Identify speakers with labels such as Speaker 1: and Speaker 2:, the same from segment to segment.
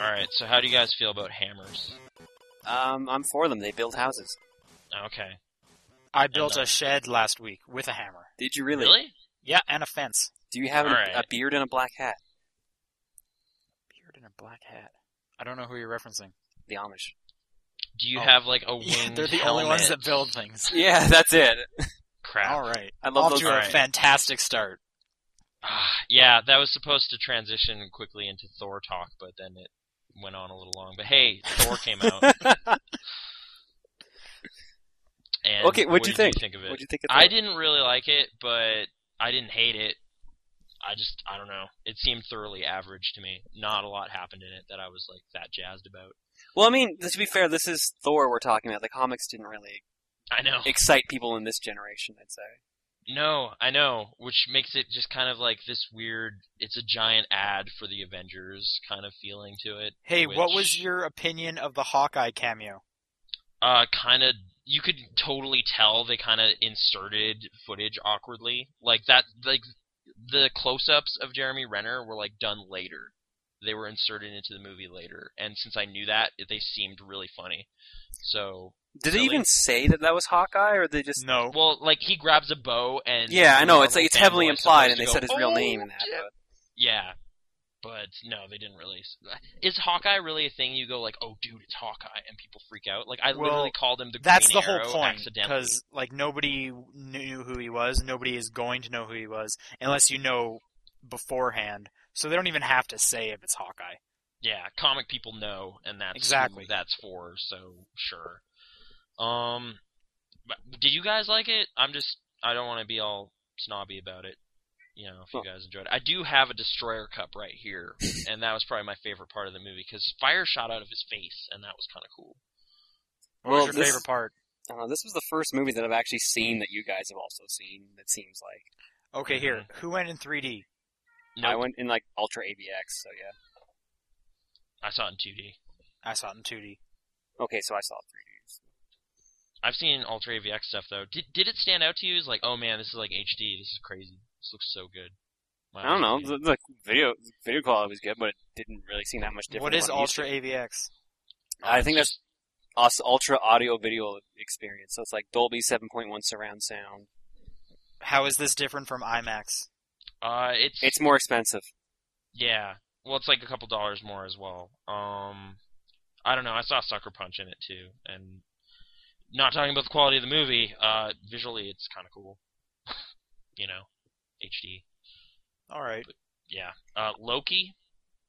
Speaker 1: Alright, so how do you guys feel about hammers?
Speaker 2: Um, I'm for them. They build houses.
Speaker 1: Okay.
Speaker 3: I built
Speaker 1: uh,
Speaker 3: a shed last week with a hammer.
Speaker 2: Did you really?
Speaker 1: Really?
Speaker 3: Yeah, and a fence.
Speaker 2: Do you have an,
Speaker 1: Alright.
Speaker 2: a beard and a black hat?
Speaker 3: Beard and a black hat. I don't know who you're referencing.
Speaker 2: The Amish.
Speaker 1: Do you
Speaker 3: Oh.
Speaker 1: have like a winged
Speaker 3: Yeah, they're the only
Speaker 1: helmet?
Speaker 3: ones that build things.
Speaker 2: Yeah, that's it.
Speaker 1: Crap.
Speaker 3: All right.
Speaker 2: I love
Speaker 3: Off
Speaker 2: those.
Speaker 3: to a
Speaker 1: Alright.
Speaker 3: fantastic start.
Speaker 1: Ah, yeah, that was supposed to transition quickly into Thor talk, but then it went on a little long. But hey, Thor came out. And
Speaker 2: Okay, what'd
Speaker 1: what
Speaker 2: you
Speaker 1: did
Speaker 2: think?
Speaker 1: you think of it?
Speaker 2: What'd you think of
Speaker 1: I
Speaker 2: that?
Speaker 1: didn't really like it, but I didn't hate it. I just I don't know. It seemed thoroughly average to me. Not a lot happened in it that I was like that jazzed about.
Speaker 2: Well, I mean, to be fair, this is Thor we're talking about. The comics didn't really
Speaker 1: I know.
Speaker 2: excite people in this generation, I'd say.
Speaker 1: No, I know, which makes it just kind of like this weird it's a giant ad for the Avengers kind of feeling to it.
Speaker 3: Hey, what
Speaker 1: which-
Speaker 3: was your opinion of the Hawkeye cameo?
Speaker 1: uh, kind of you could totally tell they kind of inserted footage awkwardly like that like the close-ups of jeremy renner were like done later they were inserted into the movie later and since i knew that it- they seemed really funny so
Speaker 2: Did
Speaker 1: Really?
Speaker 2: they even say that that was Hawkeye, or they just?
Speaker 3: No.
Speaker 1: well like he grabs a bow and
Speaker 2: Yeah, I know. It's
Speaker 1: Marvel
Speaker 2: like it's heavily
Speaker 1: fanboy's
Speaker 2: implied,
Speaker 1: supposed to
Speaker 2: and they
Speaker 1: go,
Speaker 2: said his real
Speaker 1: "Oh,
Speaker 2: name and that.
Speaker 1: yeah." yeah but no they didn't really s- is hawkeye really a thing you go like oh dude it's hawkeye and people freak out like i
Speaker 3: Well,
Speaker 1: literally called him the
Speaker 3: That's
Speaker 1: Green
Speaker 3: the whole
Speaker 1: Arrow
Speaker 3: point
Speaker 1: accidentally.
Speaker 3: because like nobody knew who he was. Nobody is going to know who he was unless you know beforehand. So they don't even have to say if it's Hawkeye.
Speaker 1: yeah, comic people know, and that's
Speaker 3: Exactly.
Speaker 1: who that's for. So sure. Um, but did you guys like it? I'm just I don't want to be all snobby about it. You know, if you guys enjoyed it, I do have a destroyer cup right here, and that was probably my favorite part of the movie because fire shot out of his face, and that was kind of cool.
Speaker 3: What
Speaker 2: Well,
Speaker 3: was your
Speaker 2: this-
Speaker 3: favorite part?
Speaker 2: I don't know. uh, This was the first movie that I've actually seen that you guys have also seen. It seems like
Speaker 3: Okay, here. Who went in 3D?
Speaker 2: I
Speaker 1: Nope.
Speaker 2: went in like Ultra AVX, so yeah.
Speaker 1: I saw it in 2D.
Speaker 3: I saw it in 2D.
Speaker 2: Okay, so I saw three
Speaker 1: I've seen Ultra AVX stuff though. Did did it stand out to you? As like, oh man, this is like HD. This is crazy. This looks so good. My
Speaker 2: I don't know.
Speaker 1: eyes bleeding.
Speaker 2: The, the video video quality was good, but it didn't really seem that much different.
Speaker 3: What is
Speaker 2: than I'm used
Speaker 3: Ultra AVX?
Speaker 2: to. I
Speaker 1: Uh,
Speaker 2: think
Speaker 1: it's
Speaker 2: that's us Ultra Audio Video Experience. So it's like Dolby 7.1 surround sound.
Speaker 3: How is this different from IMAX?
Speaker 1: Uh, it's
Speaker 2: It's more expensive.
Speaker 1: Yeah. Well, it's like a couple dollars more as well. Um, I don't know. I saw Sucker Punch in it too, and not talking about the quality of the movie. Uh, visually, it's kind of cool. you know, HD.
Speaker 3: All right.
Speaker 1: Yeah. Uh, Loki.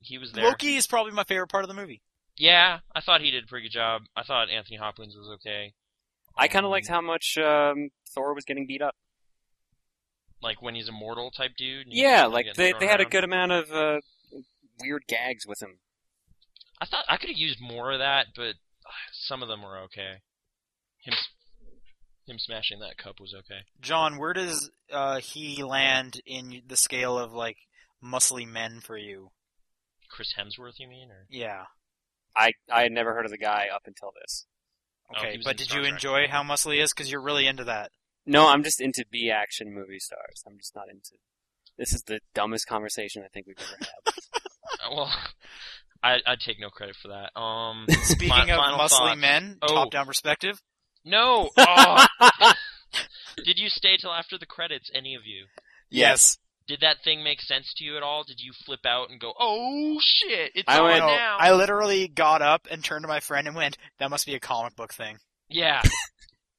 Speaker 1: He was there.
Speaker 3: Loki is probably my favorite part of the movie.
Speaker 1: Yeah, I thought he did a pretty good job. I thought Anthony Hopkins was okay.
Speaker 2: I kind of liked how much um, Thor was getting beat up.
Speaker 1: Like when he's a mortal type dude. and he's
Speaker 2: Yeah,
Speaker 1: kinda
Speaker 2: like
Speaker 1: getting
Speaker 2: they
Speaker 1: thrown
Speaker 2: they had a
Speaker 1: around.
Speaker 2: good amount of uh, weird gags with him.
Speaker 1: I thought I could have used more of that, but uh, some of them were okay. Him, s- him smashing that cup was okay.
Speaker 3: John, where does uh, he land in the scale of like muscly men for you?
Speaker 1: Chris Hemsworth, you mean? Or
Speaker 3: Yeah.
Speaker 2: I I had never heard of the guy up until this.
Speaker 1: Oh, he
Speaker 3: Okay,
Speaker 1: was in
Speaker 3: but did
Speaker 1: Star
Speaker 3: you
Speaker 1: Trek.
Speaker 3: enjoy how muscly he is? Because you're really into that.
Speaker 2: No, I'm just into B action movie stars. I'm just not into. This is the dumbest conversation I think we've ever had.
Speaker 1: Uh, well, I I take no credit for that. Um,
Speaker 3: Speaking
Speaker 1: Fi-
Speaker 3: of
Speaker 1: final
Speaker 3: muscly
Speaker 1: thoughts.
Speaker 3: men,
Speaker 1: Oh.
Speaker 3: top-down perspective.
Speaker 1: no. Oh, did you stay till after the credits? Any of you?
Speaker 2: Yes.
Speaker 1: Did that thing make sense to you at all? Did you flip out and go, "Oh shit, it's
Speaker 2: I
Speaker 1: on
Speaker 2: went-
Speaker 3: No,
Speaker 1: now"?
Speaker 3: I literally got up and turned to my friend and went, "That must be a comic book thing."
Speaker 1: Yeah,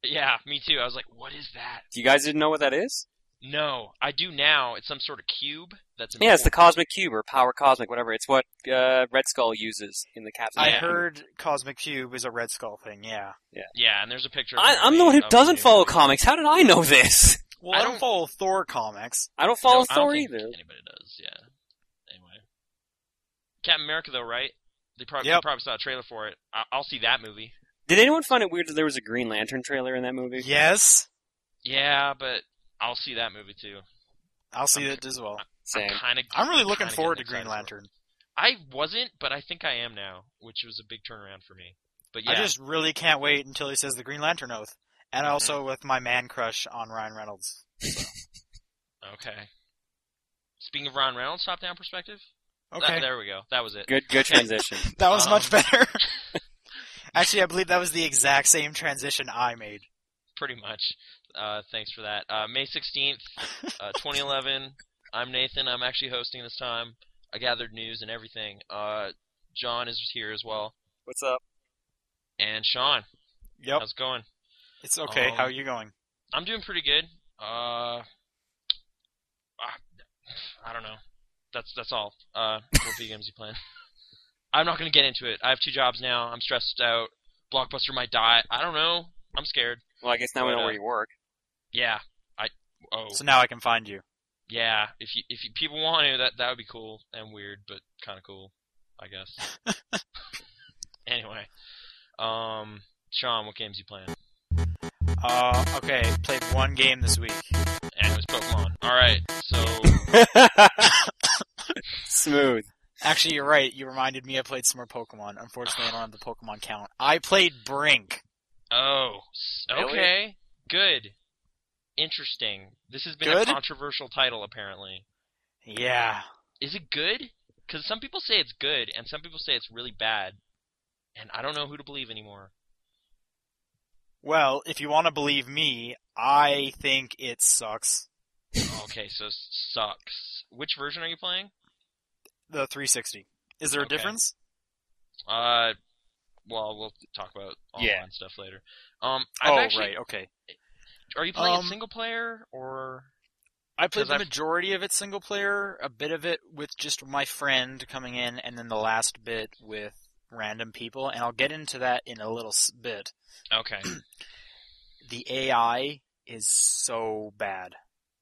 Speaker 1: yeah, me too. I was like, "What is that?"
Speaker 2: you guys didn't know what that is?
Speaker 1: No, I do now. It's some sort of cube. That's
Speaker 2: Yeah, it's the
Speaker 1: important.
Speaker 2: cosmic cube or power cosmic, whatever. It's what uh, Red Skull uses in the Captain.
Speaker 3: I
Speaker 1: Yeah.
Speaker 2: America
Speaker 3: heard Cosmic Cube is a Red Skull thing. Yeah.
Speaker 1: Yeah, and there's a picture.
Speaker 2: movie. I, I'm the one who
Speaker 1: of
Speaker 2: doesn't
Speaker 1: you.
Speaker 2: follow comics. How did I know this?
Speaker 3: Well,
Speaker 1: I
Speaker 3: I don't,
Speaker 1: don't-
Speaker 3: follow Thor comics.
Speaker 2: I don't follow
Speaker 1: No, I don't
Speaker 2: Thor
Speaker 1: think
Speaker 2: either.
Speaker 1: Anybody does, yeah. Anyway, Captain America, though, right? They probably,
Speaker 3: Yep.
Speaker 1: they probably saw a trailer for it. I- I'll see that movie.
Speaker 2: Did anyone find it weird that there was a Green Lantern trailer in that movie?
Speaker 3: Yes,
Speaker 1: Yeah, but I'll see that movie too.
Speaker 3: I'll see that as well.
Speaker 2: Same.
Speaker 1: I'm kind of.
Speaker 3: I'm really looking forward to Green Lantern.
Speaker 1: I wasn't, but I think I am now, which was a big turnaround for me. But yeah,
Speaker 3: I just really can't wait until he says the Green Lantern oath, and also with my man crush on Ryan Reynolds.
Speaker 1: okay. Speaking of Ron Reynolds, top down perspective. That-
Speaker 3: Okay.
Speaker 1: there we go. That was it.
Speaker 2: Good, good transition.
Speaker 3: That was
Speaker 1: Um,
Speaker 3: much better. Actually, I believe that was the exact same transition I made.
Speaker 1: Pretty much. Uh, thanks for that. Uh, May 16th, uh, 2011. I'm Nathan. I'm actually hosting this time. I gathered news and everything. Uh, John is here as well.
Speaker 2: What's up?
Speaker 1: And Sean,
Speaker 3: Yep.
Speaker 1: how's it going?
Speaker 3: It's okay.
Speaker 1: Um,
Speaker 3: How are you going?
Speaker 1: I'm doing pretty good. Uh, I, I don't know. That's that's all. Uh, what video games you playing? I'm not gonna get into it. I have two jobs now. I'm stressed out. Blockbuster might die. I don't know. I'm scared.
Speaker 2: Well, I guess now we
Speaker 1: What uh,
Speaker 2: know
Speaker 1: up?
Speaker 2: where you work.
Speaker 1: Yeah. I. Oh.
Speaker 3: So now I can find you.
Speaker 1: Yeah. If you if you, people want to, that that would be cool and weird, but kind of cool, I guess. anyway, um, Sean, what games you playing?
Speaker 3: Uh, okay. Played one game this week.
Speaker 1: And it was Pokemon. All right. So.
Speaker 2: Smooth.
Speaker 3: Actually, you're right. You reminded me I played some more Pokemon. Unfortunately, I don't have the Pokemon count. I played Brink.
Speaker 1: Oh, s-
Speaker 2: Really?
Speaker 1: okay. Good. Interesting. This has been
Speaker 3: Good?
Speaker 1: a controversial title, apparently.
Speaker 3: Yeah.
Speaker 1: Is it good? Because some people say it's good, and some people say it's really bad. And I don't know who to believe anymore.
Speaker 3: Well, if you want to believe me, I think it sucks.
Speaker 1: okay, so s- sucks. Which version are you playing?
Speaker 3: The 360. Is there a
Speaker 1: Okay.
Speaker 3: difference?
Speaker 1: Uh, well, we'll talk about online
Speaker 2: Yeah.
Speaker 1: stuff later. Um, I've
Speaker 3: oh,
Speaker 1: actually,
Speaker 3: right. Okay.
Speaker 1: are you playing it
Speaker 3: Um,
Speaker 1: single player or?
Speaker 3: I played
Speaker 1: 'Cause
Speaker 3: the
Speaker 1: I've-
Speaker 3: majority of it single player, a bit of it with just my friend coming in, and then the last bit with random people, and I'll get into that in a little s- bit.
Speaker 1: Okay,
Speaker 3: The AI is so bad.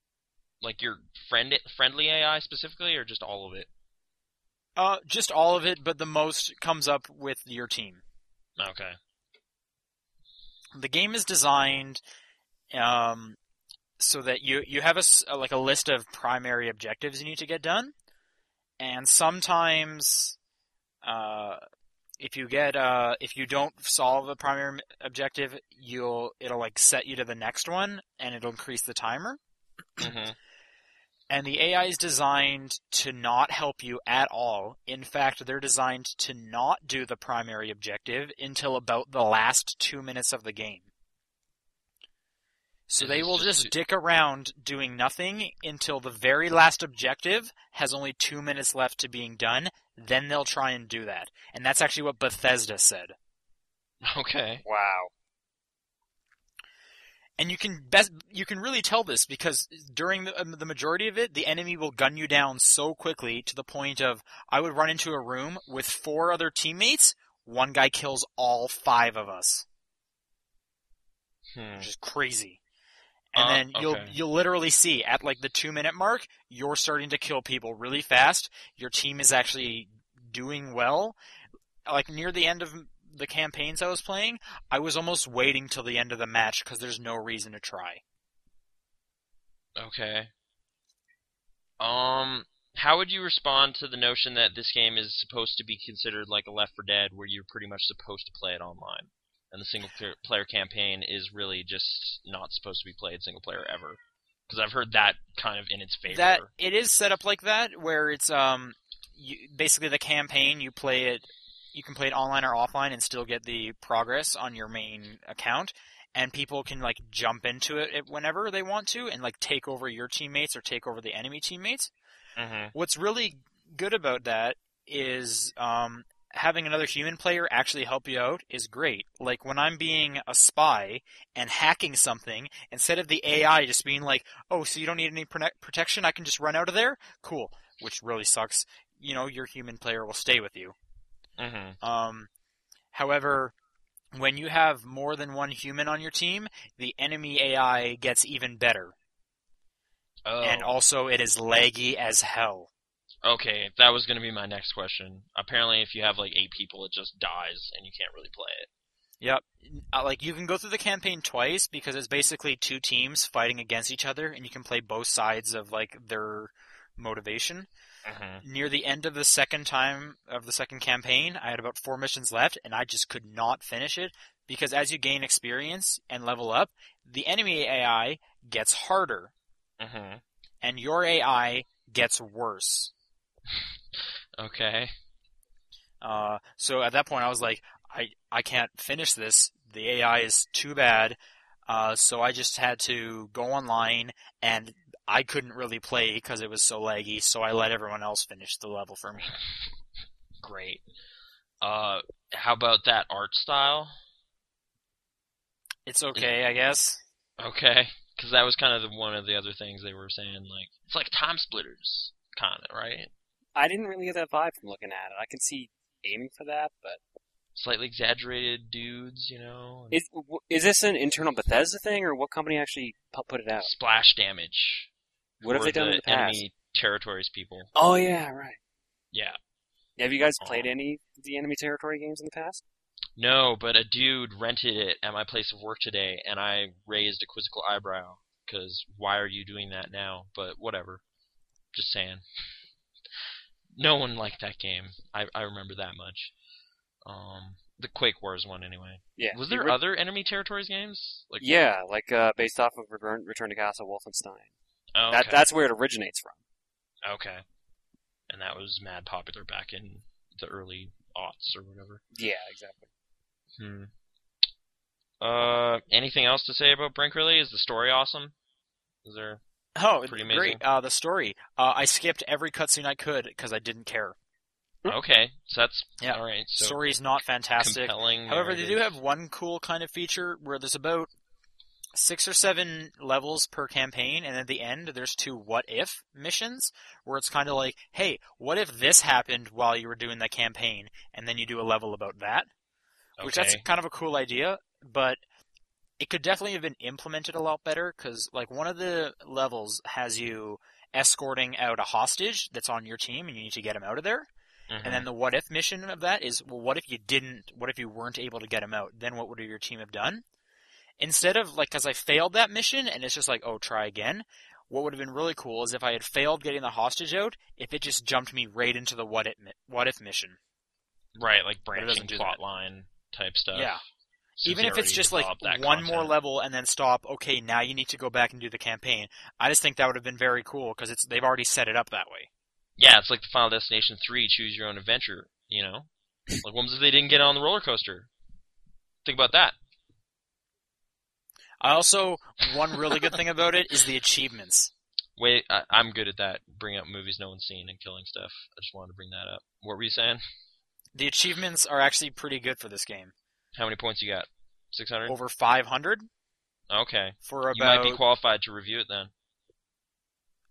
Speaker 1: like your friend friendly AI specifically, or just all of it?
Speaker 3: Uh, just all of it, but the most comes up with your team.
Speaker 1: Okay.
Speaker 3: the game is designed um, so that you you have a s- like a list of primary objectives you need to get done, and sometimes uh, if you get uh, if you don't solve the primary m- objective, you'll it'll like set you to the next one, and it'll increase the timer.
Speaker 1: hmm
Speaker 3: And the AI is designed to not help you at all. In fact, they're designed to not do the primary objective until about the last two minutes of the game. So
Speaker 1: Is
Speaker 3: they
Speaker 1: this
Speaker 3: will
Speaker 1: just
Speaker 3: just
Speaker 1: to-
Speaker 3: dick around doing nothing until the very last objective has only two minutes left to being done. Then they'll try and do that. And that's actually what Bethesda said.
Speaker 1: Okay.
Speaker 2: Wow.
Speaker 3: and you can best you can really tell this because during the, um, the majority of it the enemy will gun you down so quickly to the point of i would run into a room with four other teammates one guy kills all five of us
Speaker 1: Hmm.
Speaker 3: which is crazy and
Speaker 1: Uh,
Speaker 3: then you'll
Speaker 1: okay.
Speaker 3: you'll literally see at like the 2 minute mark you're starting to kill people really fast your team is actually doing well like near the end of the campaigns i was playing i was almost waiting till the end of the match cuz there's no reason to try
Speaker 1: Okay. Um, how would you respond to the notion that this game is supposed to be considered like a Left 4 Dead, where you're pretty much supposed to play it online, and the single player- player campaign is really just not supposed to be played single player ever? Because I've heard that kind of in its favor.
Speaker 3: that it is set up like that where it's um you, basically the campaign you play it you can play it online or offline and still get the progress on your main account and people can like jump into it at- whenever they want to and like take over your teammates or take over the enemy teammates
Speaker 1: Mhm.
Speaker 3: what's really good about that is um, having another human player actually help you out is great. Like when I'm being a spy and hacking something, instead of the AI just being like, "Oh, so you don't need any prone- protection? I can just run out of there." Cool, which really sucks. You know, your human player will stay with you.
Speaker 1: Mhm.
Speaker 3: Um, however, when you have more than one human on your team, the enemy AI gets even better,
Speaker 1: Oh.
Speaker 3: and also it is laggy as hell.
Speaker 1: okay, that was going to be my next question. Apparently, if you have like eight people, it just dies, and you can't really play it.
Speaker 3: Yep. Uh, like you can go through the campaign twice because it's basically two teams fighting against each other, and you can play both sides of like their motivation.
Speaker 1: Mhm.
Speaker 3: Near the end of the second time of the second campaign, I had about four missions left, and I just could not finish it because as you gain experience and level up, the enemy AI gets harder,
Speaker 1: Mhm.
Speaker 3: and your AI gets worse.
Speaker 1: Okay.
Speaker 3: Uh, so at that point, I was like, I I can't finish this. The AI is too bad. Uh, so I just had to go online, and I couldn't really play because it was so laggy. So I let everyone else finish the level for me.
Speaker 1: Great. Uh, how about that art style?
Speaker 3: It's okay, I guess.
Speaker 1: Okay, because that was kind of the, one of the other things they were saying. Like it's like time splitters, kind of right.
Speaker 2: I didn't really get that vibe from looking at it. I can see aiming for that, but
Speaker 1: Slightly exaggerated dudes, you know. and
Speaker 2: is w- is this an internal Bethesda thing, or what company actually pu- put it out?
Speaker 1: Splash damage.
Speaker 2: What have
Speaker 1: for
Speaker 2: they done in the past?
Speaker 1: Enemy territories, people.
Speaker 2: Oh yeah, right.
Speaker 1: Yeah.
Speaker 2: Have you guys played any of the enemy territory games in the past?
Speaker 1: No, but a dude rented it at my place of work today, and I raised a quizzical eyebrow because why are you doing that now? But whatever. Just saying. No one liked that game. I I remember that much. Um, the Quake Wars one, anyway.
Speaker 2: Yeah.
Speaker 1: Was
Speaker 2: The
Speaker 1: there
Speaker 2: ri-
Speaker 1: other enemy territories games? Like
Speaker 2: yeah, like uh, based off of Return, Return to Castle Wolfenstein.
Speaker 1: oh,
Speaker 2: That
Speaker 1: okay.
Speaker 2: that's where it originates from.
Speaker 1: okay. And that was mad popular back in the early aughts or whatever.
Speaker 2: Yeah, exactly.
Speaker 1: Hmm. Uh, anything else to say about Brinkerly? Is the story awesome? Is there?
Speaker 3: Oh,
Speaker 1: Pretty
Speaker 3: great.
Speaker 1: amazing.
Speaker 3: Uh, the story. Uh, I skipped every cutscene I could because I didn't care.
Speaker 2: Hmm.
Speaker 1: Okay, so that's
Speaker 3: Yeah.
Speaker 1: all right. So
Speaker 3: Story's not fantastic.
Speaker 1: compelling.
Speaker 3: However, they do
Speaker 1: narrative.
Speaker 3: have one cool kind of feature where there's about six or seven levels per campaign, and at the end, there's two what if missions where it's kind of like, hey, what if this happened while you were doing the campaign? And then you do a level about that, which that's
Speaker 1: Okay.
Speaker 3: kind of a cool idea, but it could definitely have been implemented a lot better because, like, one of the levels has you escorting out a hostage that's on your team and you need to get him out of there.
Speaker 1: Mhm.
Speaker 3: And then the what if mission of that is, well, what if you didn't? What if you weren't able to get him out? Then what would your team have done? Instead of like, because I failed that mission, and it's just like, oh, try again. What would have been really cool is if I had failed getting the hostage out, if it just jumped me right into the what if mi- what if mission.
Speaker 1: right, like
Speaker 3: it doesn't
Speaker 1: branching
Speaker 3: do
Speaker 1: plot line type stuff.
Speaker 3: Yeah.
Speaker 1: since
Speaker 3: Even
Speaker 1: they
Speaker 3: if it's
Speaker 1: already
Speaker 3: just like
Speaker 1: developed
Speaker 3: one
Speaker 1: that
Speaker 3: more
Speaker 1: content.
Speaker 3: level and then stop. Okay, now you need to go back and do the campaign. I just think that would have been very cool because it's they've already set it up that way.
Speaker 1: Yeah, it's like the Final Destination three, choose your own adventure. You know, like what if they didn't get on the roller coaster? Think about that.
Speaker 3: I also one really good thing about it is the achievements.
Speaker 1: Wait, I, I'm good at that. Bring up movies no one's seen and killing stuff. I just wanted to bring that up. What were you saying?
Speaker 3: The achievements are actually pretty good for this game.
Speaker 1: How many points you got? Six hundred.
Speaker 3: Over 500
Speaker 1: Okay,
Speaker 3: for
Speaker 1: you might
Speaker 3: about
Speaker 1: be qualified to review it then.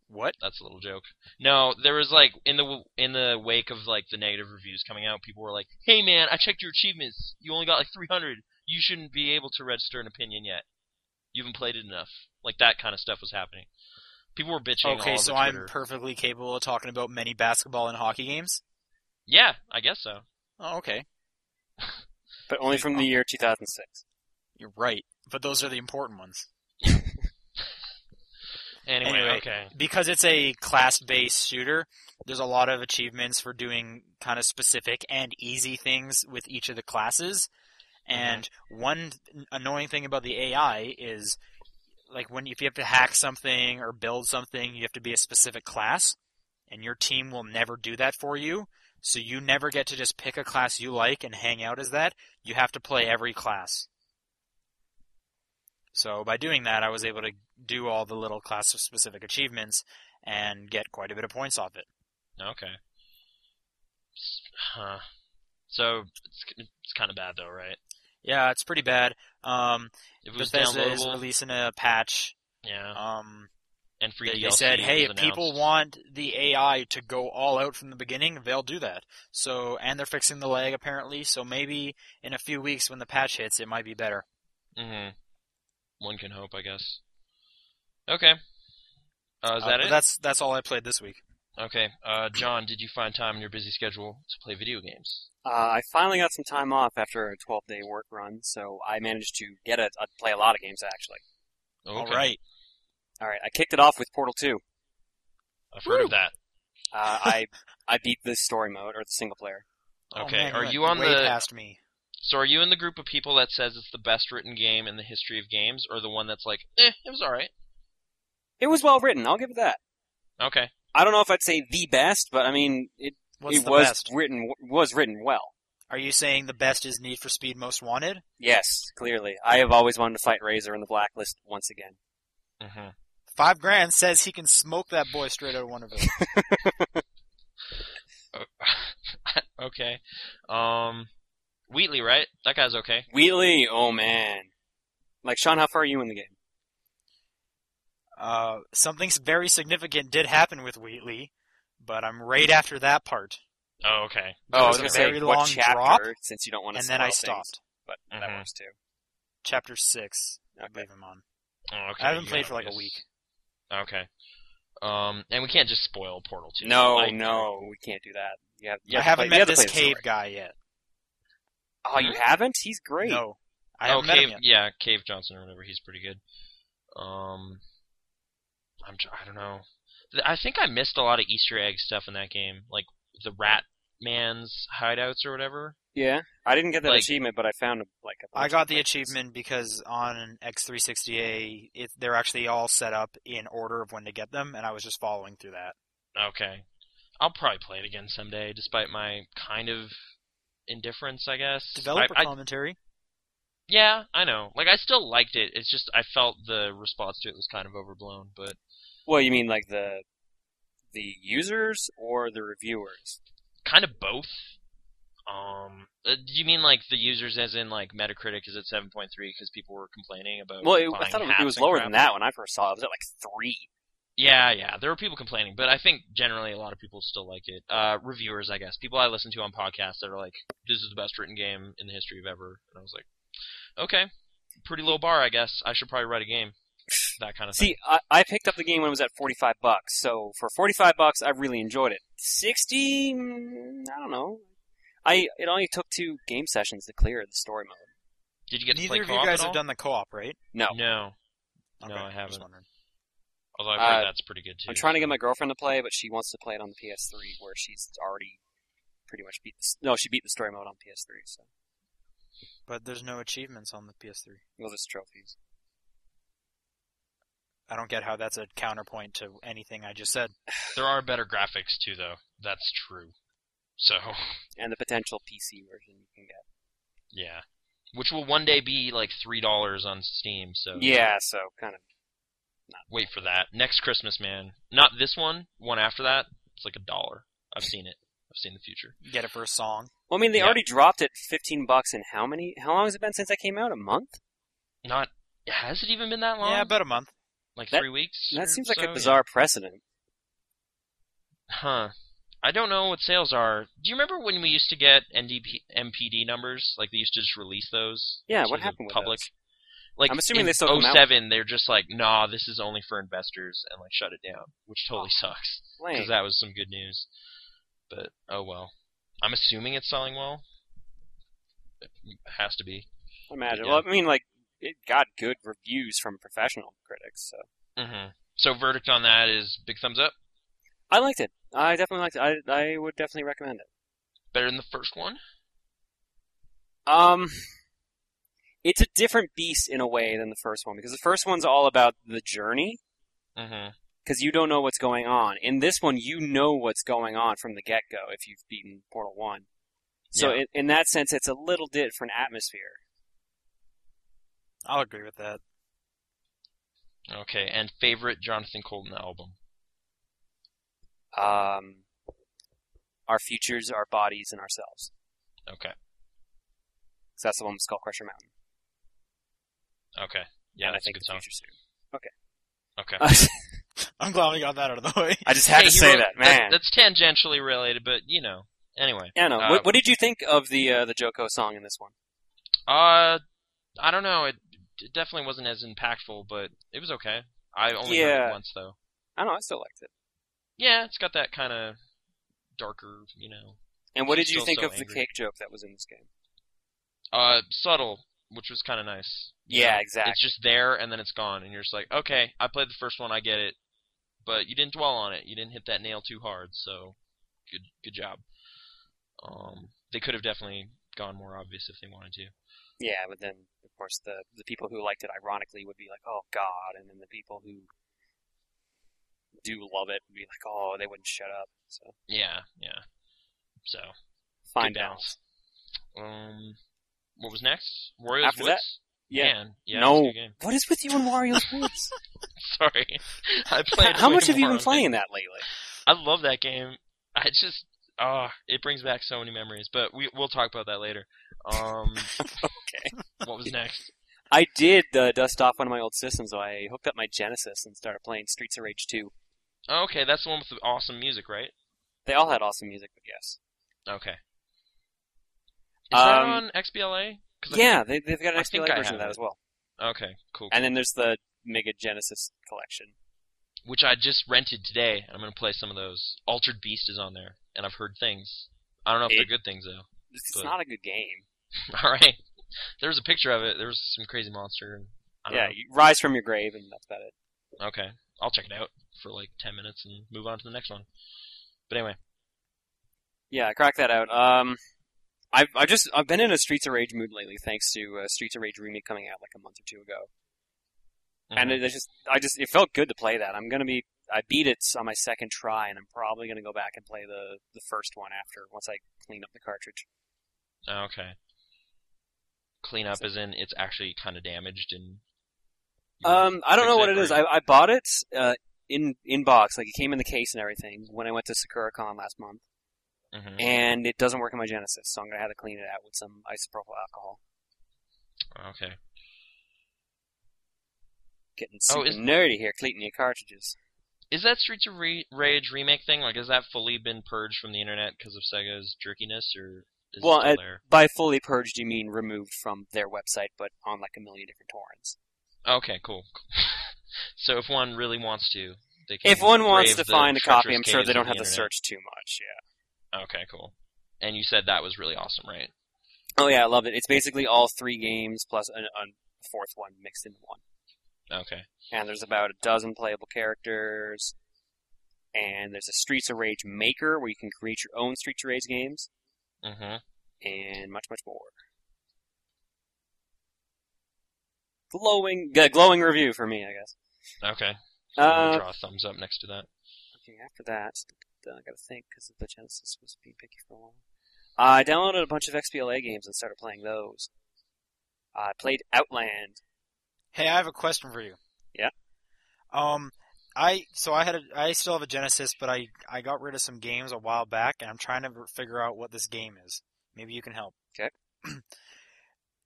Speaker 3: what?
Speaker 1: That's a little joke. No, there was like in the in the wake of like the negative reviews coming out, people were like, "Hey man, I checked your achievements. You only got like 300. You shouldn't be able to register an opinion yet. You haven't played it enough." Like that kind of stuff was happening. People were bitching. all
Speaker 3: Okay,
Speaker 1: over
Speaker 3: so I'm
Speaker 1: Twitter.
Speaker 3: perfectly capable of talking about many basketball and hockey games.
Speaker 1: yeah, I guess so.
Speaker 3: Oh, okay,
Speaker 2: But only from the year 2006.
Speaker 3: you're right, but those are the important ones
Speaker 1: Anyway,
Speaker 3: Anyway.
Speaker 1: okay,
Speaker 3: because it's a class-based shooter. There's a lot of achievements for doing kind of specific and easy things with each of the classes. And one annoying thing about the AI is, like, when if you have to hack something or build something, you have to be a specific class, and your team will never do that for you. So you never get to just pick a class you like and hang out as that. You have to play every class. So by doing that, I was able to do all the little class-specific achievements and get quite a bit of points off it.
Speaker 1: okay. S- Huh. So it's it's kind of bad though, right?
Speaker 3: Yeah, it's pretty bad. Um,
Speaker 1: If it was
Speaker 3: Bethesda is
Speaker 1: downloadable,
Speaker 3: releasing a patch.
Speaker 1: yeah,
Speaker 3: Um,
Speaker 1: and free
Speaker 3: they, they
Speaker 1: DLC
Speaker 3: said, hey,
Speaker 1: was
Speaker 3: if people
Speaker 1: announced.
Speaker 3: want the AI to go all out from the beginning, they'll do that. So, and they're fixing the lag apparently. So maybe in a few weeks when the patch hits, it might be better.
Speaker 1: hmm One can hope, I guess. Okay. Uh, is that
Speaker 3: Uh, but
Speaker 1: it?
Speaker 3: That's that's all I played this week.
Speaker 1: Okay. Uh, John, did you find time in your busy schedule to play video games?
Speaker 2: Uh, I finally got some time off after a 12 day work run, so I managed to get a, a play a lot of games actually.
Speaker 1: Okay.
Speaker 3: All right.
Speaker 2: All right, I kicked it off with Portal 2.
Speaker 1: I've heard
Speaker 3: Woo!
Speaker 1: of that.
Speaker 2: Uh, I I beat the story mode or the single player.
Speaker 3: Oh,
Speaker 1: Okay,
Speaker 3: man,
Speaker 1: are
Speaker 3: went
Speaker 1: you on
Speaker 3: way
Speaker 1: the-
Speaker 3: past me?
Speaker 1: So are you in the group of people that says it's the best written game in the history of games, or the one that's like, eh, it was alright?
Speaker 2: It was well written. I'll give it that.
Speaker 1: Okay.
Speaker 2: I don't know if I'd say the best, but I mean, it
Speaker 3: What's
Speaker 2: it
Speaker 3: the
Speaker 2: was
Speaker 3: best?
Speaker 2: written was written well.
Speaker 3: Are you saying the best is Need for Speed Most Wanted?
Speaker 2: Yes, clearly. I have always wanted to fight Razor in the Blacklist once again.
Speaker 3: Mm-hmm.
Speaker 1: hmm
Speaker 3: Five Grand says he can smoke that boy straight out of one of them.
Speaker 1: okay. Um, Wheatley, right? That guy's okay.
Speaker 2: Wheatley, oh man. Like Sean, how far are you in the game?
Speaker 3: Uh, something s- very significant did happen with Wheatley, but I'm right after that part,
Speaker 1: Oh, okay.
Speaker 3: Oh, I
Speaker 1: was
Speaker 2: There's
Speaker 1: gonna
Speaker 2: a
Speaker 1: say,
Speaker 2: very
Speaker 3: what
Speaker 2: long chapter,
Speaker 3: drop,
Speaker 2: since you don't want to
Speaker 3: and then I
Speaker 2: spoil things,
Speaker 3: stopped.
Speaker 2: but that
Speaker 1: Mhm.
Speaker 2: works too.
Speaker 3: Chapter six, I
Speaker 2: Okay.
Speaker 3: believe I'm on.
Speaker 1: Oh, okay.
Speaker 3: I haven't
Speaker 1: you
Speaker 3: played
Speaker 1: got
Speaker 3: for like a
Speaker 1: this.
Speaker 3: week.
Speaker 1: Okay. Um, and we can't just spoil Portal 2.
Speaker 2: No,
Speaker 1: Like,
Speaker 2: no, we can't do that. You have, you
Speaker 3: I
Speaker 2: have to
Speaker 3: haven't
Speaker 2: play- you
Speaker 3: met
Speaker 2: have to
Speaker 3: this
Speaker 2: play the
Speaker 3: cave
Speaker 2: story.
Speaker 3: guy yet.
Speaker 2: Oh, you haven't? He's great.
Speaker 3: No, I
Speaker 1: Oh,
Speaker 3: haven't met
Speaker 1: Cave,
Speaker 3: him yet.
Speaker 1: yeah, Cave Johnson or whatever. He's pretty good. Um, I'm tr- I don't know. Th- I think I missed a lot of Easter egg stuff in that game, like the Rat Man's hideouts or whatever.
Speaker 2: Yeah, I didn't get that
Speaker 1: Like-
Speaker 2: achievement, but I found like a bunch
Speaker 3: I got
Speaker 2: of
Speaker 3: the
Speaker 2: places.
Speaker 3: achievement because on an X360A, it, they're actually all set up in order of when to get them, and I was just following through that.
Speaker 1: Okay, I'll probably play it again someday, despite my kind of indifference, I guess. I-
Speaker 3: Developer
Speaker 1: I,
Speaker 3: commentary.
Speaker 1: yeah, I know. Like I still liked it. It's just I felt the response to it was kind of overblown, but
Speaker 2: Well, you mean like the the users or the reviewers?
Speaker 1: kind of both. Um, uh, do you mean like the users, as in like Metacritic is at seven point three because people were complaining about?
Speaker 2: Well, it, I
Speaker 1: buying
Speaker 2: thought it,
Speaker 1: hats
Speaker 2: it was
Speaker 1: and
Speaker 2: lower
Speaker 1: crap?
Speaker 2: than that when I first saw it. It was at like three.
Speaker 1: Yeah, yeah, there were people complaining, but I think generally a lot of people still like it. Uh, reviewers, I guess, people I listen to on podcasts that are like, "This is the best written game in the history of ever," and I was like, "Okay, pretty low bar, I guess. I should probably write a game." That kind of thing.
Speaker 2: See, I, I picked up the game when it was at forty-five bucks. So for forty-five bucks, I really enjoyed it. Sixty, mm, I don't know. I it only took two game sessions to clear the story mode.
Speaker 1: Did you get to play
Speaker 3: Neither of you
Speaker 1: co-op
Speaker 3: guys
Speaker 1: at
Speaker 3: have
Speaker 1: all?
Speaker 3: done the co-op, right?
Speaker 2: No.
Speaker 1: No, No,
Speaker 3: Okay,
Speaker 1: I
Speaker 3: just
Speaker 1: haven't.
Speaker 3: wondering.
Speaker 1: although I heard
Speaker 2: Uh,
Speaker 1: that's pretty good too.
Speaker 2: I'm trying to get
Speaker 1: so-
Speaker 2: my girlfriend to play, but she wants to play it on the PS3, where she's already pretty much beat. The, s- no, she beat the story mode on PS3, so
Speaker 3: But there's no achievements on the PS3.
Speaker 2: it was just trophies.
Speaker 3: I don't get how that's a counterpoint to anything I just said.
Speaker 1: There are better graphics too, though. That's true. So
Speaker 2: and the potential PC version you can get.
Speaker 1: yeah, which will one day be like three dollars on Steam. So
Speaker 2: Yeah, so kind of.
Speaker 1: wait for that next Christmas, man. Not this one. One after that. It's like a dollar. I've seen it. I've seen the future.
Speaker 3: You get it for a song.
Speaker 2: Well, I mean, they
Speaker 1: Yeah.
Speaker 2: already dropped it 15 bucks in how many? How long has it been since that came out? A month?
Speaker 1: Not has it even been that long?
Speaker 3: Yeah, about a month.
Speaker 1: like
Speaker 2: that-
Speaker 1: three weeks. or
Speaker 2: That seems like
Speaker 1: so?
Speaker 2: a bizarre precedent.
Speaker 1: Yeah. Huh. I don't know what sales are. Do you remember when we used to get NDP MPD numbers? Like they used to just release those.
Speaker 2: Yeah,
Speaker 1: to
Speaker 2: what
Speaker 1: the
Speaker 2: happened with
Speaker 1: public?
Speaker 2: those?
Speaker 1: Like
Speaker 2: I'm assuming
Speaker 1: in
Speaker 2: they still come out.
Speaker 1: 07, they're just like, nah, this is only for investors, and like shut it down, which totally sucks.
Speaker 2: Lame.
Speaker 1: because that was some good news. But oh well, I'm assuming it's selling well. It has to be.
Speaker 2: Imagine.
Speaker 1: yeah.
Speaker 2: Well, I mean, like it got good reviews from professional critics. So Mm-hmm.
Speaker 1: hmm So verdict on that is big thumbs up.
Speaker 2: I liked it. I definitely liked it. I I would definitely recommend it.
Speaker 1: Better than the first one.
Speaker 2: Um, it's a different beast in a way than the first one because the first one's all about the journey
Speaker 1: Mm-hmm.
Speaker 2: because you don't know what's going on. In this one, you know what's going on from the get go if you've beaten Portal One. So
Speaker 1: Yeah.
Speaker 2: in, in that sense, it's a little bit for an atmosphere.
Speaker 3: I'll agree with that.
Speaker 1: Okay, and favorite Jonathan Colton album.
Speaker 2: Um, our futures, our bodies, and ourselves.
Speaker 1: Okay,
Speaker 2: 'Cause that's the one with Skull Crusher Mountain.
Speaker 1: okay, yeah,
Speaker 2: and I
Speaker 1: that's a
Speaker 2: think
Speaker 1: good
Speaker 2: the
Speaker 1: song.
Speaker 2: future suit.
Speaker 1: Okay,
Speaker 3: I'm glad we got that out of the way.
Speaker 2: I just had
Speaker 1: Hey,
Speaker 2: to
Speaker 1: he
Speaker 2: say
Speaker 1: wrote-
Speaker 2: that, man.
Speaker 1: that's tangentially related, but you know. Anyway,
Speaker 2: Anna,
Speaker 1: uh,
Speaker 2: what, what did you think of the uh, the Joko song in this one?
Speaker 1: uh, I don't know. It, it definitely wasn't as impactful, but it was okay. I only heard
Speaker 2: Yeah.
Speaker 1: it once though.
Speaker 2: I don't know. I still liked it.
Speaker 1: yeah, it's got that kind of darker, you know,
Speaker 2: And what did
Speaker 1: She's
Speaker 2: you
Speaker 1: still
Speaker 2: think
Speaker 1: so
Speaker 2: of the
Speaker 1: angry.
Speaker 2: cake joke that was in this game?
Speaker 1: uh, subtle, which was kind of nice. you
Speaker 2: Yeah,
Speaker 1: know?
Speaker 2: exactly.
Speaker 1: It's just there and then it's gone, and you're just like, okay, I played the first one, I get it, but you didn't dwell on it. You didn't hit that nail too hard, so good, good job. Um, they could have definitely gone more obvious if they wanted to.
Speaker 2: Yeah, but then of course the the people who liked it ironically would be like, "Oh God," and then the people who do love it would be like, "Oh, they wouldn't shut up." So
Speaker 1: Yeah, yeah. So
Speaker 2: Fine
Speaker 1: good balance. Um, what was next? Wario's
Speaker 2: After that?
Speaker 1: Woods.
Speaker 2: Yeah.
Speaker 1: Man, yeah,
Speaker 2: No.
Speaker 1: that's a good game.
Speaker 2: What is with you and Wario's Woods?
Speaker 1: Sorry, I played.
Speaker 2: How
Speaker 1: way
Speaker 2: much have you
Speaker 1: more
Speaker 2: been
Speaker 1: of it.
Speaker 2: playing that lately?
Speaker 1: I love that game. I just ah, it brings back so many memories. But we we'll talk about that later. Um,
Speaker 2: Okay.
Speaker 1: what was next?
Speaker 2: I did uh, dust off one of my old systems, so I hooked up my Genesis and started playing Streets of Rage 2.
Speaker 1: Oh, okay, that's the one with the awesome music, right?
Speaker 2: They all had awesome music, but yes.
Speaker 1: Okay. Is that
Speaker 2: Um,
Speaker 1: on XBLA? 'Cause I-
Speaker 2: Yeah, they, they've got an
Speaker 1: I think
Speaker 2: XBLA
Speaker 1: I
Speaker 2: version
Speaker 1: have
Speaker 2: of that
Speaker 1: it.
Speaker 2: as well.
Speaker 1: Okay, cool.
Speaker 2: And then there's the Mega Genesis collection.
Speaker 1: Which I just rented today, and I'm gonna play some of those. Altered Beast is on there, and I've heard things. I don't know if
Speaker 2: It-
Speaker 1: they're good things though.
Speaker 2: It's
Speaker 1: But-
Speaker 2: not a good game.
Speaker 1: All right. There was a picture of it. There was some crazy monster. And I don't
Speaker 2: Yeah, you rise from your grave, and that's about it.
Speaker 1: know. Okay. I'll check it out for like 10 minutes and move on to the next one. But anyway.
Speaker 2: Yeah, crack that out. Um, I've I just I've been in a Streets of Rage mood lately, thanks to uh, Streets of Rage remake coming out like a month or two ago, and
Speaker 1: mhm.
Speaker 2: it, it's just I just it felt good to play that. I'm gonna be I beat it on my second try, and I'm probably gonna go back and play the the first one after once I clean up the cartridge.
Speaker 1: Oh, okay. Clean up as in it's actually kind of damaged and. you
Speaker 2: Um, I don't
Speaker 1: fix
Speaker 2: know what it is.
Speaker 1: or-
Speaker 2: I, I bought it uh, in in box, like it came in the case and everything when I went to SakuraCon last month,
Speaker 1: Mhm.
Speaker 2: and it doesn't work in my Genesis, so I'm gonna have to clean it out with some isopropyl alcohol.
Speaker 1: Oh, Okay.
Speaker 2: Getting super
Speaker 1: Oh, is-
Speaker 2: nerdy here, cleaning your cartridges.
Speaker 1: Is that Streets of Re- Rage remake thing like has that fully been purged from the internet because of Sega's jerkiness or is it
Speaker 2: Well,
Speaker 1: still
Speaker 2: I-
Speaker 1: there?
Speaker 2: By fully purged, you mean removed from their website, but on like a million different torrents.
Speaker 1: Okay, cool. so if one really wants to, they can.
Speaker 2: If one wants
Speaker 1: brave the
Speaker 2: to find a copy,
Speaker 1: treacherous
Speaker 2: I'm sure
Speaker 1: caves
Speaker 2: they
Speaker 1: of
Speaker 2: don't
Speaker 1: the
Speaker 2: have to
Speaker 1: internet.
Speaker 2: search too much. Yeah.
Speaker 1: Okay, cool. And you said that was really awesome, right?
Speaker 2: Oh yeah, I love it. It's basically all three games plus a, a fourth one mixed into one.
Speaker 1: Okay.
Speaker 2: And there's about a dozen playable characters. And there's a Streets of Rage maker where you can create your own Streets of Rage games,
Speaker 1: Mhm.
Speaker 2: and much much more. Glowing, g- glowing review for me, I guess.
Speaker 1: Okay. I'm
Speaker 2: Uh,
Speaker 1: gonna draw a thumbs up next to that.
Speaker 2: Okay, after that, then I gotta think because the Genesis was being picky for a while. I downloaded a bunch of XBLA games and started playing those. I played Outland.
Speaker 3: Hey, I have a question for you.
Speaker 2: Yeah?
Speaker 3: Um, I so I had a, I still have a Genesis, but I I got rid of some games a while back, and I'm trying to figure out what this game is. Maybe you can help.
Speaker 2: 'Kay.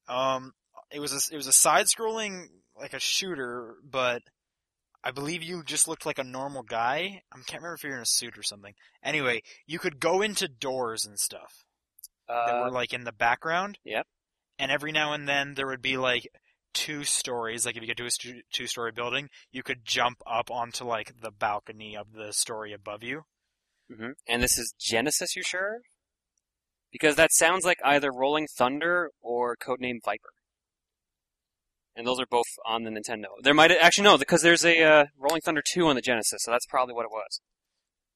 Speaker 3: um, it was a, it was a side-scrolling like a shooter, but I believe you just looked like a normal guy. I can't remember if you're in a suit or something. Anyway, you could go into doors and stuff that
Speaker 2: Uh,
Speaker 3: were like in the background.
Speaker 2: yep.
Speaker 3: And every now and then there would be like two stories. Like if you get to a stu- two-story building, you could jump up onto like the balcony of the story above you.
Speaker 2: mhm. And this is Genesis, you sure? Because that sounds like either Rolling Thunder or Codename Viper. And those are both on the Nintendo. There might actually no, because there's a uh, Rolling Thunder two on the Genesis, so that's probably what it was.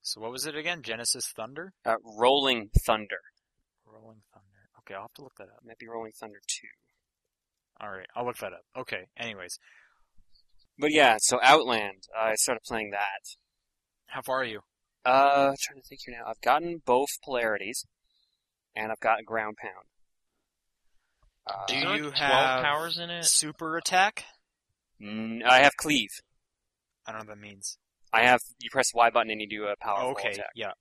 Speaker 3: So what was it again? Genesis Thunder,
Speaker 2: Uh, Rolling Thunder
Speaker 3: Rolling Thunder. Okay, I'll have to look that up.
Speaker 2: might be Rolling Thunder two.
Speaker 3: All right, I'll look that up. Okay. Anyways,
Speaker 2: But yeah, so Outland, I started playing that.
Speaker 3: how far are you?
Speaker 2: Uh, trying to think here now. I've gotten both polarities, and I've got ground pound. Uh,
Speaker 3: Do
Speaker 1: Is there,
Speaker 3: you
Speaker 1: like,
Speaker 3: have-
Speaker 1: twelve powers in
Speaker 2: Eh.
Speaker 1: it?
Speaker 3: Super attack.
Speaker 2: mm, I have cleave.
Speaker 3: I don't know what that means.
Speaker 2: I have you press Y button and you do a powerful
Speaker 3: okay.
Speaker 2: attack.
Speaker 3: Yeah.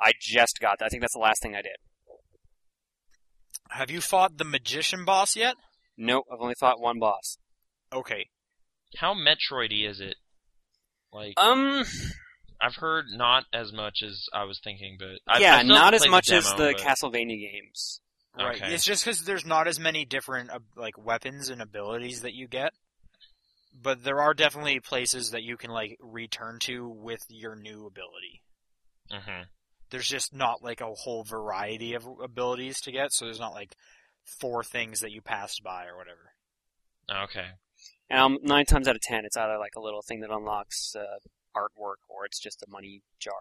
Speaker 2: I just got that. I think that's the last thing I did.
Speaker 3: Have you fought the magician boss yet?
Speaker 2: Nope, I've only fought one boss.
Speaker 3: Okay.
Speaker 1: How Metroidy is it? Like
Speaker 2: Um,
Speaker 1: I've heard not as much as I was thinking, but I,
Speaker 2: yeah,
Speaker 1: I still
Speaker 2: not
Speaker 1: haven't
Speaker 2: as
Speaker 1: played
Speaker 2: much
Speaker 1: the
Speaker 2: as
Speaker 1: demo,
Speaker 2: the
Speaker 1: but-
Speaker 2: Castlevania games.
Speaker 3: Right.
Speaker 1: Okay.
Speaker 3: It's just because there's not as many different uh, like weapons and abilities that you get, but there are definitely places that you can like return to with your new ability.
Speaker 1: Mhm.
Speaker 3: There's just not like a whole variety of abilities to get, so there's not like four things that you passed by or whatever.
Speaker 1: Okay.
Speaker 2: And um, nine times out of ten, it's either like a little thing that unlocks uh, artwork, or it's just a money jar.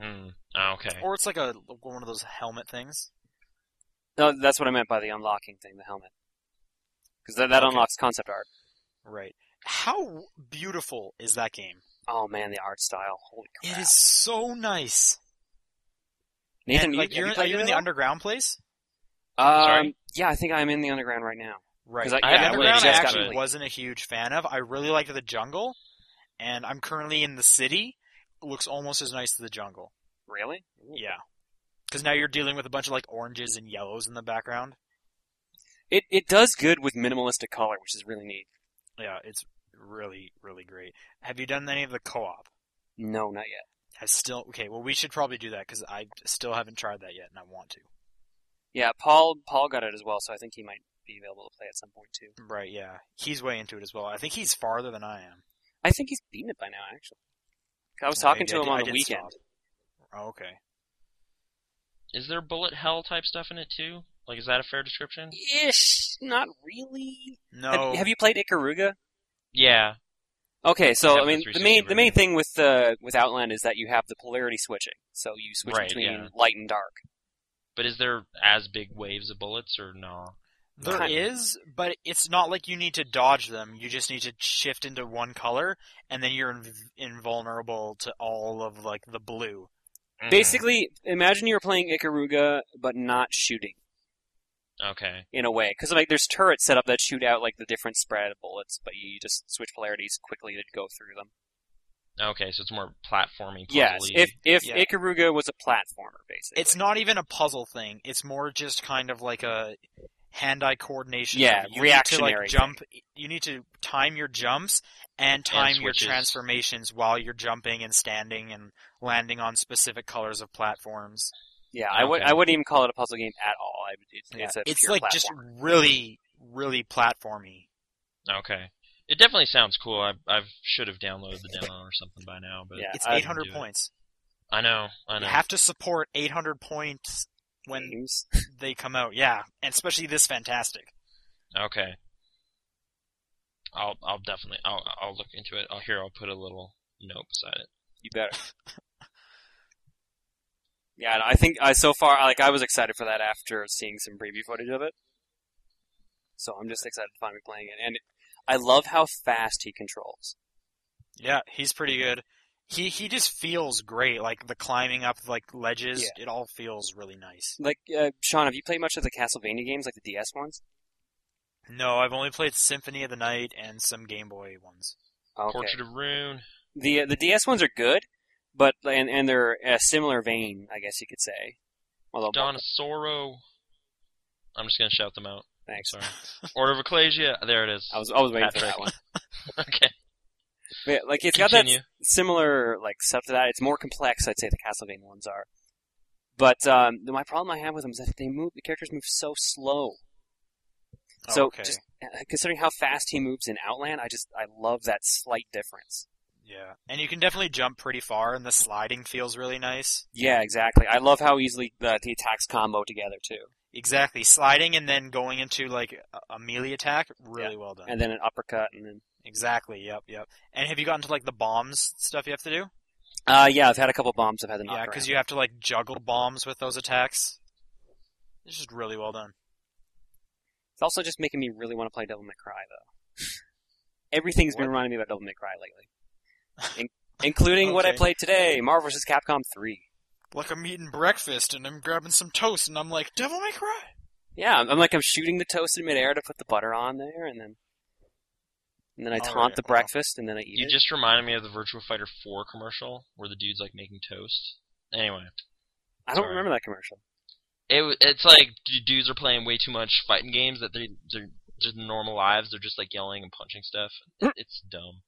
Speaker 1: Hmm. Okay.
Speaker 3: Or it's like a one of those helmet things.
Speaker 2: No, that's what I meant by the unlocking thing, the helmet. Because that, that
Speaker 3: Okay.
Speaker 2: unlocks concept art.
Speaker 3: Right. How beautiful is that game?
Speaker 2: Oh man, the art style. Holy crap.
Speaker 3: It is so nice.
Speaker 2: Nathan,
Speaker 3: and,
Speaker 2: you,
Speaker 3: like,
Speaker 2: have
Speaker 3: you're,
Speaker 2: you
Speaker 3: in- are
Speaker 2: played
Speaker 3: you
Speaker 2: it
Speaker 3: in
Speaker 2: at
Speaker 3: the
Speaker 2: all?
Speaker 3: underground place?
Speaker 2: Um,
Speaker 1: Sorry?
Speaker 2: Yeah, I think I'm in the underground right now.
Speaker 3: Right.
Speaker 2: 'Cause I-
Speaker 1: yeah,
Speaker 3: The
Speaker 1: I would've
Speaker 3: underground I
Speaker 1: just
Speaker 3: actually
Speaker 1: gotten-
Speaker 3: wasn't a huge fan of. I really liked the jungle, and I'm currently in the city. It looks almost as nice as the jungle.
Speaker 2: Really?
Speaker 3: Yeah. Because now you're dealing with a bunch of like oranges and yellows in the background.
Speaker 2: It it does good with minimalistic color, which is really neat.
Speaker 3: Yeah, it's really, really great. Have you done any of the co-op?
Speaker 2: No, not yet.
Speaker 3: I still okay. Well, we should probably do that because I still haven't tried that yet, and I want to.
Speaker 2: Yeah, Paul Paul got it as well, so I think he might be available to play at some point too.
Speaker 3: Right? Yeah, he's way into it as well. I think he's farther than I am.
Speaker 2: I think he's beaten it by now, actually. 'Cause I was
Speaker 3: Well,
Speaker 2: talking
Speaker 3: maybe
Speaker 2: to
Speaker 3: I
Speaker 2: him
Speaker 3: did- I
Speaker 2: on the
Speaker 3: did
Speaker 2: weekend.
Speaker 3: swap. Oh, okay.
Speaker 1: Is there bullet hell type stuff in it too? Like, is that a fair description?
Speaker 2: Ish, not really.
Speaker 3: No.
Speaker 2: Have, have you played Ikaruga?
Speaker 1: Yeah.
Speaker 2: Okay, so I
Speaker 1: Except
Speaker 2: mean,
Speaker 1: the
Speaker 2: the main
Speaker 1: 360
Speaker 2: the main
Speaker 1: version.
Speaker 2: thing with uh, with Outland is that you have the polarity switching, so you switch
Speaker 1: Right,
Speaker 2: between
Speaker 1: yeah.
Speaker 2: light and dark.
Speaker 1: But is there as big waves of bullets or no?
Speaker 3: There
Speaker 2: Kind
Speaker 3: is, but it's not like you need to dodge them. You just need to shift into one color, and then you're inv- invulnerable to all of like the blue.
Speaker 1: Mm.
Speaker 2: Basically, imagine you're playing Ikaruga but not shooting
Speaker 1: Okay.
Speaker 2: in a way, because like there's turrets set up that shoot out like the different spread of bullets, but you just switch polarities quickly to go through them.
Speaker 1: Okay, so it's more platforming.
Speaker 2: Yes,
Speaker 1: puzzly.
Speaker 2: if if
Speaker 3: Yeah.
Speaker 2: Ikaruga was a platformer, basically,
Speaker 3: It's not even a puzzle thing. It's more just kind of like a hand-eye coordination.
Speaker 2: Yeah,
Speaker 3: thing. you Need to,
Speaker 2: reactionary
Speaker 3: like, jump. You need to time your jumps and time your
Speaker 1: switches.
Speaker 3: transformations while you're jumping and standing and landing on specific colors of platforms.
Speaker 2: yeah, I would
Speaker 1: Okay.
Speaker 2: I wouldn't even call it a puzzle game at all. I, would- it's,
Speaker 3: Yeah,
Speaker 2: it's a
Speaker 3: it's
Speaker 2: pure
Speaker 3: like just
Speaker 2: platform.
Speaker 3: really, really platformy.
Speaker 1: Okay. It definitely sounds cool. I I should have downloaded the demo or something by now, but
Speaker 2: Yeah,
Speaker 3: It's
Speaker 2: I-
Speaker 3: 800
Speaker 1: do it.
Speaker 3: points.
Speaker 1: I know, I
Speaker 3: You
Speaker 1: know.
Speaker 3: have to support 800 points when
Speaker 2: games.
Speaker 3: they come out. Yeah, and especially this fantastic.
Speaker 1: Okay. I'll I'll definitely I'll I'll look into it. I'll here I'll put a little note beside it.
Speaker 2: You better. yeah, I think I so far like I was excited for that after seeing some preview footage of it. So I'm just excited to finally playing it, and I love how fast he controls.
Speaker 3: Yeah, he's pretty good. He he just feels great. Like the climbing up like ledges, it all feels really nice.
Speaker 2: Like uh, Sean, have you played much of the Castlevania games, like the DS ones?
Speaker 3: No, I've only played Symphony of the Night and some Game Boy ones.
Speaker 2: Okay.
Speaker 1: Portrait of Rune.
Speaker 2: The uh, the DS ones are good, but and and they're a similar vein, I guess you could say. Although
Speaker 1: Dawn of Sorrow. I'm just gonna shout them out.
Speaker 2: thanks,
Speaker 1: Sorry. Order of Ecclesia. There it is.
Speaker 2: I was I was waiting for
Speaker 1: Patrick.
Speaker 2: that one.
Speaker 1: okay.
Speaker 2: But, like it's got that
Speaker 1: Continue.
Speaker 2: similar like stuff to that. It's more complex, I'd say, the Castlevania ones are. But um, my problem I have with them is that they move. The characters move so slow.
Speaker 1: Oh,
Speaker 2: So
Speaker 3: okay.
Speaker 2: just uh, considering how fast he moves in Outland, I just I love that slight difference.
Speaker 3: Yeah, and you can definitely jump pretty far, and the sliding feels really nice.
Speaker 2: Yeah, exactly. I love how easily the, the attacks combo together too,
Speaker 3: Exactly, sliding and then going into like a, a melee attack, really well done.
Speaker 2: and then an uppercut, and then
Speaker 3: exactly, yep, yep. And have you gotten to like the bombs stuff you have to do?
Speaker 2: uh, yeah, I've had a couple bombs. I've had an
Speaker 3: Yeah, because you have to like juggle bombs with those attacks. It's just really well done.
Speaker 2: It's also just making me really want to play Devil May Cry though. Everything's been
Speaker 3: What?
Speaker 2: reminding me about Devil May Cry lately, In- including what I
Speaker 3: Okay.
Speaker 2: played today, Marvel vs. Capcom Three.
Speaker 3: Like I'm eating breakfast and I'm grabbing some toast and I'm like, Devil May Cry.
Speaker 2: Yeah, I'm, I'm like I'm shooting the toast in midair to put the butter on there, and then and then I
Speaker 3: All
Speaker 2: taunt
Speaker 3: right,
Speaker 2: the
Speaker 3: wow.
Speaker 2: breakfast, and then I eat
Speaker 1: Oh, You
Speaker 2: it.
Speaker 1: just reminded me of the Virtual Fighter 4 commercial where the dude's like making toast. Anyway,
Speaker 2: I don't
Speaker 1: sorry.
Speaker 2: remember that commercial.
Speaker 1: it w- it's like d- dudes are playing way too much fighting games that they they're just in normal lives. They're just like yelling and punching stuff.
Speaker 2: Mm.
Speaker 1: It's dumb.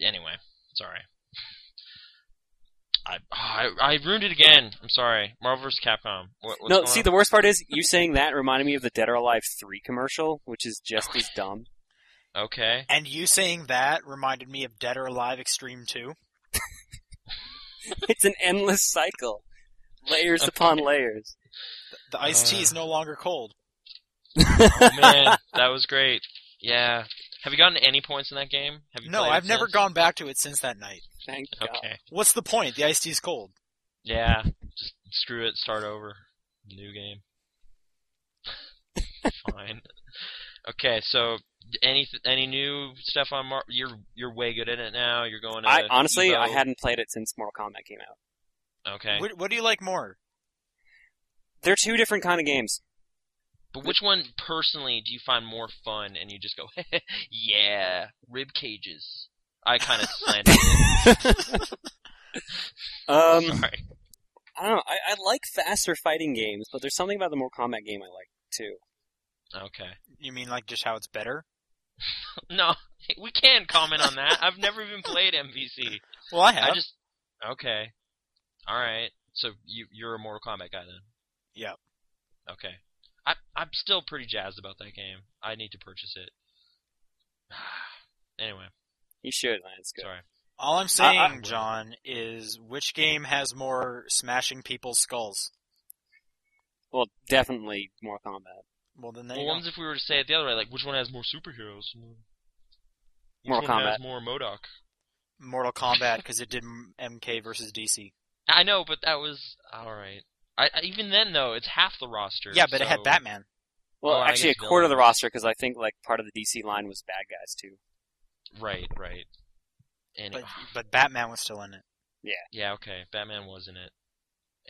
Speaker 1: Anyway, sorry. I, I I ruined it again. I'm sorry. Marvel vs. Capcom. What, what's
Speaker 2: no,
Speaker 1: going
Speaker 2: see,
Speaker 1: on?
Speaker 2: the worst part is you saying that reminded me of the Dead or Alive three commercial, which is just as dumb.
Speaker 1: okay.
Speaker 3: And you saying that reminded me of Dead or Alive Extreme 2.
Speaker 2: it's an endless cycle, layers upon layers.
Speaker 3: The iced tea
Speaker 1: Uh.
Speaker 3: is no longer cold.
Speaker 1: Oh man, that was great. Yeah. Have you gotten any points in that game? Have you
Speaker 3: No,
Speaker 1: played it
Speaker 3: I've never
Speaker 1: since?
Speaker 3: gone back to it since that night.
Speaker 2: Thank God.
Speaker 1: Okay.
Speaker 3: What's the point? The iced tea's cold.
Speaker 1: Yeah, just screw it, start over. New game. Fine. Okay, so any any new stuff on Mar- you're you're way good at it now. You're going to
Speaker 2: I honestly, I
Speaker 1: Uh, Evo.
Speaker 2: hadn't played it since Mortal Kombat came out.
Speaker 1: Okay.
Speaker 3: What, what do you like more?
Speaker 2: They're two different kind of games.
Speaker 1: But which one personally do you find more fun and you just go, yeah, rib cages? I kind of slanted it.
Speaker 2: Um,
Speaker 1: Sorry.
Speaker 2: I don't know. I, I like faster fighting games, but there's something about the Mortal Kombat game I like too.
Speaker 1: Okay.
Speaker 3: You mean like just how it's better?
Speaker 1: No, we can comment on that. I've never even played MVC.
Speaker 3: Well, I
Speaker 1: I
Speaker 3: have.
Speaker 1: just. Okay. Alright. So you, you're a Mortal Kombat guy then?
Speaker 3: Yep.
Speaker 1: Okay. I, I'm still pretty jazzed about that game. I need to purchase it. anyway,
Speaker 2: You should, man. It's good.
Speaker 1: sorry.
Speaker 3: All I'm
Speaker 2: I-
Speaker 3: saying,
Speaker 2: I-
Speaker 3: John, is which game has more smashing people's skulls?
Speaker 2: Well, definitely Mortal Kombat.
Speaker 3: Well, then there
Speaker 1: Well,
Speaker 3: you
Speaker 1: what
Speaker 3: go.
Speaker 1: happens if we were to say it the other way? Like, which one has more superheroes? Which
Speaker 2: Mortal
Speaker 1: one
Speaker 2: Kombat.
Speaker 1: has more Modoc?
Speaker 3: Mortal Kombat because it did M- MK versus DC.
Speaker 1: I know, but that was all right. I, I even then though, it's half the roster.
Speaker 3: Yeah, but it
Speaker 1: so-
Speaker 3: had Batman.
Speaker 2: Well,
Speaker 1: Oh, I
Speaker 2: actually, a
Speaker 1: guess
Speaker 2: quarter of the
Speaker 1: villains.
Speaker 2: roster because I think like part of the DC line was bad guys too.
Speaker 1: Right, right. And
Speaker 3: But, but Batman was still in it.
Speaker 1: yeah, okay. Batman was in it,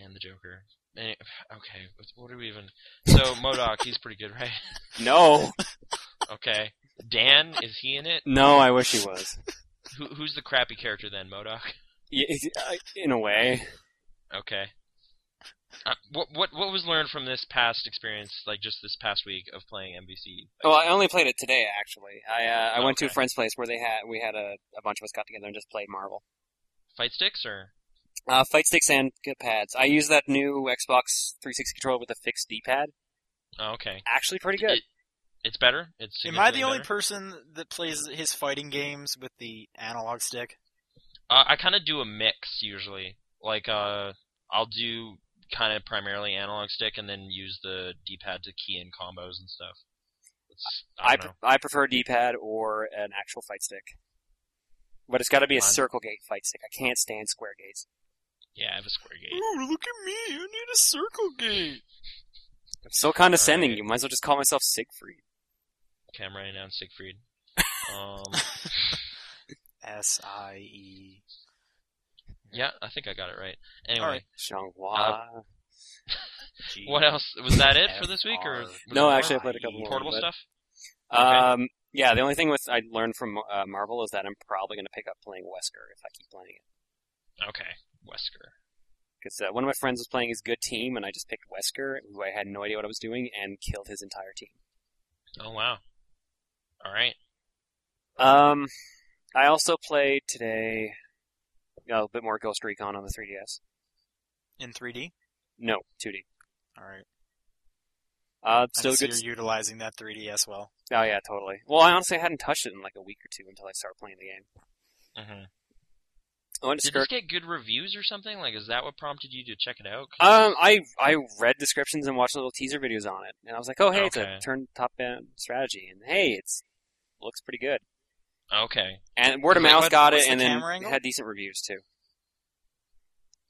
Speaker 1: and the Joker. Any- okay, what- what do we even? So Modoc, he's pretty good, right?
Speaker 2: No,
Speaker 1: Okay. Dan, is he in it?
Speaker 2: no, I wish he was.
Speaker 1: Who, who's the crappy character then, Modoc?
Speaker 2: Y- I- In a way,
Speaker 1: Okay. Uh, what what what was learned from this past experience, like just this past week of playing MVC?
Speaker 2: Oh, I only played it today. Actually, I uh, I went to a
Speaker 1: Okay.
Speaker 2: friend's place where they had we had a, a bunch of us got together and just played Marvel.
Speaker 1: Fight sticks or
Speaker 2: Uh, fight sticks and good pads. I use that new Xbox 360 controller with a fixed D-pad.
Speaker 1: oh, okay,
Speaker 2: Actually, pretty good.
Speaker 1: It- it's better. It's
Speaker 3: Am I the
Speaker 1: significantly
Speaker 3: only
Speaker 1: better?
Speaker 3: person that plays his fighting games with the analog stick?
Speaker 1: Uh, I kind of do a mix usually. Like, uh, I'll do kind of primarily analog stick, and then use the D-pad to key in combos and stuff. It's, I,
Speaker 2: I,
Speaker 1: don't know.
Speaker 2: pre- I prefer D-pad or an actual fight stick. But it's got to be a
Speaker 1: Fine.
Speaker 2: circle gate fight stick. I can't stand square gates.
Speaker 1: Yeah, I have a square gate.
Speaker 3: Ooh, look at me! I need a circle gate.
Speaker 2: I'm so condescending.
Speaker 1: Alright.
Speaker 2: You might as well just call myself Siegfried.
Speaker 1: Okay, I'm writing down Siegfried. Um,
Speaker 3: S I E.
Speaker 1: yeah, I think I got it right. Anyway,
Speaker 3: Alright.
Speaker 1: Uh,
Speaker 2: Shangwa.
Speaker 3: G.
Speaker 1: what else was that it for this week, or
Speaker 3: FR.
Speaker 1: was
Speaker 2: No,
Speaker 1: there more?
Speaker 2: actually, I played a couple more.
Speaker 1: portable
Speaker 2: but-
Speaker 1: stuff.
Speaker 2: Um, yeah, the only thing with I learned from uh, Marvel is that I'm probably going to pick up playing Wesker if I keep playing it.
Speaker 1: Okay, Wesker.
Speaker 2: Because uh, one of my friends was playing his good team, and I just picked Wesker, who I had no idea what I was doing, and killed his entire team.
Speaker 1: Oh wow. All right.
Speaker 2: Um, I also played today oh, a bit more Ghost Recon on the 3DS.
Speaker 3: In 3D.
Speaker 2: No, 2D.
Speaker 3: All right.
Speaker 2: Uh,
Speaker 3: I
Speaker 2: still
Speaker 3: see
Speaker 2: good.
Speaker 3: You're utilizing that 3DS well.
Speaker 2: Oh yeah, totally. Well, I honestly hadn't touched it in like a week or two until I started playing the game.
Speaker 3: Mm-hmm.
Speaker 1: hmm
Speaker 2: I went to
Speaker 1: Did this
Speaker 2: skirt.
Speaker 1: get good reviews or something? Like, is that what prompted you to check it out? 'Cause-
Speaker 2: Um, I I read descriptions and watched little teaser videos on it, and I was like, oh hey, it's a
Speaker 1: Okay.
Speaker 2: turn top down strategy, and hey, it's looks pretty good.
Speaker 1: okay.
Speaker 2: And word of
Speaker 3: Wait,
Speaker 2: mouth
Speaker 3: what-
Speaker 2: got
Speaker 3: what's
Speaker 2: it,
Speaker 3: the
Speaker 2: and then
Speaker 3: camera
Speaker 2: it
Speaker 3: angle?
Speaker 2: had decent reviews too.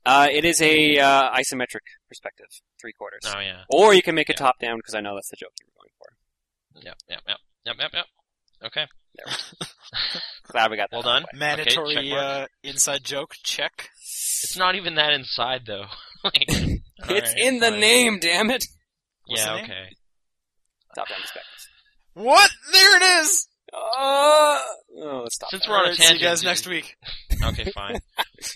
Speaker 2: Uh, it is a uh, isometric perspective, three quarters,
Speaker 1: Oh yeah.
Speaker 2: or you can make it
Speaker 1: Yeah.
Speaker 2: top down because I know that's the joke you were going for.
Speaker 1: Yep, yep, yep, yep, yep, yep. Okay,
Speaker 2: Glad we got that.
Speaker 1: well
Speaker 2: out
Speaker 1: done.
Speaker 2: of the way.
Speaker 3: Mandatory
Speaker 1: check mark.
Speaker 3: uh, inside joke check.
Speaker 1: It's not even that inside though. like,
Speaker 2: It's
Speaker 1: alright,
Speaker 2: in the
Speaker 1: fine.
Speaker 2: name, damn it.
Speaker 3: What's the
Speaker 1: Yeah,
Speaker 3: name?
Speaker 1: okay.
Speaker 2: Top down perspective.
Speaker 3: What? There it is.
Speaker 2: Uh, oh, let's stop.
Speaker 1: Since
Speaker 2: that.
Speaker 1: We're on a
Speaker 3: All right, see you
Speaker 1: tangent,
Speaker 3: guys
Speaker 1: dude.
Speaker 3: next week.
Speaker 1: Okay, fine.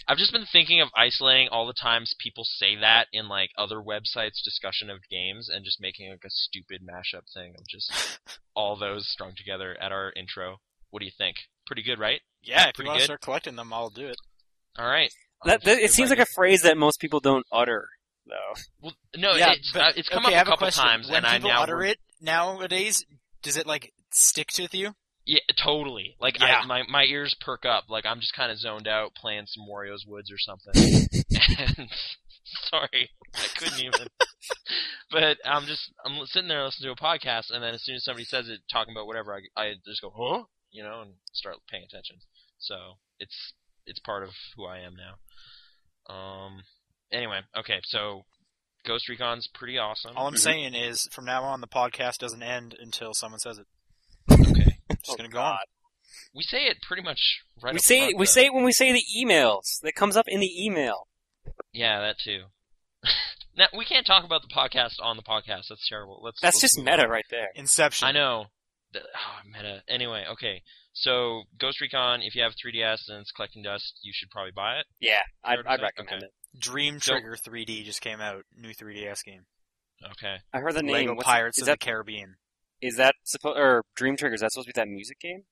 Speaker 1: I've just been thinking of isolating all the times people say that in like other websites' discussion of games, and just making like a stupid mashup thing of just all those strung together at our intro. What do you think? Pretty good, right?
Speaker 3: Yeah, if you
Speaker 1: Pretty
Speaker 3: want to
Speaker 1: good.
Speaker 3: start collecting them, I'll do it.
Speaker 1: All right.
Speaker 2: That- that- it
Speaker 1: If I
Speaker 2: seems like
Speaker 1: can-
Speaker 2: a phrase that most people don't utter, though.
Speaker 1: Well, no,
Speaker 3: Yeah,
Speaker 1: it's,
Speaker 3: but-
Speaker 1: uh, it's come
Speaker 3: okay, I
Speaker 1: up
Speaker 3: have
Speaker 1: a couple
Speaker 3: question.
Speaker 1: times,
Speaker 3: when
Speaker 1: and I
Speaker 3: people
Speaker 1: now
Speaker 3: utter it nowadays, does it like stick with you?
Speaker 1: Yeah, totally. Like
Speaker 3: Yeah.
Speaker 1: I, my my ears perk up. Like I'm just kind of zoned out playing some Wario's Woods or something. and sorry, I couldn't even. but I'm just I'm sitting there listening to a podcast, and then as soon as somebody says it, talking about whatever, I I just go huh, you know, and start paying attention. So it's it's part of who I am now. Um. Anyway, okay, so Ghost Recon's pretty awesome.
Speaker 3: All I'm
Speaker 2: Mhm.
Speaker 3: saying is, from now on, the podcast doesn't end until someone says it.
Speaker 1: Okay.
Speaker 3: Just
Speaker 2: Oh,
Speaker 3: gonna go on.
Speaker 1: We say it pretty much right.
Speaker 2: we
Speaker 1: up
Speaker 2: say
Speaker 1: front,
Speaker 2: we
Speaker 1: though.
Speaker 2: say it when we say the emails that comes up in the email.
Speaker 1: Yeah, that too. now we can't talk about the podcast on the podcast. That's terrible. Let's.
Speaker 2: That's
Speaker 1: let's
Speaker 2: just
Speaker 1: move
Speaker 2: meta
Speaker 1: on.
Speaker 2: right there.
Speaker 3: Inception.
Speaker 1: I know. Th- Oh, meta. Anyway, okay. So Ghost Recon, if you have 3DS and it's collecting dust, you should probably buy it.
Speaker 2: Yeah, I'd,
Speaker 1: Fair to
Speaker 2: I'd
Speaker 1: say?
Speaker 2: recommend it.
Speaker 3: Dream Trigger 3D just came out. New 3DS game.
Speaker 1: Okay.
Speaker 2: I heard the name.
Speaker 3: Lego
Speaker 2: What's
Speaker 3: Pirates
Speaker 2: is
Speaker 3: of
Speaker 2: that
Speaker 3: the Caribbean.
Speaker 2: is that supposed or Dream Trigger? Is that supposed to be that music game?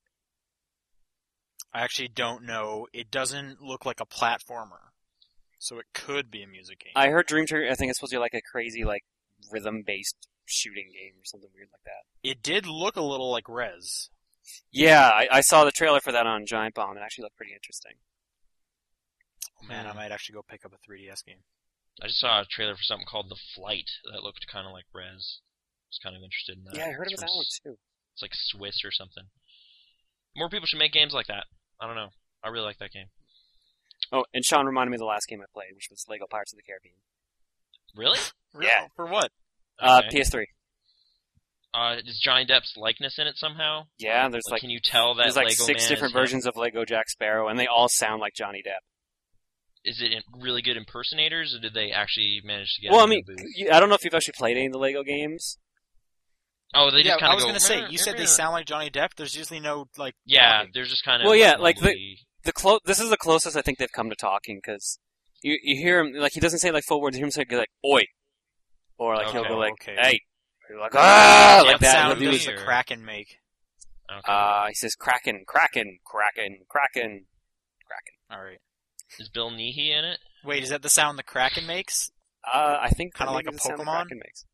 Speaker 3: I actually don't know. It doesn't look like a platformer, so it could be a music game.
Speaker 2: I heard Dream Trigger. I think it's supposed to be like a crazy like rhythm based shooting game or something weird like that.
Speaker 3: it did look a little like Res.
Speaker 2: Yeah, I, I saw the trailer for that on Giant Bomb. It actually looked pretty interesting.
Speaker 3: Oh man, I
Speaker 1: Hmm.
Speaker 3: might actually go pick up a 3DS game.
Speaker 1: I just saw a trailer for something called The Flight that looked kind of like Res. Was kind of interested in that.
Speaker 2: yeah, I heard
Speaker 1: It's
Speaker 2: about
Speaker 1: from
Speaker 2: that one
Speaker 1: S-
Speaker 2: too.
Speaker 1: It's like Swiss or something. More people should make games like that. I don't know. I really like that game.
Speaker 2: Oh, and Sean reminded me of the last game I played, which was Lego Pirates of the Caribbean.
Speaker 1: Really?
Speaker 2: Yeah.
Speaker 3: For what?
Speaker 2: Uh,
Speaker 1: Okay.
Speaker 2: PS3.
Speaker 1: Uh, is Johnny Depp's likeness in it somehow?
Speaker 2: Yeah, there's
Speaker 1: Like,
Speaker 2: like,
Speaker 1: can you tell that
Speaker 2: there's like
Speaker 1: Lego
Speaker 2: six
Speaker 1: Man
Speaker 2: different
Speaker 1: is him?
Speaker 2: versions of Lego Jack Sparrow, and they all sound like Johnny Depp.
Speaker 1: Is it in- really good impersonators, or did they actually manage to get?
Speaker 2: well, I
Speaker 1: him in
Speaker 2: mean,
Speaker 1: the booth?
Speaker 2: you, I don't know if you've actually played any of the Lego games.
Speaker 1: oh, they
Speaker 3: yeah,
Speaker 1: just kind
Speaker 3: I
Speaker 1: of
Speaker 3: was
Speaker 1: go,
Speaker 3: gonna say.
Speaker 1: "Rrr,
Speaker 3: You said they
Speaker 1: rrr."
Speaker 3: sound like Johnny Depp. There's usually no like.
Speaker 1: Yeah,
Speaker 3: talking.
Speaker 1: they're just kind of.
Speaker 2: Well, yeah, like the-
Speaker 1: mumbly.
Speaker 2: The clo- this is the closest I think they've come to talking because you you hear him like he doesn't say like full words. You hear him say like "oi," or like he'll
Speaker 1: Okay,
Speaker 2: go like
Speaker 3: okay.
Speaker 2: "hey," Or, like ah,
Speaker 1: Yeah,
Speaker 2: like
Speaker 3: What
Speaker 2: that.
Speaker 3: sound
Speaker 2: He'll do
Speaker 3: does
Speaker 2: his-
Speaker 3: the
Speaker 1: Here.
Speaker 3: Kraken make?
Speaker 1: Okay.
Speaker 2: uh, he says "kraken, kraken, kraken, kraken."
Speaker 3: All right.
Speaker 1: Is Bill Nighy in it?
Speaker 3: Wait, is that the sound the Kraken makes?
Speaker 2: Uh, I think that
Speaker 3: Kinda
Speaker 2: may
Speaker 3: like
Speaker 2: be
Speaker 3: a
Speaker 2: the sound that
Speaker 3: Pokemon?
Speaker 2: Kraken makes.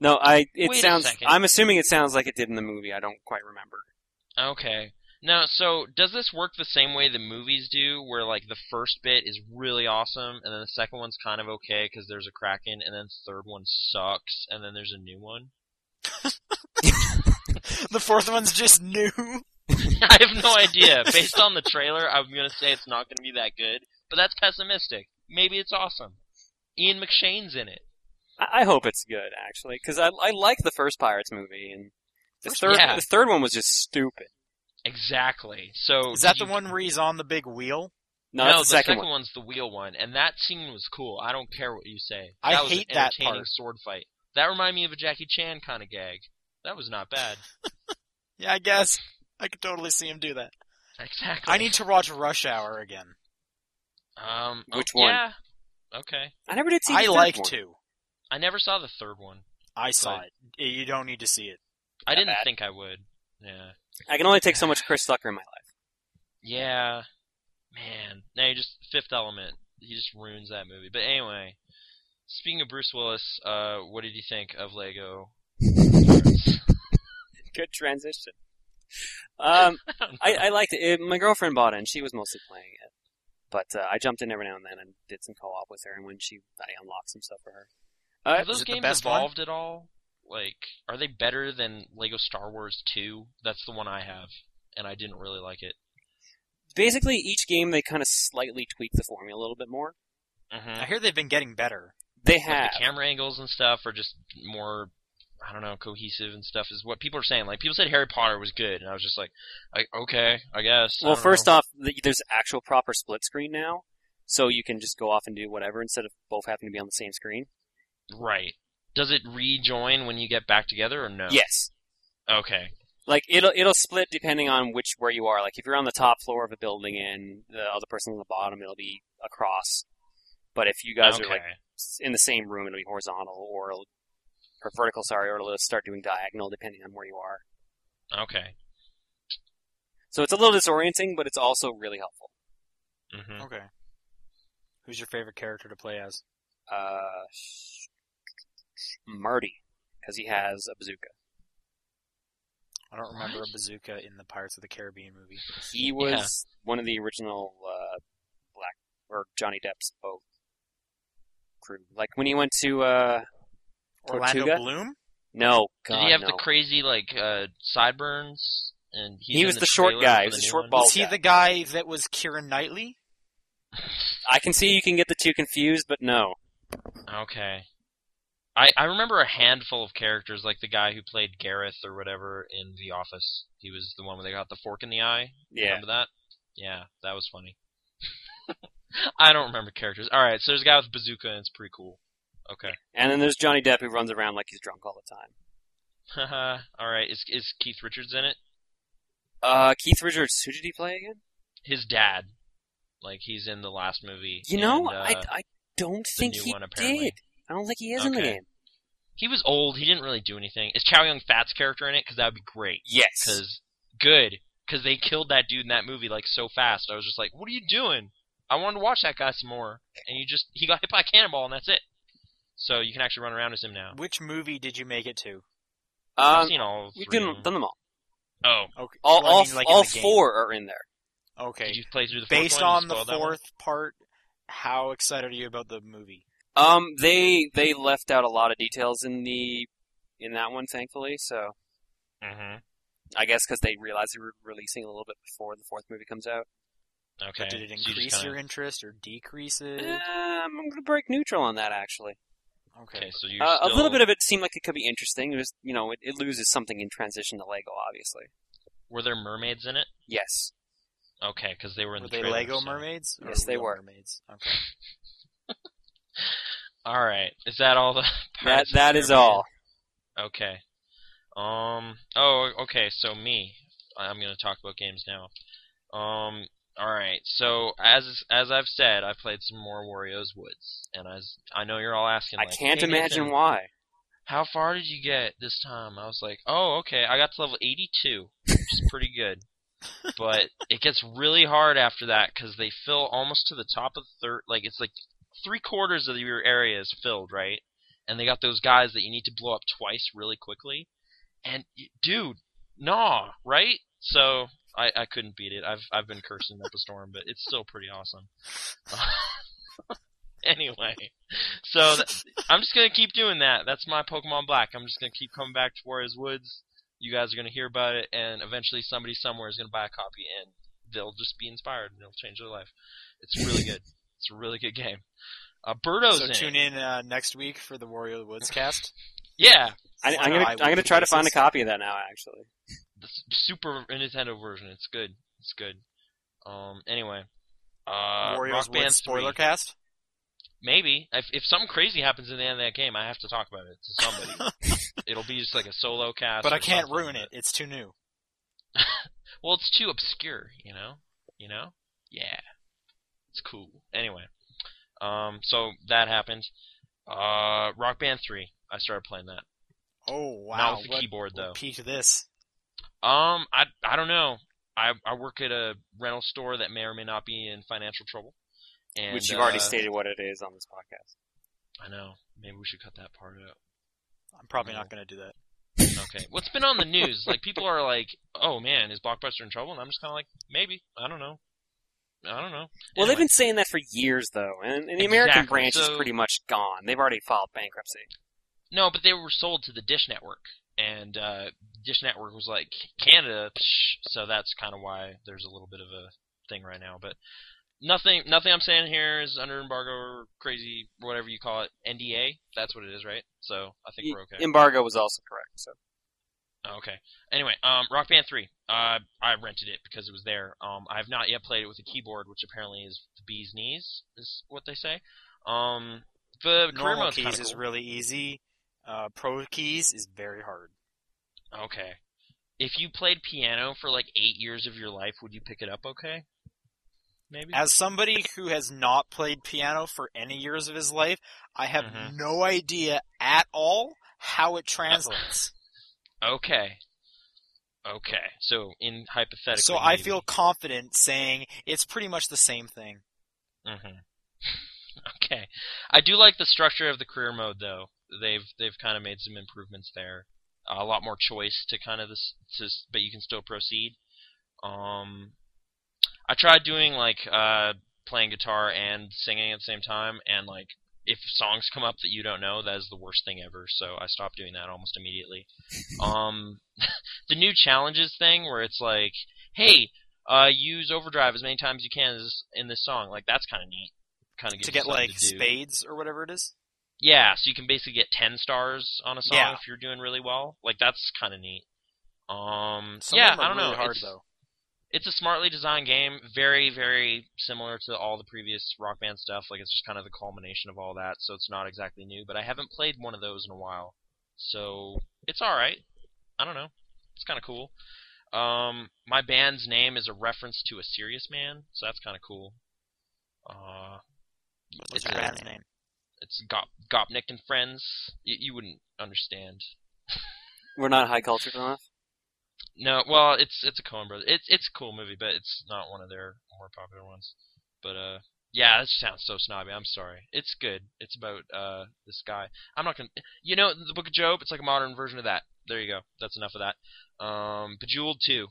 Speaker 2: No, I. It
Speaker 1: Wait a
Speaker 2: sounds.
Speaker 1: second.
Speaker 2: I'm assuming it sounds like it did in the movie. I don't quite remember.
Speaker 1: Okay. Now, so does this work the same way the movies do, where like the first bit is really awesome, and then the second one's kind of okay because there's a kraken, and then the third one sucks, and then there's a new one?
Speaker 3: the fourth one's just new.
Speaker 1: I have no idea. Based on the trailer, I'm gonna say it's not gonna be that good, but that's pessimistic. Maybe it's awesome. Ian McShane's in it.
Speaker 2: I, I hope it's good actually because I I like the first Pirates movie and the
Speaker 1: First-
Speaker 2: third
Speaker 1: yeah.
Speaker 2: the third one was just stupid.
Speaker 1: Exactly. So
Speaker 3: Is that
Speaker 1: did
Speaker 3: the
Speaker 1: you-
Speaker 3: one where he's on the big wheel?
Speaker 2: No,
Speaker 1: no,
Speaker 2: that's the, second, one.
Speaker 1: one's the wheel one, and that scene was cool. I don't care what you say.
Speaker 3: I
Speaker 1: That was
Speaker 3: hate
Speaker 1: an
Speaker 3: that
Speaker 1: entertaining
Speaker 3: part.
Speaker 1: sword fight. That reminded me of a Jackie Chan kind of gag. That was not bad.
Speaker 3: Yeah, I guess I could totally see him do that.
Speaker 1: Exactly.
Speaker 3: I need to watch Rush Hour again.
Speaker 1: Um.
Speaker 2: Which
Speaker 1: oh,
Speaker 2: one?
Speaker 1: Yeah. Okay.
Speaker 2: I never did see.
Speaker 3: I
Speaker 2: the third
Speaker 3: like
Speaker 2: one.
Speaker 3: to.
Speaker 1: I never saw the third one.
Speaker 3: I saw
Speaker 1: Right.
Speaker 3: it. You don't need to see it.
Speaker 1: I
Speaker 2: Not
Speaker 1: didn't
Speaker 2: bad.
Speaker 1: think I would. Yeah.
Speaker 2: I can only take so much Chris Tucker in my life.
Speaker 1: Yeah. Man. Now you just Fifth Element. He just ruins that movie. But anyway, speaking of Bruce Willis, uh, what did you think of Lego?
Speaker 2: Good transition. Um, I, I liked it. it. My girlfriend bought it, and she was mostly playing it. But uh, I jumped in every now and then and did some co-op with her, and when she, I unlocked some stuff for her.
Speaker 1: Have
Speaker 3: Is
Speaker 1: those
Speaker 3: it the
Speaker 1: games
Speaker 3: best one?
Speaker 1: evolved at all? Like, are they better than Lego Star Wars 2? That's the one I have, and I didn't really like it.
Speaker 2: Basically, each game they kind of slightly tweak the formula a little bit more.
Speaker 1: Mm-hmm.
Speaker 3: I hear they've been getting better.
Speaker 2: They
Speaker 1: Like
Speaker 2: have
Speaker 1: the camera angles and stuff are just more, I don't know, cohesive and stuff is what people are saying. Like people said Harry Potter was good, and I was just like, I, okay, I guess. I
Speaker 2: Well,
Speaker 1: don't
Speaker 2: first
Speaker 1: know.
Speaker 2: off, th- there's actual proper split screen now, so you can just go off and do whatever instead of both having to be on the same screen.
Speaker 1: right? Does it rejoin when you get back together or no?
Speaker 2: Yes,
Speaker 1: Okay.
Speaker 2: like it'll it'll split depending on which where you are. Like if you're on the top floor of a building and the other person's on the bottom, it'll be across. But if you guys
Speaker 1: okay.
Speaker 2: are like s- in the same room, it'll be horizontal or it'll- or vertical. Sorry, or it'll start doing diagonal depending on where you are.
Speaker 1: okay.
Speaker 2: So it's a little disorienting, but it's also really helpful.
Speaker 1: hmm
Speaker 3: Okay. Who's your favorite character to play as?
Speaker 2: Uh, Marty, because he has a bazooka.
Speaker 3: I don't remember
Speaker 1: What?
Speaker 3: a bazooka in the Pirates of the Caribbean movie.
Speaker 2: He was one of the original uh, Black or Johnny Depp's boat crew. Like when he went to uh,
Speaker 3: Orlando
Speaker 2: Tortuga?
Speaker 3: Bloom?
Speaker 2: no,
Speaker 1: Did
Speaker 2: God,
Speaker 1: he have
Speaker 2: no.
Speaker 1: the crazy like uh, sideburns? And he's
Speaker 2: He
Speaker 1: in
Speaker 2: was
Speaker 1: the
Speaker 2: the short
Speaker 1: trailer
Speaker 2: guy.
Speaker 1: for
Speaker 2: He was
Speaker 1: the
Speaker 2: the
Speaker 1: new
Speaker 2: short
Speaker 1: one?
Speaker 2: bald-
Speaker 3: Is he
Speaker 2: guy.
Speaker 3: the guy that was Kieran Knightley?
Speaker 2: I can see you can get the two confused, but no.
Speaker 1: Okay. I I remember a handful of characters, like the guy who played Gareth or whatever in The Office. He was the one where they got the fork in the eye.
Speaker 2: Yeah,
Speaker 1: Remember that? Yeah, that was funny. I don't remember characters. All right, so there's a guy with bazooka, and it's pretty cool. Okay.
Speaker 2: And then there's Johnny Depp who runs around like he's drunk all the time.
Speaker 1: Haha. all right. Is is Keith Richards in it?
Speaker 2: Uh, Keith Richards, who did he play again?
Speaker 1: His dad, like he's in the last movie.
Speaker 2: You know,
Speaker 1: and, uh,
Speaker 2: I, I don't think
Speaker 1: new
Speaker 2: he
Speaker 1: one, apparently.
Speaker 2: did. I don't think he is in the
Speaker 1: Okay.
Speaker 2: game.
Speaker 1: he was old. He didn't really do anything. Is Chow Yun Fat's character in it? Because that would be great.
Speaker 2: Yes.
Speaker 1: Because good. Because they killed that dude in that movie like so fast. I was just like, what are you doing? I wanted to watch that guy some more, and you just he got hit by a cannonball, and that's it. So you can actually run around as him now.
Speaker 3: Which movie did you make it to?
Speaker 1: I've
Speaker 2: Um,
Speaker 1: seen all
Speaker 2: we've
Speaker 1: three of
Speaker 2: done,
Speaker 1: them.
Speaker 2: done them all.
Speaker 1: Oh,
Speaker 3: Okay,
Speaker 2: All,
Speaker 3: well, I
Speaker 2: all,
Speaker 3: mean, like in
Speaker 2: all
Speaker 3: the game.
Speaker 2: four are in there.
Speaker 3: Okay,
Speaker 1: did you play through the fourth
Speaker 3: based
Speaker 1: one?
Speaker 3: on
Speaker 1: You
Speaker 3: the
Speaker 1: spoiled that one?
Speaker 3: fourth part, how excited are you about the movie?
Speaker 2: Um, they they left out a lot of details in the in that one, thankfully. So
Speaker 1: Mhm.
Speaker 2: I guess because they realized they were releasing a little bit before the fourth movie comes out.
Speaker 1: Okay.
Speaker 3: Did it
Speaker 1: So you just
Speaker 3: increase
Speaker 1: kinda- Eh,
Speaker 3: your interest or decrease
Speaker 1: Hmm.
Speaker 3: it?
Speaker 2: Um, I'm gonna break neutral on that actually.
Speaker 1: Okay,
Speaker 3: Okay.
Speaker 1: so you
Speaker 2: Uh, a
Speaker 1: still-
Speaker 2: little bit of it seemed like it could be interesting. It was, you know, it, it loses something in transition to Lego, obviously.
Speaker 1: Were there mermaids in it?
Speaker 2: Yes,
Speaker 1: Okay, because they were in
Speaker 3: Were
Speaker 1: the
Speaker 3: they
Speaker 1: trailer,
Speaker 3: Lego
Speaker 1: so-
Speaker 3: mermaids? or
Speaker 2: Yes, they
Speaker 3: real
Speaker 2: were.
Speaker 3: mermaids. Okay.
Speaker 1: All right, is that all the?
Speaker 2: that
Speaker 1: Pirates of
Speaker 2: that
Speaker 1: the
Speaker 2: is
Speaker 1: Caribbean?
Speaker 2: all.
Speaker 1: Okay. Um. Oh. Okay. So me, I- I'm gonna talk about games now. Um. All right. So as as I've said, I played some more Wario's Woods, and as I know you're all asking,
Speaker 2: I
Speaker 1: like,
Speaker 2: can't
Speaker 1: "Hey,
Speaker 2: imagine
Speaker 1: Nathan,
Speaker 2: why.
Speaker 1: How far did you get this time? I was like, oh, okay, I got to level 82, which is pretty good. But it gets really hard after that because they fill almost to the top of the third. Like, it's like three quarters of your area is filled, right? And they got those guys that you need to blow up twice really quickly. And, y- dude, nah, right? So. I, I couldn't beat it. I've I've been cursing up a storm, but it's still pretty awesome. anyway, so th- I'm just gonna keep doing that. That's my Pokemon Black. I'm just gonna keep coming back to Warriors Woods. You guys are gonna hear about it, and eventually somebody somewhere is gonna buy a copy, and they'll just be inspired, and it'll change their life. It's really good. It's a really good game. Uh, Birdo's
Speaker 3: so
Speaker 1: in.
Speaker 3: tune
Speaker 1: it.
Speaker 3: in uh, next week for the Warrior of the Woods cast.
Speaker 1: Yeah,
Speaker 2: I,
Speaker 3: On
Speaker 2: I'm
Speaker 3: an
Speaker 2: gonna I'm
Speaker 3: bi-weekly
Speaker 2: gonna try to find a
Speaker 3: basis.
Speaker 2: copy of that now. Actually,
Speaker 1: the s- Super Nintendo version. It's good. It's good. Um. Anyway. Uh,
Speaker 3: Warriors
Speaker 1: Rock Band
Speaker 3: Woods
Speaker 1: 3.
Speaker 3: spoiler cast.
Speaker 1: Maybe if if something crazy happens in the end of that game, I have to talk about it to somebody. It'll be just like a solo cast.
Speaker 3: but I
Speaker 1: or
Speaker 3: can't
Speaker 1: something,
Speaker 3: ruin
Speaker 1: but-
Speaker 3: it. It's too new.
Speaker 1: Well, it's too obscure, you know. You know. Yeah, it's cool. Anyway, um, so that happened. Uh, Rock Band three. I started playing that.
Speaker 3: Oh wow!
Speaker 1: Not with the
Speaker 3: what,
Speaker 1: keyboard
Speaker 3: what
Speaker 1: though.
Speaker 3: peaked this?
Speaker 1: Um, I I don't know. I I work at a rental store that may or may not be in financial trouble. And,
Speaker 2: which you've already
Speaker 1: uh,
Speaker 2: stated what it is on this podcast.
Speaker 1: I know. Maybe we should cut that part out.
Speaker 3: I'm probably not going to do that.
Speaker 1: Okay. What's been on the news? Like people are like, "Oh man, is Blockbuster in trouble?" And I'm just kind of like, "Maybe. I don't know. I don't know."
Speaker 2: Well, they've
Speaker 1: Anyway.
Speaker 2: been saying that for years, though, and, and the American
Speaker 1: Exactly,
Speaker 2: branch is
Speaker 1: so-
Speaker 2: pretty much gone. They've already filed bankruptcy.
Speaker 1: No, but they were sold to the Dish Network, and uh, Dish Network was like Canada, psh, so that's kind of why there's a little bit of a thing right now. But nothing, nothing I'm saying here is under embargo or crazy, whatever you call it, NDA. That's what it is, right? So I think we're okay. Oh,
Speaker 2: Embargo was also correct. So
Speaker 1: Okay. Anyway, um, Rock Band 3. Uh, I rented it because it was there. Um, I have not yet played it with a keyboard, which apparently is the bee's knees, is what they say. Um, the career
Speaker 3: Normal
Speaker 1: mode's kinda
Speaker 3: keys is
Speaker 1: cool.
Speaker 3: really easy. Uh, pro keys is very hard.
Speaker 1: Okay. If you played piano for like eight years of your life, would you pick it up okay? Maybe?
Speaker 3: As somebody who has not played piano for any years of his life, I have
Speaker 1: Mhm.
Speaker 3: no idea at all how it translates.
Speaker 1: okay. Okay. So, in hypothetically.
Speaker 3: so I feel confident saying it's pretty much the same thing.
Speaker 1: hmm okay. I do like the structure of the career mode, though. They've they've kind of made some improvements there. a lot more choice to kind of this, to, s- but you can still proceed. Um, I tried doing like uh, playing guitar and singing at the same time, and like if songs come up that you don't know, that is the worst thing ever. So I stopped doing that almost immediately. um, the new challenges thing, where it's like, hey, uh, use overdrive as many times as you can as, in this song. Like that's kind of neat. Kind of
Speaker 3: to get like
Speaker 1: to do.
Speaker 3: spades or whatever it is.
Speaker 1: Yeah, so you can basically get ten stars on a song
Speaker 3: Yeah.
Speaker 1: if you're doing really well. Like that's kind of neat. Um,
Speaker 3: Some
Speaker 1: yeah,
Speaker 3: of them are
Speaker 1: I don't
Speaker 3: really
Speaker 1: know.
Speaker 3: Hard
Speaker 1: it's,
Speaker 3: though.
Speaker 1: It's a smartly designed game, very, very similar to all the previous Rock Band stuff. Like it's just kind of the culmination of all that, so it's not exactly new. But I haven't played one of those in a while, so it's all right. I don't know. It's kind of cool. Um, my band's name is a reference to a serious man, so that's kind of cool. Uh,
Speaker 3: What's
Speaker 1: it's
Speaker 3: your
Speaker 1: a-
Speaker 3: band's name?
Speaker 1: It's Gop Gopnik and Friends. Y- you wouldn't understand.
Speaker 2: We're not high cultured enough.
Speaker 1: No, well, it's it's a Coen Brothers. It's it's a cool movie, but it's not one of their more popular ones. But uh, yeah, that sounds so snobby. I'm sorry. It's good. It's about uh this guy. I'm not gonna. You know, the Book of Job. It's like a modern version of that. There you go. That's enough of that. Um, Bejeweled Two,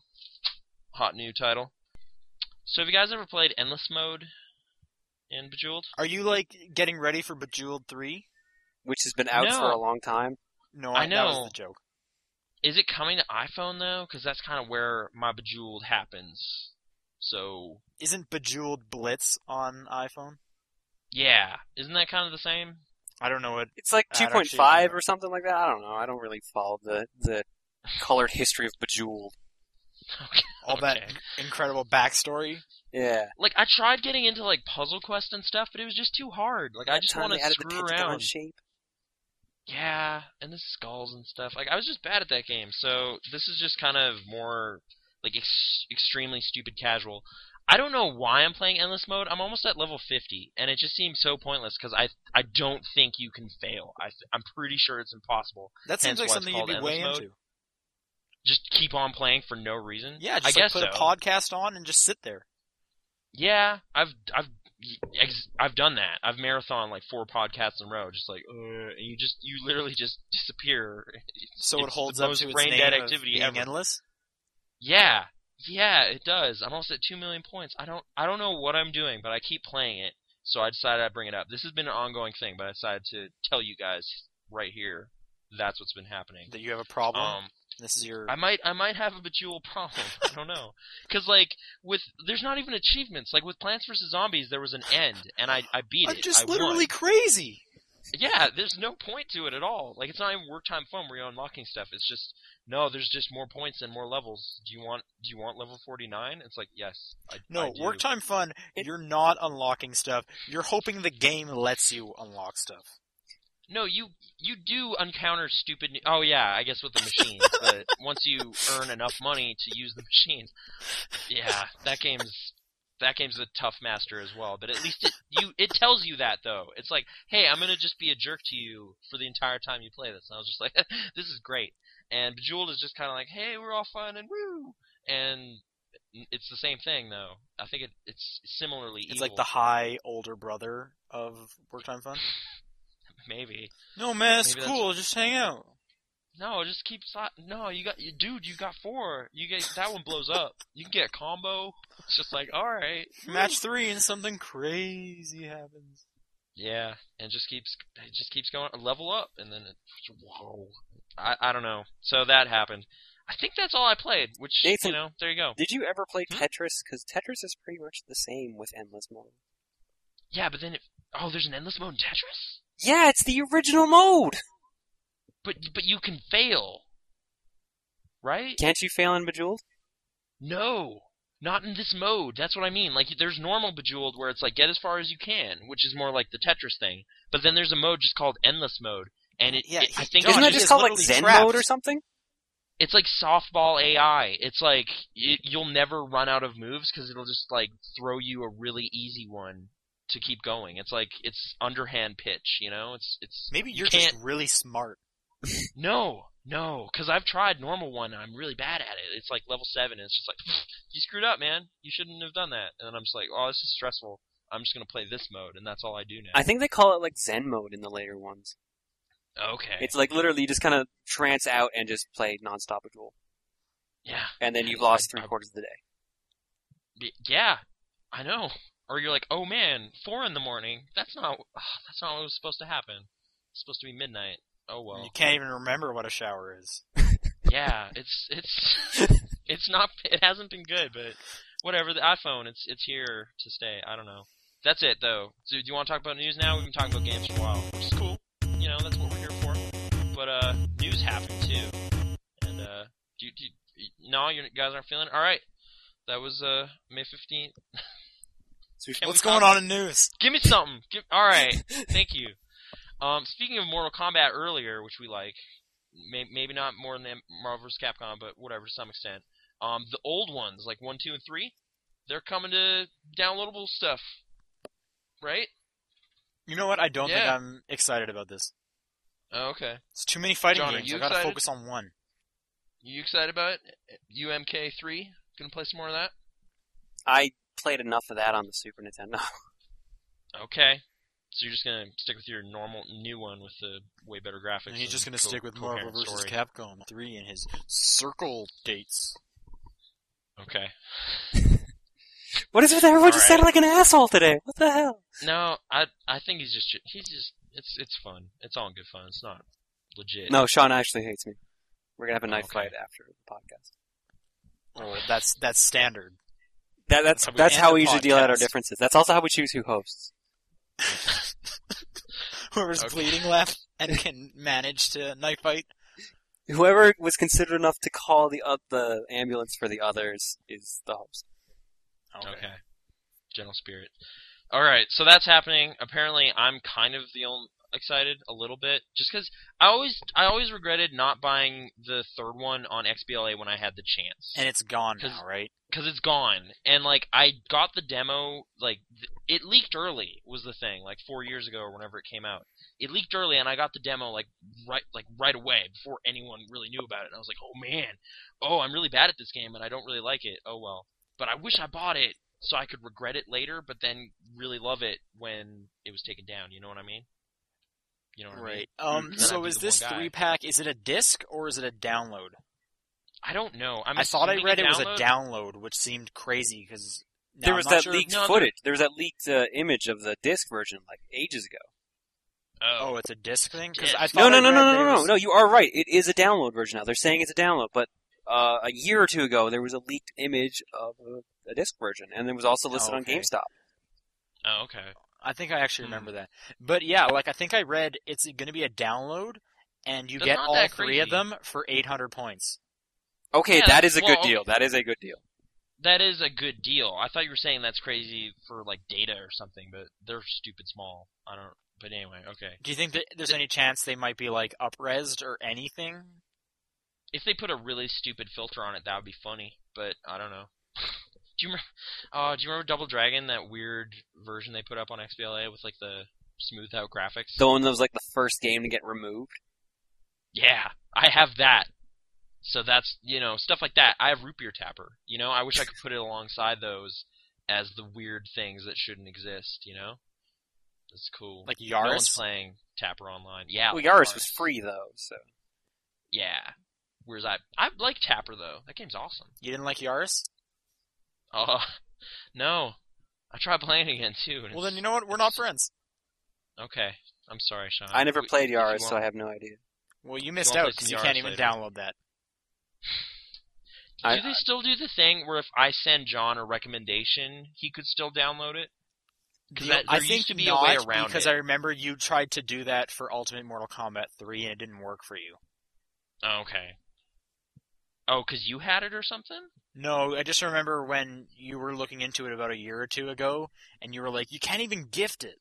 Speaker 1: hot new title. So have you guys ever played Endless Mode in Bejeweled?
Speaker 3: Are you like getting ready for Bejeweled Three?
Speaker 2: Which has been out for
Speaker 1: No.
Speaker 2: a long time.
Speaker 3: No,
Speaker 1: I
Speaker 3: that was
Speaker 1: know.
Speaker 3: the joke.
Speaker 1: Is it coming to iPhone though? Because that's kind of where my Bejeweled happens. So
Speaker 3: Isn't Bejeweled Blitz on iPhone?
Speaker 1: yeah, isn't that kind of the same?
Speaker 3: I don't know what.
Speaker 2: It's like
Speaker 3: I don't
Speaker 2: 2.5
Speaker 3: actually-
Speaker 2: or something like that. I don't know. I don't really follow the the colored history of Bejeweled.
Speaker 3: all that
Speaker 1: Okay.
Speaker 3: incredible backstory.
Speaker 2: Yeah.
Speaker 1: Like I tried getting into like puzzle quest and stuff, but it was just too hard. Like I
Speaker 2: That
Speaker 1: just
Speaker 2: time
Speaker 1: want
Speaker 2: they
Speaker 1: to
Speaker 2: added
Speaker 1: screw
Speaker 2: the pentagon
Speaker 1: around.
Speaker 2: shape.
Speaker 1: Yeah, and the skulls and stuff. Like I was just bad at that game. So this is just kind of more like ex- extremely stupid casual. I don't know why I'm playing endless mode. I'm almost at level 50 and it just seems so pointless cuz I I don't think you can fail. I th- I'm pretty sure it's impossible.
Speaker 3: That
Speaker 1: Hence
Speaker 3: seems like
Speaker 1: why it's
Speaker 3: something you'd be
Speaker 1: called
Speaker 3: way
Speaker 1: endless
Speaker 3: into.
Speaker 1: Just keep on playing for no reason.
Speaker 3: Yeah, just
Speaker 1: I
Speaker 3: like,
Speaker 1: guess
Speaker 3: put
Speaker 1: so.
Speaker 3: a podcast on and just sit there.
Speaker 1: Yeah, I've I've ex- I've done that. I've marathon like four podcasts in a row, just like uh, and you just you literally just disappear.
Speaker 3: So it
Speaker 1: It's
Speaker 3: holds
Speaker 1: the
Speaker 3: up
Speaker 1: most
Speaker 3: to its name
Speaker 1: brain-dead
Speaker 3: of
Speaker 1: activity
Speaker 3: being
Speaker 1: ever.
Speaker 3: endless.
Speaker 1: Yeah, yeah, it does. I'm almost at two million points. I don't I don't know what I'm doing, but I keep playing it. So I decided I'd bring it up. This has been an ongoing thing, but I decided to tell you guys right here. That's what's been happening.
Speaker 3: That you have a problem.
Speaker 1: Um,
Speaker 3: this is your.
Speaker 1: I might I might have a bejeweled problem. I don't know. Cuz like with there's not even achievements. Like with Plants vs Zombies there was an end and I I beat
Speaker 3: I'm
Speaker 1: it.
Speaker 3: just
Speaker 1: I won.
Speaker 3: literally crazy.
Speaker 1: Yeah, there's no point to it at all. Like it's not even work time fun where you're unlocking stuff. It's just no, there's just more points and more levels. Do you want do you want level 49? It's like, yes. I, I
Speaker 3: No,
Speaker 1: do.
Speaker 3: work time fun.
Speaker 2: It-
Speaker 3: You're not unlocking stuff. You're hoping the game lets you unlock stuff.
Speaker 1: No, you you do encounter stupid new- Oh yeah, I guess with the machines, but once you earn enough money to use the machines. Yeah, that game's that game's a tough master as well, but at least it you it tells you that though. It's like, "Hey, I'm going to just be a jerk to you for the entire time you play this." And I was just like, "This is great." And Bejeweled is just kind of like, "Hey, we're all fun and woo." And it's the same thing though. I think it, it's similarly
Speaker 3: It's
Speaker 1: evil.
Speaker 3: like the high older brother of work time fun.
Speaker 1: maybe
Speaker 3: No man, it's
Speaker 1: Maybe that's-
Speaker 3: cool. Just hang out.
Speaker 1: No, just keep. Si- no, you got, you, dude, you got four. You get that one blows up. You can get a combo. It's just like, all right,
Speaker 3: Match three and something crazy happens.
Speaker 1: Yeah, and just keeps, it just keeps going. Level up, and then it, whoa. I, I don't know. So that happened. I think that's all I played. Which you
Speaker 2: Nathan-
Speaker 1: know, there you go.
Speaker 2: Did you ever play
Speaker 1: Hmm?
Speaker 2: Tetris? Because Tetris is pretty much the same with endless mode.
Speaker 1: Yeah, but then it. Oh, there's an endless mode in Tetris.
Speaker 2: Yeah, it's the original mode.
Speaker 1: But but you can fail. Right?
Speaker 2: Can't you fail in Bejeweled?
Speaker 1: No, not in this mode. That's what I mean. Like, there's normal Bejeweled where it's like get as far as you can, which is more like the Tetris thing. But then there's a mode just called Endless Mode, and it,
Speaker 3: Yeah,
Speaker 1: it- I
Speaker 3: he-
Speaker 1: think
Speaker 3: No,
Speaker 2: Isn't that
Speaker 1: it's,
Speaker 3: he
Speaker 2: just
Speaker 3: is
Speaker 2: called like
Speaker 3: literally
Speaker 2: Zen
Speaker 3: trapped.
Speaker 2: mode or something?
Speaker 1: it's like softball AI. It's like y you'll never run out of moves because it'll just like throw you a really easy one to keep going. It's like it's underhand pitch, you know? It's it's
Speaker 3: Maybe
Speaker 1: you
Speaker 3: you're
Speaker 1: can't
Speaker 3: just really smart.
Speaker 1: No, no, because I've tried normal one and I'm really bad at it. It's like level seven, and it's just like you screwed up, man. You shouldn't have done that. And then I'm just like, oh, this is stressful. I'm just gonna play this mode, and that's all I do now.
Speaker 2: I think they call it like Zen mode in the later ones.
Speaker 1: okay.
Speaker 2: It's like literally you just kind of trance out and just play nonstop Bejeweled,
Speaker 1: yeah.
Speaker 2: and then you've
Speaker 1: Yeah, I-
Speaker 2: lost three
Speaker 1: I-
Speaker 2: quarters of the day.
Speaker 1: B- Yeah. I know. Or you're like, oh man, four in the morning. That's not. ugh, that's not what was supposed to happen. It's supposed to be midnight. Oh well.
Speaker 3: You can't even remember what a shower is.
Speaker 1: yeah. It's it's it's not. It hasn't been good, but whatever. The iPhone. It's it's here to stay. I don't know. That's it though. So, do you want to talk about news now? We've been talking about games for a while, which is cool. You know, that's what we're here for. But uh, news happened too. And uh, do, you- do, you- no, you guys aren't feeling. it? All right. That was uh, May 15th.
Speaker 2: So we
Speaker 1: Can
Speaker 3: What's
Speaker 1: we talk-
Speaker 3: going on in news?
Speaker 1: Give me something. Give, all right. Thank you. Um, speaking of Mortal Kombat earlier, which we like, may, maybe not more than Marvel vs. Capcom, but whatever to some extent. Um, the old ones, like one, two, and three, they're coming to downloadable stuff, right?
Speaker 3: You know what? I don't think
Speaker 1: Yeah.
Speaker 3: I'm excited about this.
Speaker 1: Oh, okay.
Speaker 3: It's too many fighting
Speaker 1: John, are
Speaker 3: games.
Speaker 1: you
Speaker 3: I gotta
Speaker 1: excited?
Speaker 3: focus on one.
Speaker 1: You excited about it? UMK three? Gonna play some more of that?
Speaker 2: I played enough of that on the Super Nintendo.
Speaker 1: Okay. So you're just gonna stick with your normal new one with the way better graphics.
Speaker 3: And he's just
Speaker 1: and
Speaker 3: gonna
Speaker 1: co-
Speaker 3: stick with
Speaker 1: coherent
Speaker 3: Marvel vs.
Speaker 1: story.
Speaker 3: Capcom 3 and his circle dates.
Speaker 1: Okay.
Speaker 2: what is with everyone just
Speaker 1: All right.
Speaker 2: sounded like an asshole today? What the hell?
Speaker 1: No, I I think he's just he's just it's it's fun. It's all in good fun. It's not legit.
Speaker 2: No, Sean actually hates me. We're gonna have a knife
Speaker 1: Okay.
Speaker 2: fight after the podcast.
Speaker 3: Oh, that's that's standard.
Speaker 2: That, that's
Speaker 1: How we
Speaker 2: that's
Speaker 3: end
Speaker 2: how
Speaker 3: the
Speaker 2: we usually deal out our
Speaker 3: podcast.
Speaker 2: differences. That's also how we choose who hosts.
Speaker 3: Whoever's
Speaker 1: Okay.
Speaker 3: bleeding left and can manage to knife fight.
Speaker 2: Whoever was considered enough to call the oth- the ambulance for the others is the host.
Speaker 1: Okay. General spirit. All right, so that's happening. Apparently, I'm kind of the only excited a little bit just because I always I always regretted not buying the third one on XBLA when I had the chance.
Speaker 3: And it's gone
Speaker 1: 'Cause-
Speaker 3: now, right?
Speaker 1: because it's gone. And like I got the demo, like th- it leaked early was the thing, like four years ago or whenever it came out. It leaked early, and I got the demo like right, like right away before anyone really knew about it. And I was like, oh man, oh I'm really bad at this game, and I don't really like it. Oh well, but I wish I bought it so I could regret it later, but then really love it when it was taken down. You know what I mean? You know what I mean?
Speaker 3: Um,
Speaker 1: Mm, then I'd
Speaker 3: so
Speaker 1: be
Speaker 3: is
Speaker 1: the one
Speaker 3: this
Speaker 1: guy.
Speaker 3: three pack? Is it a disc or is it a download?
Speaker 1: I don't know. I'm
Speaker 3: i thought I
Speaker 1: assuming
Speaker 3: read it was
Speaker 1: download?
Speaker 3: a download, which seemed crazy because
Speaker 2: there was that leaked
Speaker 1: No, there-
Speaker 2: footage. There was that leaked uh, image of the disc version like ages ago.
Speaker 1: Oh,
Speaker 3: Oh, it's a disc thing. 'Cause
Speaker 1: Yes.
Speaker 3: I
Speaker 2: No,
Speaker 3: thought
Speaker 2: no,
Speaker 3: I
Speaker 2: no,
Speaker 3: read
Speaker 2: no, no, no,
Speaker 3: there
Speaker 2: no,
Speaker 3: was-
Speaker 2: no. You are right. It is a download version now. They're saying it's a download, but uh, a year or two ago there was a leaked image of a, a disc version, and it was also listed
Speaker 3: Okay.
Speaker 2: on GameStop.
Speaker 1: oh okay.
Speaker 3: I think I actually
Speaker 1: Hmm.
Speaker 3: remember that. But yeah, like I think I read it's going to be a download, and you
Speaker 1: That's
Speaker 3: get
Speaker 1: not
Speaker 3: all
Speaker 1: that
Speaker 3: three of
Speaker 1: crazy.
Speaker 3: them for 800 points.
Speaker 2: Okay,
Speaker 1: Yeah,
Speaker 2: that is a
Speaker 1: well,
Speaker 2: good deal. That is a good deal.
Speaker 1: That is a good deal. I thought you were saying that's crazy for like data or something, but they're stupid small. I don't. But anyway, okay.
Speaker 3: Do you think that there's any chance they might be like upresed or anything?
Speaker 1: If they put a really stupid filter on it, that would be funny. But I don't know. do you remember? Uh, do you remember Double Dragon? That weird version they put up on XBLA with like the smoothed out graphics.
Speaker 2: The one that was like the first game to get removed.
Speaker 1: yeah, I have that. So that's you know stuff like that. I have Root Beer Tapper. You know, I wish I could put it alongside those as the weird things that shouldn't exist. You know, that's cool.
Speaker 3: Like
Speaker 1: No one's
Speaker 3: Yaris?
Speaker 1: playing Tapper online. Yeah.
Speaker 2: Well,
Speaker 1: like
Speaker 2: Yaris was free though, so
Speaker 1: Yeah. Whereas I I like Tapper though. That game's awesome.
Speaker 3: you didn't like Yaris?
Speaker 1: Oh no. I tried playing it again too. And
Speaker 3: Well, then you know what? We're not friends.
Speaker 1: know. Okay. I'm sorry, Sean.
Speaker 2: I never
Speaker 1: We-
Speaker 2: played
Speaker 1: if Uh, you
Speaker 2: Yaris, so
Speaker 1: want-
Speaker 2: I have no idea.
Speaker 3: Well, you missed
Speaker 1: wanna play
Speaker 3: out because
Speaker 1: some
Speaker 3: you
Speaker 1: Yaris
Speaker 3: can't even
Speaker 1: later.
Speaker 3: download that.
Speaker 2: I-
Speaker 1: do they still do the thing where if I send John a recommendation, he could still download it? Because
Speaker 3: You-
Speaker 1: there
Speaker 3: I
Speaker 1: used
Speaker 3: think
Speaker 1: to be a
Speaker 3: not
Speaker 1: way around
Speaker 3: because
Speaker 1: it.
Speaker 3: I remember you tried to do that for Ultimate Mortal Kombat 3 and it didn't work for you.
Speaker 1: Oh, okay. Oh, because you had it or something?
Speaker 3: No, I just remember when you were looking into it about a year or two ago, and you were like, "You can't even gift it."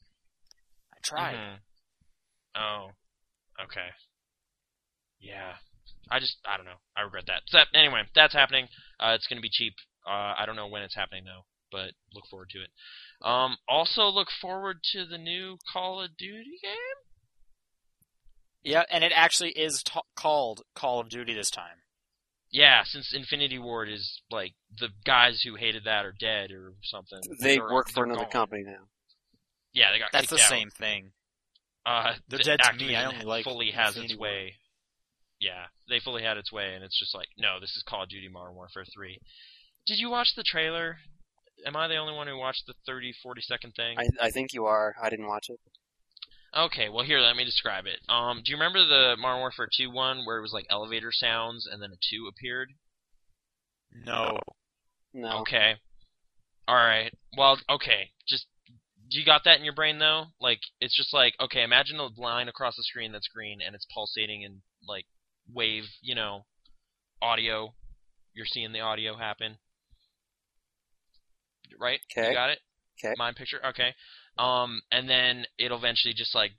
Speaker 3: I tried.
Speaker 1: Mhm. Oh, okay. Yeah, I just I don't know. I regret that. So anyway, that's happening. Uh, it's gonna be cheap. Uh, I don't know when it's happening though, but look forward to it. Um, also look forward to the new Call of Duty game.
Speaker 3: Yeah, and it actually is t- called Call of Duty this time.
Speaker 1: Yeah, since Infinity Ward is like the guys who hated that are dead or something.
Speaker 2: They
Speaker 1: They're-
Speaker 2: work for
Speaker 1: they're
Speaker 2: another
Speaker 1: gone.
Speaker 2: company now.
Speaker 1: Yeah, they got
Speaker 3: That's
Speaker 1: kicked
Speaker 3: the
Speaker 1: out.
Speaker 3: same thing.
Speaker 1: Uh,
Speaker 3: They're
Speaker 1: the
Speaker 3: dead to me, I
Speaker 1: Activision
Speaker 3: only like
Speaker 1: fully has
Speaker 3: Infinity
Speaker 1: its way. Yeah, they fully had its way, and it's just like, no, this is Call of Duty Modern Warfare 3. Did you watch the trailer? Am I the only one who watched the 30, 40 second thing?
Speaker 2: I, I think you are. I didn't watch it.
Speaker 1: Okay, well here, let me describe it. Um, do you remember the Modern Warfare 2 one where it was like elevator sounds and then a 2 appeared?
Speaker 3: No,
Speaker 2: No.
Speaker 1: Okay. All right. Well, okay. Just you got that in your brain though? Like it's just like okay, imagine a line across the screen that's green and it's pulsating and like wave, you know, audio. You're seeing the audio happen. right?
Speaker 2: Okay.
Speaker 1: You got it?
Speaker 2: 'Kay.
Speaker 1: Mind picture? Okay. Um, and then it'll eventually just like,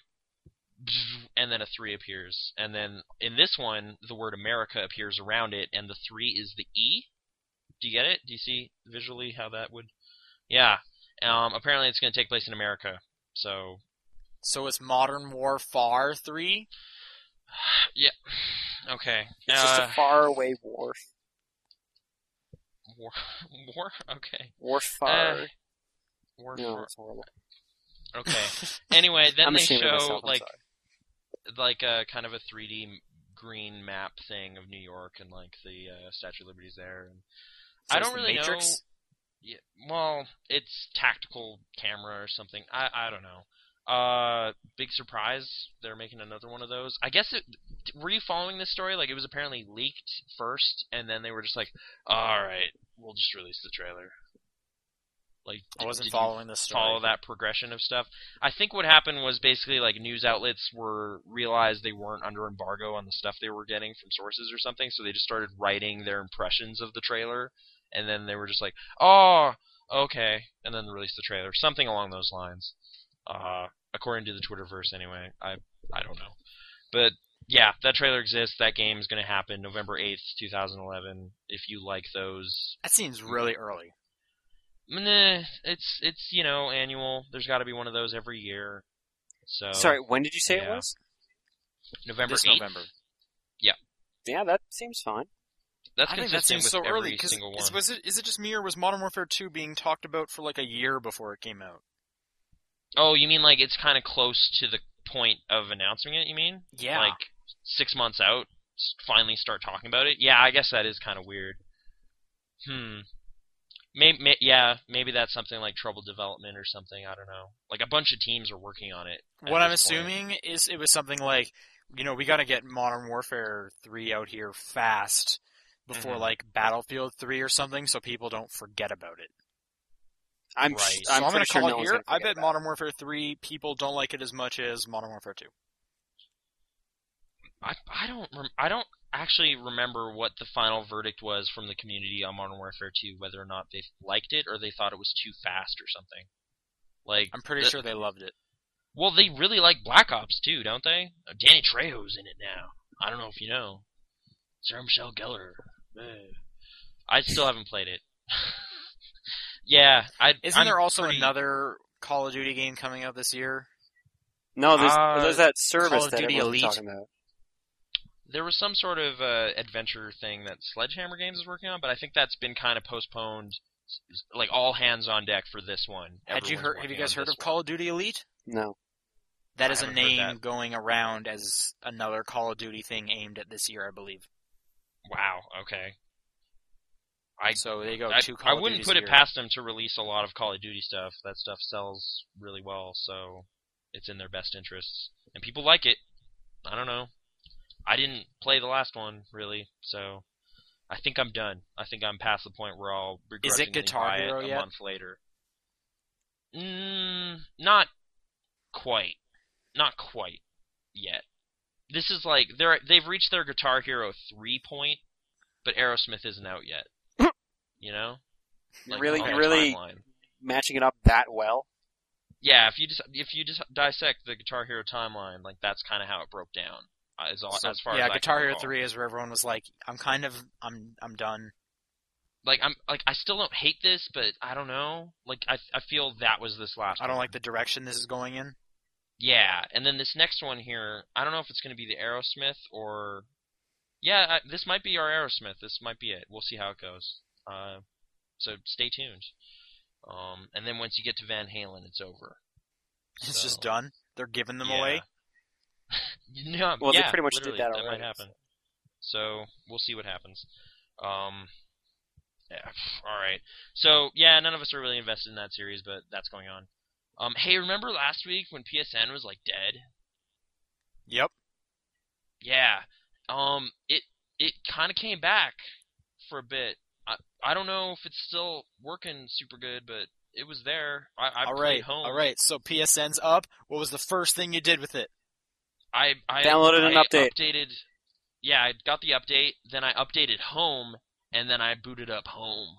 Speaker 1: and then a three appears. And then in this one, the word America appears around it, and the three is the E. Do you get it? Do you see visually how that would? Yeah. Um, apparently it's going to take place in America. So,
Speaker 3: So it's Modern Warfare 3?
Speaker 1: yeah. Okay.
Speaker 2: It's just
Speaker 1: Uh,
Speaker 2: a faraway wharf.
Speaker 1: war, war? Okay.
Speaker 2: Wharf far.
Speaker 1: Uh, War
Speaker 2: no,
Speaker 1: for-
Speaker 2: that's horrible.
Speaker 1: Okay. Anyway, then
Speaker 2: I'm
Speaker 1: they
Speaker 2: ashamed
Speaker 1: show
Speaker 2: of myself. I'm
Speaker 1: like
Speaker 2: sorry.
Speaker 1: like a kind of a 3D m- green map thing of New York and like the uh, Statue of Liberty's there. And
Speaker 3: So
Speaker 1: I
Speaker 3: it's
Speaker 1: don't
Speaker 3: the
Speaker 1: really know.
Speaker 3: Matrix?
Speaker 1: Yeah, well, it's tactical camera or something. I I don't know. Uh, big surprise! They're making another one of those. I guess it. Were you following this story? Like it was apparently leaked first, and then they were just like, "All right, we'll just release the trailer." Like
Speaker 3: I wasn't
Speaker 1: did you
Speaker 3: following this story.
Speaker 1: follow that progression of stuff. I think what happened was basically like news outlets were realized they weren't under embargo on the stuff they were getting from sources or something, so they just started writing their impressions of the trailer, and then they were just like, "Oh, okay," and then released the trailer, something along those lines. Uh, according to the Twitterverse, anyway. I I don't know, but yeah, that trailer exists. That game is going to happen November eighth, two thousand eleven. If you like those
Speaker 3: That seems really early.
Speaker 1: Nah, it's it's you know annual. There's got to be one of those every year. So
Speaker 2: Sorry, when did you say it
Speaker 1: uh, yeah.
Speaker 2: was?
Speaker 1: November
Speaker 3: this
Speaker 1: 8th.
Speaker 3: November.
Speaker 2: Yeah, that seems fine.
Speaker 1: That's
Speaker 3: I think that
Speaker 1: consistent
Speaker 3: seems
Speaker 1: with
Speaker 3: so
Speaker 1: every
Speaker 3: early because
Speaker 1: single one.
Speaker 3: was it is it just me or was Modern Warfare 2 being talked about for like a year before it came out?
Speaker 1: Oh, you mean like it's kind of close to the point of announcing it? You mean
Speaker 3: Yeah.
Speaker 1: like six months out, s- finally start talking about it? Yeah, I guess that is kind of weird. Hmm. Maybe, may, yeah, maybe that's something like trouble development or something. I don't know. Like a bunch of teams are working on it. at
Speaker 3: what I'm
Speaker 1: this point.
Speaker 3: assuming is it was something like, you know, we got to get Modern Warfare 3 out here fast before
Speaker 1: Mhm.
Speaker 3: like Battlefield 3 or something so people don't forget about it.
Speaker 2: I'm
Speaker 1: Right.
Speaker 2: sh-
Speaker 1: So
Speaker 2: I'm,
Speaker 3: so I'm
Speaker 2: pretty
Speaker 3: gonna
Speaker 2: sure
Speaker 3: call
Speaker 2: no
Speaker 3: it
Speaker 2: one's
Speaker 3: here.
Speaker 2: gonna
Speaker 3: I
Speaker 2: forget
Speaker 3: bet
Speaker 2: about
Speaker 3: Modern Warfare 3 people don't like it as much as Modern Warfare 2.
Speaker 1: I I don't rem- I don't actually remember what the final verdict was from the community on Modern Warfare 2, whether or not they liked it or they thought it was too fast or something. Like
Speaker 3: I'm pretty
Speaker 1: the-
Speaker 3: sure they loved it.
Speaker 1: Well, they really like Black Ops too, don't they? Uh, Danny Trejo's in it now. I don't know if you know. Sarah Michelle Gellar. Eh. I still haven't played it. yeah, I.
Speaker 3: Isn't
Speaker 1: I'm
Speaker 3: there also
Speaker 1: pretty-
Speaker 3: another Call of Duty game coming out this year?
Speaker 2: it. No, there's,
Speaker 1: Uh,
Speaker 2: there's that
Speaker 3: Call
Speaker 2: service
Speaker 3: of
Speaker 2: that
Speaker 3: Duty
Speaker 2: everyone's
Speaker 3: Elite.
Speaker 2: talking about.
Speaker 1: There was some sort of uh, adventure thing that Sledgehammer Games is working on, but I think that's been kind of postponed. s- s- Like all hands on deck for this one.
Speaker 3: Had you
Speaker 1: Everyone's
Speaker 3: heard? Have you
Speaker 1: working
Speaker 3: guys
Speaker 1: on
Speaker 3: heard
Speaker 1: this
Speaker 3: of Call of Duty Elite?
Speaker 2: No.
Speaker 3: That
Speaker 1: I
Speaker 3: is a
Speaker 1: haven't heard
Speaker 3: name
Speaker 1: that.
Speaker 3: going around as another Call of Duty thing aimed at this year, I believe.
Speaker 1: one. Wow. Okay. I-
Speaker 3: so there you go.
Speaker 1: I,
Speaker 3: two Call
Speaker 1: I
Speaker 3: of
Speaker 1: wouldn't
Speaker 3: Duties
Speaker 1: put
Speaker 3: a
Speaker 1: it
Speaker 3: year.
Speaker 1: past them to release a lot of Call of Duty stuff. That stuff sells really well, so it's in their best interests, and people like it. I don't know. I didn't play the last one really, so I think I'm done. I think I'm past the point where I'll
Speaker 3: Is
Speaker 1: begrudgingly
Speaker 3: it Guitar
Speaker 1: buy
Speaker 3: Hero
Speaker 1: it a
Speaker 3: yet?
Speaker 1: month later. Mm, not quite. Not quite yet. This is like they're they've reached their Guitar Hero three point, but Aerosmith isn't out yet. you know,
Speaker 2: You're really-
Speaker 1: on
Speaker 2: you're
Speaker 1: the
Speaker 2: really-
Speaker 1: timeline.
Speaker 2: Matching it up that well.
Speaker 1: Yeah, if you just if you just dissect the Guitar Hero timeline, like that's kind of how it broke down. uh, As, all,
Speaker 3: So,
Speaker 1: as far
Speaker 3: yeah,
Speaker 1: as I can
Speaker 3: Guitar Hero
Speaker 1: recall.
Speaker 3: Three is where everyone was like, "I'm kind of, I'm, I'm done."
Speaker 1: Like I'm like I still don't hate this, but I don't know. Like I I feel that was this last.
Speaker 3: I don't
Speaker 1: one.
Speaker 3: like the direction this is going in.
Speaker 1: Yeah, and then this next one here, I don't know if it's going to be the Aerosmith or, yeah, I, this might be our Aerosmith. This might be it. We'll see how it goes. Uh, so stay tuned. Um, and then once you get to Van Halen, it's over.
Speaker 3: It's just
Speaker 1: So,
Speaker 3: done. They're giving them
Speaker 1: yeah.
Speaker 3: away.
Speaker 1: no,
Speaker 2: Well, they
Speaker 1: yeah,
Speaker 2: pretty much did
Speaker 1: literally,
Speaker 2: that
Speaker 1: That might
Speaker 2: already,
Speaker 1: happen. So we'll see what happens. Um, yeah, pff, all right. So yeah, none of us are really invested in that series, but that's going on. Um, hey, remember last week when PSN was like dead?
Speaker 3: Yep.
Speaker 1: Yeah. Um. It it kind of came back for a bit. I I don't know if it's still working super good, but it was there. I I
Speaker 3: all
Speaker 1: played
Speaker 3: right.
Speaker 1: home.
Speaker 3: All right. So PSN's up. What was the first thing you did with it?
Speaker 1: I I
Speaker 2: Downloaded an
Speaker 1: I
Speaker 2: update.
Speaker 1: Updated. Yeah, I got the update. Then I updated home, and then I booted up home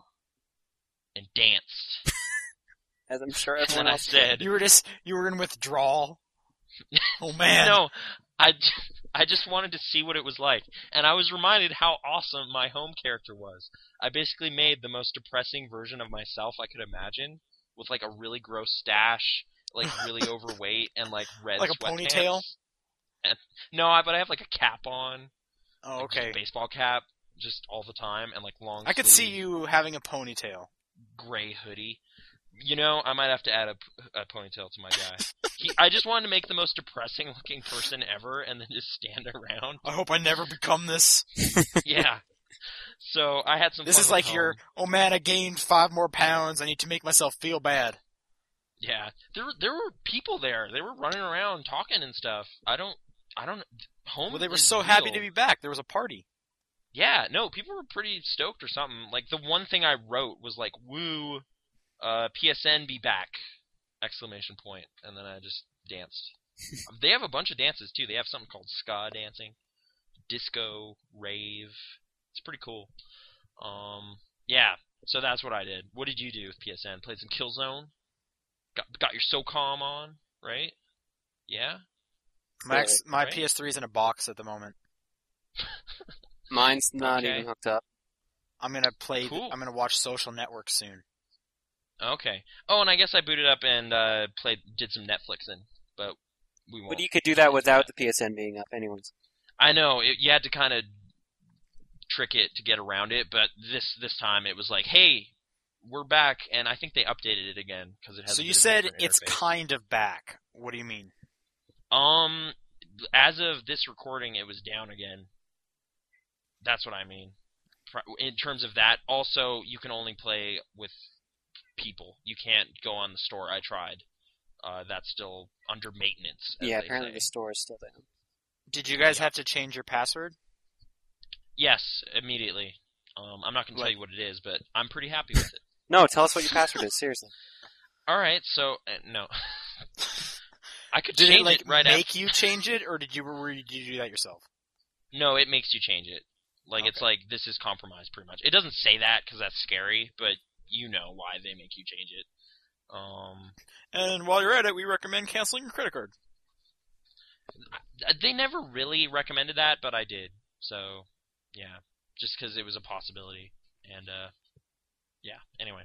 Speaker 1: and danced.
Speaker 2: as I'm sure
Speaker 1: and
Speaker 2: everyone
Speaker 1: then I
Speaker 2: else.
Speaker 1: said,
Speaker 3: You were just you were in withdrawal. Oh man.
Speaker 1: No, I, j- I just wanted to see what it was like, and I was reminded how awesome my home character was. I basically made the most depressing version of myself I could imagine, with like a really gross stash, like really overweight, and like red
Speaker 3: Like a
Speaker 1: sweatpants.
Speaker 3: ponytail?
Speaker 1: And, no, I, but I have like a cap on,
Speaker 3: Oh,
Speaker 1: like, just a
Speaker 3: okay.
Speaker 1: baseball cap, just all the time, and like long.
Speaker 3: I could see
Speaker 1: sleeve
Speaker 3: you having a ponytail.
Speaker 1: gray hoodie. You know, I might have to add a, p- a ponytail to my guy. he, I just wanted to make the most depressing looking person ever, and then just stand around.
Speaker 3: I hope I never become this.
Speaker 1: yeah. So I had some.
Speaker 3: This
Speaker 1: fun
Speaker 3: is
Speaker 1: with
Speaker 3: like
Speaker 1: home.
Speaker 3: your oh man, I gained five more pounds. I need to make myself feel bad.
Speaker 1: Yeah, there were- there were people there. They were running around talking and stuff. I don't. I don't. Home.
Speaker 3: Well, they were
Speaker 1: is
Speaker 3: so happy
Speaker 1: real.
Speaker 3: to be back. There was a party.
Speaker 1: Yeah. No, people were pretty stoked or something. Like the one thing I wrote was like, "Woo, uh, PSN be back!" Exclamation point, and then I just danced. they have a bunch of dances too. They have something called ska dancing, disco, rave. It's pretty cool. Um, yeah. So that's what I did. What did you do with PSN? Played some Killzone. Got got your SOCOM on, right? Yeah.
Speaker 3: My,
Speaker 2: Clearly,
Speaker 3: ex- my
Speaker 1: right?
Speaker 3: PS3 is in a box at the moment.
Speaker 2: Mine's not
Speaker 1: Okay.
Speaker 2: even hooked up.
Speaker 3: I'm gonna play.
Speaker 1: Cool.
Speaker 3: I'm gonna watch Social Network soon.
Speaker 1: Okay. Oh, and I guess I booted up and uh, played, did some Netflixing, but we won't.
Speaker 2: But you could do that without the PSN being up. Anyone's.
Speaker 1: I know it, you had to kind of trick it to get around it, but this this time it was like, hey, we're back, and I think they updated it again because it has.
Speaker 3: So
Speaker 1: a
Speaker 3: you
Speaker 1: bit of a
Speaker 3: said
Speaker 1: different
Speaker 3: it's
Speaker 1: interface.
Speaker 3: kind of back. What do you mean?
Speaker 1: um, as of this recording, it was down again. That's what I mean. Pro- In terms of that, also you can only play with people. You can't go on the store. I tried. Uh, that's still under maintenance. as
Speaker 2: Yeah,
Speaker 1: they
Speaker 2: apparently
Speaker 1: say.
Speaker 2: the store is still down.
Speaker 3: Did you guys have to change your password?
Speaker 1: Yes, immediately. Um, I'm not going to tell
Speaker 3: Like-
Speaker 1: you what it is, but I'm pretty happy with it.
Speaker 2: No, tell us what your password is. Seriously.
Speaker 1: All right, so uh, no, I could
Speaker 3: Did
Speaker 1: change
Speaker 3: it like
Speaker 1: right
Speaker 3: make
Speaker 1: after.
Speaker 3: you change it, or did you were you- did you do that yourself?
Speaker 1: No, it makes you change it. Like it's
Speaker 3: Okay.
Speaker 1: like this is compromised, pretty much. It doesn't say that because that's scary, but you know why they make you change it. Um,
Speaker 3: And while you're at it, we recommend canceling your credit card.
Speaker 1: uh, they never really recommended that, but I did. So, yeah, just because it was a possibility, and uh, yeah. Anyway,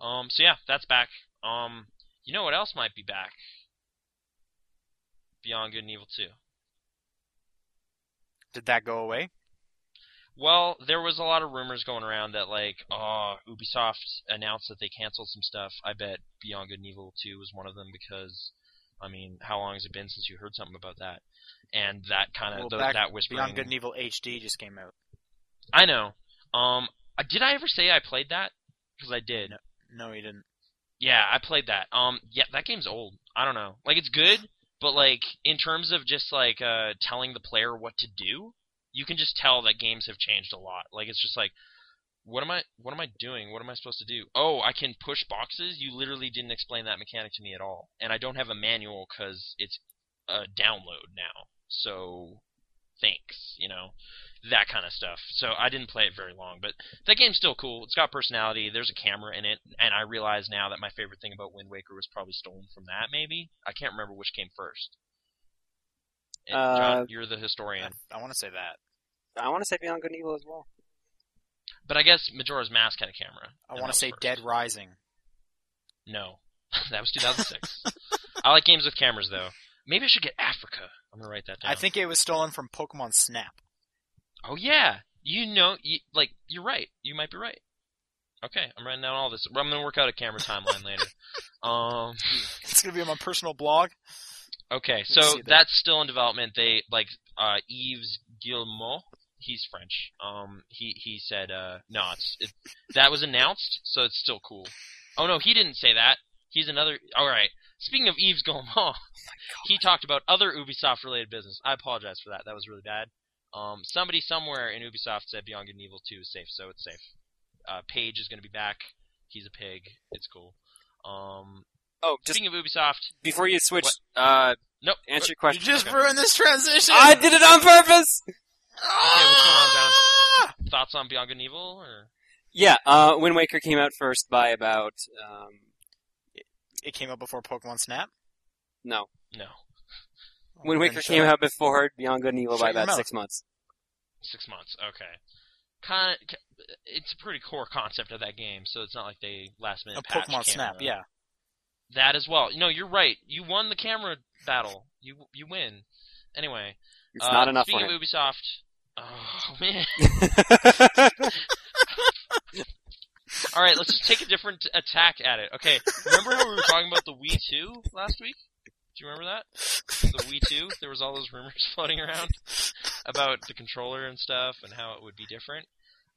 Speaker 1: um, so yeah, that's back. Um, you know what else might be back? Beyond Good and Evil Two.
Speaker 3: Did that go away?
Speaker 1: Well, there was a lot of rumors going around that like, oh, Ubisoft announced that they canceled some stuff. I bet Beyond Good and Evil 2 was one of them because, I mean, how long has it been since you heard something about that? And that kind
Speaker 3: Well,
Speaker 1: of
Speaker 3: back-
Speaker 1: that whispering.
Speaker 3: Beyond Good and Evil HD just came out.
Speaker 1: I know. Um, uh, did I ever say I played that? Because I did.
Speaker 3: No, you didn't.
Speaker 1: Yeah, I played that. Um, yeah, that game's old. I don't know. Like, it's good, but like in terms of just like uh, telling the player what to do, you can just tell that games have changed a lot. Like, it's just like, what am I? What am I doing? What am I supposed to do? Oh, I can push boxes. You literally didn't explain that mechanic to me at all, and I don't have a manual because it's a download now. So, thanks. You know, that kind of stuff. So I didn't play it very long, but that game's still cool. It's got personality. There's a camera in it, and I realize now that my favorite thing about Wind Waker was probably stolen from that. Maybe I can't remember which came first. And
Speaker 2: Uh,
Speaker 1: John, you're the
Speaker 3: I,
Speaker 1: historian,
Speaker 3: want to say that.
Speaker 2: I want to say Beyond Good and Evil as well.
Speaker 1: but I guess Majora's Mask had a camera.
Speaker 3: I
Speaker 1: and
Speaker 3: want
Speaker 1: that was
Speaker 3: to say
Speaker 1: first.
Speaker 3: Dead Rising.
Speaker 1: No, that was 2006. I like games with cameras though. Maybe I should get Africa. I'm gonna write that down.
Speaker 3: I think it was stolen from Pokemon Snap.
Speaker 1: Oh yeah, you know, you, like you're right. You might be right. Okay, I'm writing down all this. I'm gonna work out a camera timeline later. Um.
Speaker 3: It's gonna be on my personal blog.
Speaker 1: Okay,
Speaker 3: can
Speaker 1: so
Speaker 3: see that.
Speaker 1: that's still in development. They like uh, Yves Guillemot. He's French. Um, he he said uh, no, it's it, that was announced, so it's still cool. Oh no, he didn't say that. He's another. All right. Speaking of Yves Guillemot, he talked about other Ubisoft related business. I apologize for that. That was really bad. Um, somebody somewhere in Ubisoft said Beyond Good and Evil 2 is safe, so it's safe. Uh, Paige is going to be back. He's a pig. It's cool. Um,
Speaker 2: Oh, just
Speaker 1: speaking of Ubisoft,
Speaker 2: before you switch, uh,
Speaker 1: nope.
Speaker 2: answer your
Speaker 3: You
Speaker 2: question.
Speaker 3: just
Speaker 1: Okay.
Speaker 3: ruined this transition. Ah!
Speaker 2: I did it on purpose.
Speaker 1: what's Thoughts on Beyond Good and Evil, or
Speaker 2: Yeah, uh, Wind Waker came out first by about um,
Speaker 3: it came out before Pokemon Snap.
Speaker 2: No.
Speaker 1: No,
Speaker 2: Wind Waker came out before Beyond Good and Evil by
Speaker 3: Shut your
Speaker 2: about
Speaker 3: mouth.
Speaker 2: six months.
Speaker 1: six months. Okay. Con- c- it's a pretty core concept of that game, so it's not like they last minute
Speaker 3: A
Speaker 1: patched
Speaker 3: Pokemon Snap,
Speaker 1: camera.
Speaker 3: yeah.
Speaker 1: That as well. No, you're right. You won the camera battle. You you win. Anyway,
Speaker 2: It's
Speaker 1: uh,
Speaker 2: not enough for
Speaker 1: Speaking
Speaker 2: him.
Speaker 1: of Ubisoft, oh man. All right, let's just take a different attack at it. Okay, remember how we were talking about the Wii 2 last week? Do you remember that? The Wii 2? There was all those rumors floating around about the controller and stuff and how it would be different.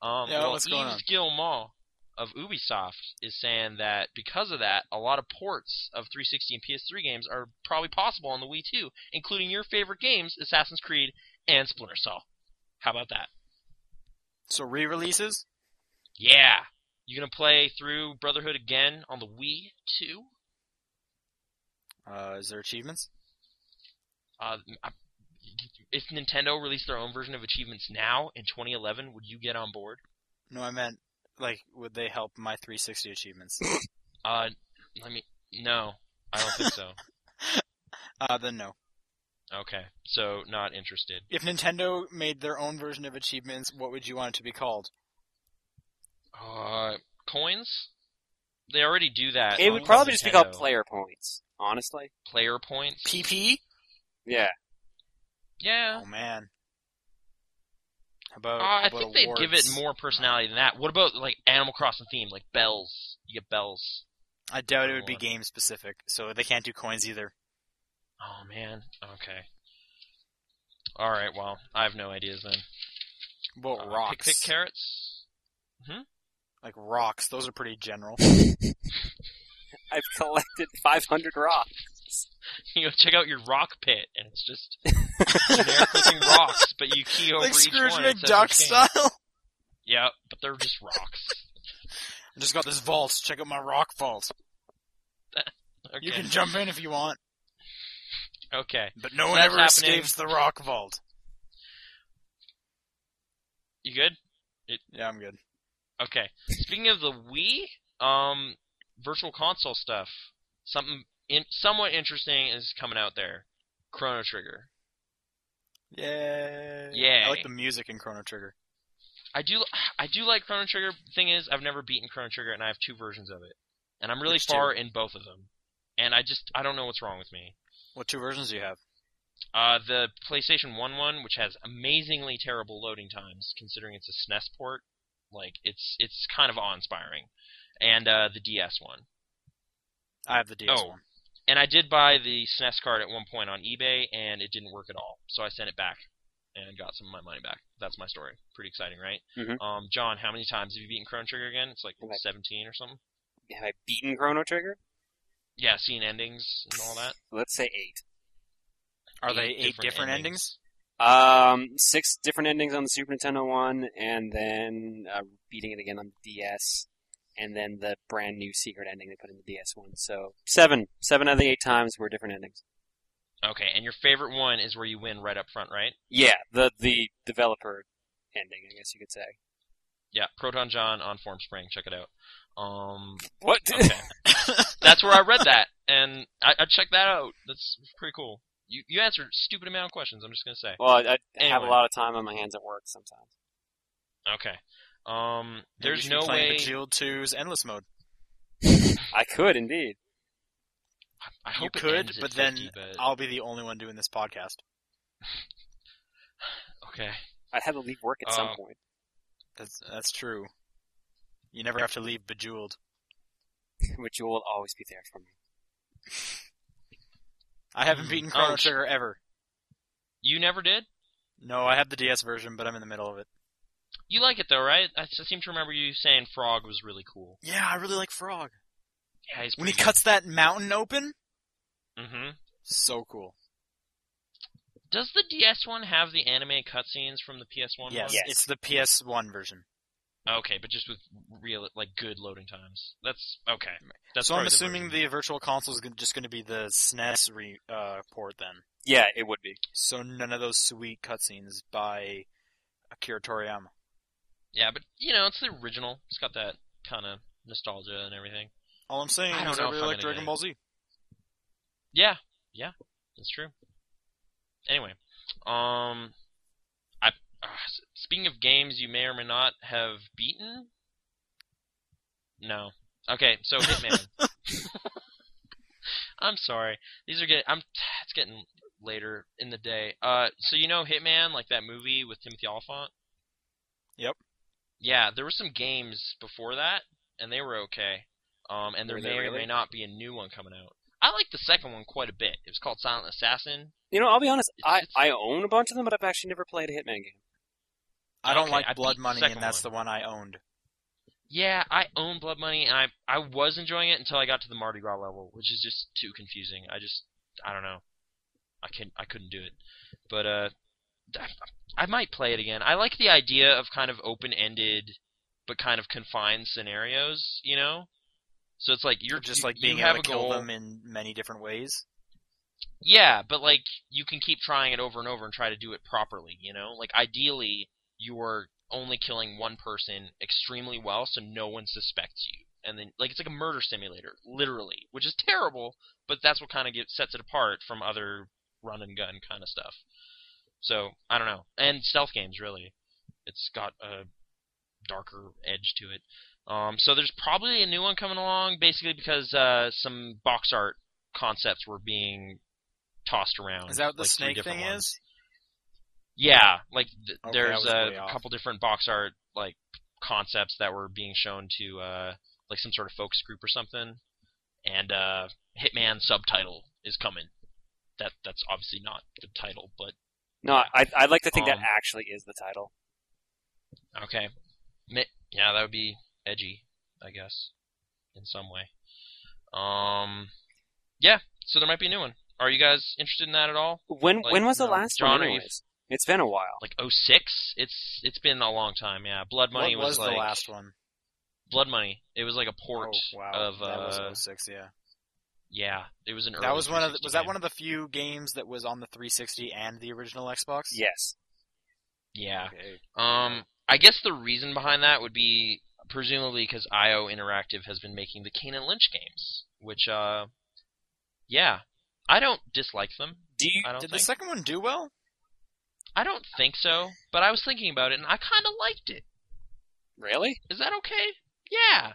Speaker 1: Um,
Speaker 3: Yeah,
Speaker 1: well,
Speaker 3: what's
Speaker 1: Yves
Speaker 3: going on?
Speaker 1: Guillemot of Ubisoft is saying that because of that, a lot of ports of 360 and PS3 games are probably possible on the Wii 2, including your favorite games, Assassin's Creed and Splinter Cell. How about that?
Speaker 3: So re-releases.
Speaker 1: Yeah. You gonna play through Brotherhood again on the Wii too?
Speaker 3: Uh, is there achievements?
Speaker 1: Uh, I- if Nintendo released their own version of achievements now in 2011, would you get on board?
Speaker 3: No, I meant like would they help my 360 achievements?
Speaker 1: Uh, let me. No, I don't think so.
Speaker 3: uh, then no.
Speaker 1: Okay, so not interested.
Speaker 3: If Nintendo made their own version of achievements, what would you want it to be called?
Speaker 1: Uh, coins? They already do that.
Speaker 2: it
Speaker 1: on
Speaker 2: would probably just be called
Speaker 1: Nintendo.
Speaker 2: player points, honestly.
Speaker 1: player points.
Speaker 3: PP.
Speaker 2: Yeah.
Speaker 1: Yeah.
Speaker 3: Oh man. How about?
Speaker 1: Uh,
Speaker 3: how
Speaker 1: I
Speaker 3: Oh,
Speaker 1: think
Speaker 3: about
Speaker 1: they'd give it
Speaker 3: awards?
Speaker 1: more personality than that. What about like Animal Crossing theme, like bells? You get bells.
Speaker 3: I doubt it would be
Speaker 1: Award.
Speaker 3: game specific, so they can't do coins either.
Speaker 1: Oh man. Okay. All right. Well, I have no ideas then.
Speaker 2: Oh,
Speaker 3: What
Speaker 1: Uh,
Speaker 3: rocks?
Speaker 1: Pick, pick carrots.
Speaker 3: like rocks. Those are pretty general.
Speaker 2: I've collected 500 rocks.
Speaker 1: You know, check out your rock pit, and it's just generic looking rocks, but you key over
Speaker 3: like
Speaker 1: each
Speaker 3: Scrooge
Speaker 1: one. it says
Speaker 3: McDuck
Speaker 1: which game.
Speaker 3: style.
Speaker 1: Yeah, but they're just rocks.
Speaker 3: I just got this vault. Check out my rock vault.
Speaker 1: Okay.
Speaker 3: You can jump in if you want,
Speaker 1: okay.
Speaker 3: but no one
Speaker 1: That's
Speaker 3: ever
Speaker 1: happening.
Speaker 3: escapes the rock vault.
Speaker 1: You good?
Speaker 3: Yeah, I'm good.
Speaker 1: Okay. Speaking of the Wii, um, virtual console stuff. Something in, somewhat interesting is coming out there. Chrono Trigger.
Speaker 3: Yeah.
Speaker 1: Yay.
Speaker 3: I like the music in Chrono Trigger.
Speaker 1: I do I do like Chrono Trigger. Thing is, I've never beaten Chrono Trigger, and I have two versions of it, and I'm really
Speaker 3: Which two?
Speaker 1: far in both of them. And I just I don't know what's wrong with me.
Speaker 3: What two versions do you have?
Speaker 1: Uh, the PlayStation One one, which has amazingly terrible loading times, considering it's a SNES port, like it's it's kind of awe-inspiring, and uh, the DS one.
Speaker 3: I have the DS
Speaker 1: Oh.
Speaker 3: one.
Speaker 1: And I did buy the SNES card at one point on eBay, and it didn't work at all. So I sent it back and got some of my money back. That's my story. Pretty exciting, right?
Speaker 2: Mhm.
Speaker 3: Mm-hmm.
Speaker 1: Um, John, how many times have you beaten Chrono Trigger again? It's like
Speaker 2: Like-
Speaker 1: 17 or something.
Speaker 2: Have I beaten Chrono Trigger?
Speaker 1: Yeah, seen endings and all that.
Speaker 2: Let's say eight.
Speaker 1: Oh,
Speaker 3: Are they eight different, endings?
Speaker 2: Um, six different endings on the Super Nintendo one, and then uh, beating it again on DS, and then the brand new secret ending they put in the DS one. So seven, seven out of the eight times were different endings.
Speaker 1: Okay, and your favorite one is where you win right up front, right?
Speaker 2: Yeah, the the developer ending, I guess you could say.
Speaker 1: Yeah, Proton John on Form Spring. Check it out. Um,
Speaker 2: What?
Speaker 1: okay. That's where I read that, and I, I checked that out. That's pretty cool. You you answered stupid amount of questions. I'm just gonna say.
Speaker 2: well, I, I have a
Speaker 1: Anyway.
Speaker 2: lot of time on my hands at work sometimes.
Speaker 1: Okay. Um,
Speaker 3: Maybe you
Speaker 1: there's
Speaker 3: should be
Speaker 1: no
Speaker 3: playing
Speaker 1: way.
Speaker 3: Bejeweled 2's endless mode.
Speaker 2: I could indeed.
Speaker 1: I
Speaker 3: You
Speaker 1: hope it
Speaker 3: could,
Speaker 1: ends at
Speaker 3: but then
Speaker 1: 50, but-
Speaker 3: I'll be the only one doing this podcast.
Speaker 1: okay.
Speaker 2: I'd have to leave work at some
Speaker 1: Uh,
Speaker 2: point.
Speaker 3: That's that's true. You never have to leave Bejeweled.
Speaker 2: Which you will always be there for me.
Speaker 3: I haven't
Speaker 1: Mm,
Speaker 3: beaten Chrono
Speaker 1: ouch.
Speaker 3: Trigger ever.
Speaker 1: You never did.
Speaker 3: No, I have the DS version, but I'm in the middle of it.
Speaker 1: You like it though, right? I, s- I seem to remember you saying Frog was really cool.
Speaker 3: Yeah, I really like Frog.
Speaker 1: Yeah, he's
Speaker 3: When he cuts that mountain open,
Speaker 1: Mm-hmm.
Speaker 3: so cool.
Speaker 1: Does the DS one have the anime cutscenes from the PS One?
Speaker 3: Yes,
Speaker 1: one?
Speaker 2: Yes.
Speaker 3: it's the PS1 version.
Speaker 1: Okay, but just with real, like good loading times. That's okay. That's
Speaker 3: so I'm
Speaker 1: probably the
Speaker 3: assuming
Speaker 1: version.
Speaker 3: the Virtual Console is gon- just going to be the SNES re, uh, port then.
Speaker 2: Yeah, it would be.
Speaker 3: So none of those sweet cutscenes by Akira Toriyama.
Speaker 1: yeah, but you know, it's the original. It's got that kind of nostalgia and everything.
Speaker 3: All I'm saying
Speaker 1: I don't
Speaker 3: is
Speaker 1: know
Speaker 3: I
Speaker 1: if
Speaker 3: really
Speaker 1: I'm
Speaker 3: like
Speaker 1: gonna
Speaker 3: Dragon
Speaker 1: get it.
Speaker 3: Ball Z.
Speaker 1: Yeah, yeah, that's true. Anyway, um, I uh, speaking of games you may or may not have beaten. No. Okay, so Hitman. I'm sorry. These are getting. I'm. It's getting later in the day. Uh, so you know Hitman, like that movie with Timothy Oliphant.
Speaker 3: Yep.
Speaker 1: Yeah, there were some games before that, and they were okay. Um, and there
Speaker 2: Were
Speaker 1: may
Speaker 2: they
Speaker 1: or may
Speaker 2: really?
Speaker 1: not be a new one coming out. I like the second one quite a bit. It was called Silent Assassin.
Speaker 2: You know, I'll be honest.
Speaker 1: It's-
Speaker 2: I,
Speaker 1: it's-
Speaker 2: I own a bunch of them, but I've actually never played a Hitman game.
Speaker 3: I don't
Speaker 1: Okay,
Speaker 3: like
Speaker 1: I
Speaker 3: Blood
Speaker 1: beat the
Speaker 3: Money,
Speaker 1: second
Speaker 3: and that's
Speaker 1: one.
Speaker 3: the one I owned.
Speaker 1: Yeah, I own Blood Money, and I I was enjoying it until I got to the Mardi Gras level, which is just too confusing. I just I don't know, I can I couldn't do it, but uh, I, I might play it again. I like the idea of kind of open ended, but kind of confined scenarios. You know, so it's like you're
Speaker 3: Just
Speaker 1: you-
Speaker 3: like
Speaker 1: you
Speaker 3: being
Speaker 1: have
Speaker 3: able to
Speaker 1: a goal.
Speaker 3: kill them in many different ways.
Speaker 1: Yeah, but like you can keep trying it over and over and try to do it properly, you know? Like ideally you are only killing one person extremely well so no one suspects you. And then like it's like a murder simulator, literally, which is terrible, but that's what kind of gets sets it apart from other run and gun kind of stuff. So, I don't know. And stealth games really. It's got a darker edge to it. Um, so there's probably a new one coming along basically because uh, some box art concepts were being tossed around.
Speaker 3: Is that what the
Speaker 1: like, three
Speaker 3: snake
Speaker 1: different
Speaker 3: thing
Speaker 1: ones.
Speaker 3: is?
Speaker 1: Yeah, like th-
Speaker 3: Okay, I
Speaker 1: there's
Speaker 3: was way
Speaker 1: a,
Speaker 3: off.
Speaker 1: couple different box art like concepts that were being shown to uh, like some sort of folks group or something, and uh, Hitman subtitle is coming. That that's obviously not the title, but
Speaker 2: No, I, I'd like to think that
Speaker 1: Um,
Speaker 2: actually is the title.
Speaker 1: Okay. Mi- Yeah, that would be edgy, I guess, in some way. Um, yeah. So there might be a new one. Are you guys interested in that at all?
Speaker 2: When
Speaker 1: like,
Speaker 2: when was the
Speaker 1: no,
Speaker 2: last
Speaker 1: John,
Speaker 2: one?
Speaker 1: are you-
Speaker 2: Anyways? It's been a while.
Speaker 1: Like 06? It's it's been a long time. Yeah, Blood Money
Speaker 3: what was,
Speaker 1: like
Speaker 3: the last one?
Speaker 1: Blood Money. It was like a port
Speaker 3: oh wow,
Speaker 1: of uh,
Speaker 3: that was 06, Yeah,
Speaker 1: yeah. It was an
Speaker 3: that was one of the, was that one of the few games that was on the 360 and the original Xbox?
Speaker 2: Yes.
Speaker 1: yeah.
Speaker 3: Okay.
Speaker 1: Um, I guess the reason behind that would be presumably because IO Interactive has been making the Kane and Lynch games, which, uh, yeah, I don't dislike them.
Speaker 2: Do you?
Speaker 1: I don't
Speaker 3: Did the
Speaker 1: think
Speaker 3: second one do well?
Speaker 1: I don't think so, but I was thinking about it and I kind of liked it.
Speaker 2: Really?
Speaker 1: Is that okay? Yeah,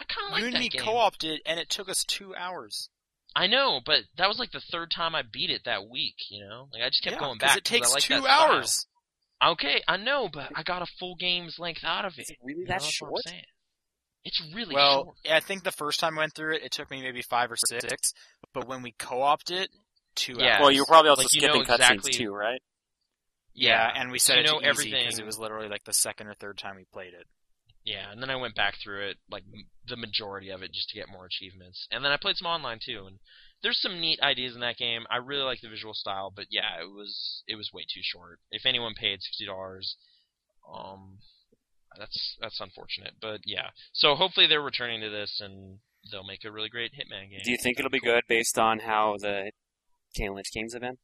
Speaker 1: I kind of like
Speaker 3: you and
Speaker 1: that
Speaker 3: me
Speaker 1: game.
Speaker 3: co-op did, and it took us two hours.
Speaker 1: I know, but that was like the third time I beat it that week. You know, like I just kept
Speaker 3: yeah,
Speaker 1: going
Speaker 3: 'cause
Speaker 1: back.
Speaker 3: It takes
Speaker 1: I like
Speaker 3: two
Speaker 1: that style.
Speaker 3: hours.
Speaker 1: Okay, I know, but I got a full game's length out of it.
Speaker 2: Is it really
Speaker 1: You know,
Speaker 2: that
Speaker 1: that's what I'm
Speaker 2: short?
Speaker 1: saying. It's really
Speaker 3: well,
Speaker 1: short.
Speaker 3: I think the first time I went through it, it took me maybe five or six. But when we co-opted, it, two
Speaker 1: Yeah.
Speaker 3: hours.
Speaker 2: Well, you were probably also
Speaker 1: Like, you know
Speaker 2: skipping
Speaker 1: exactly-
Speaker 2: cutscenes too, right?
Speaker 3: yeah, and we
Speaker 1: So
Speaker 3: said
Speaker 1: you
Speaker 3: it to
Speaker 1: know
Speaker 3: easy 'cause because
Speaker 1: everything.
Speaker 3: it was literally like the second or third time we played it.
Speaker 1: Yeah, and then I went back through it, like m- the majority of it, just to get more achievements. And then I played some online too, and there's some neat ideas in that game. I really like the visual style, but yeah, it was it was way too short. If anyone paid sixty dollars, um, that's that's unfortunate. But yeah, so hopefully they're returning to this and they'll make a really great Hitman game.
Speaker 2: Do you think it'll be
Speaker 1: Cool.
Speaker 2: good based on how the Kane and Lynch games have been?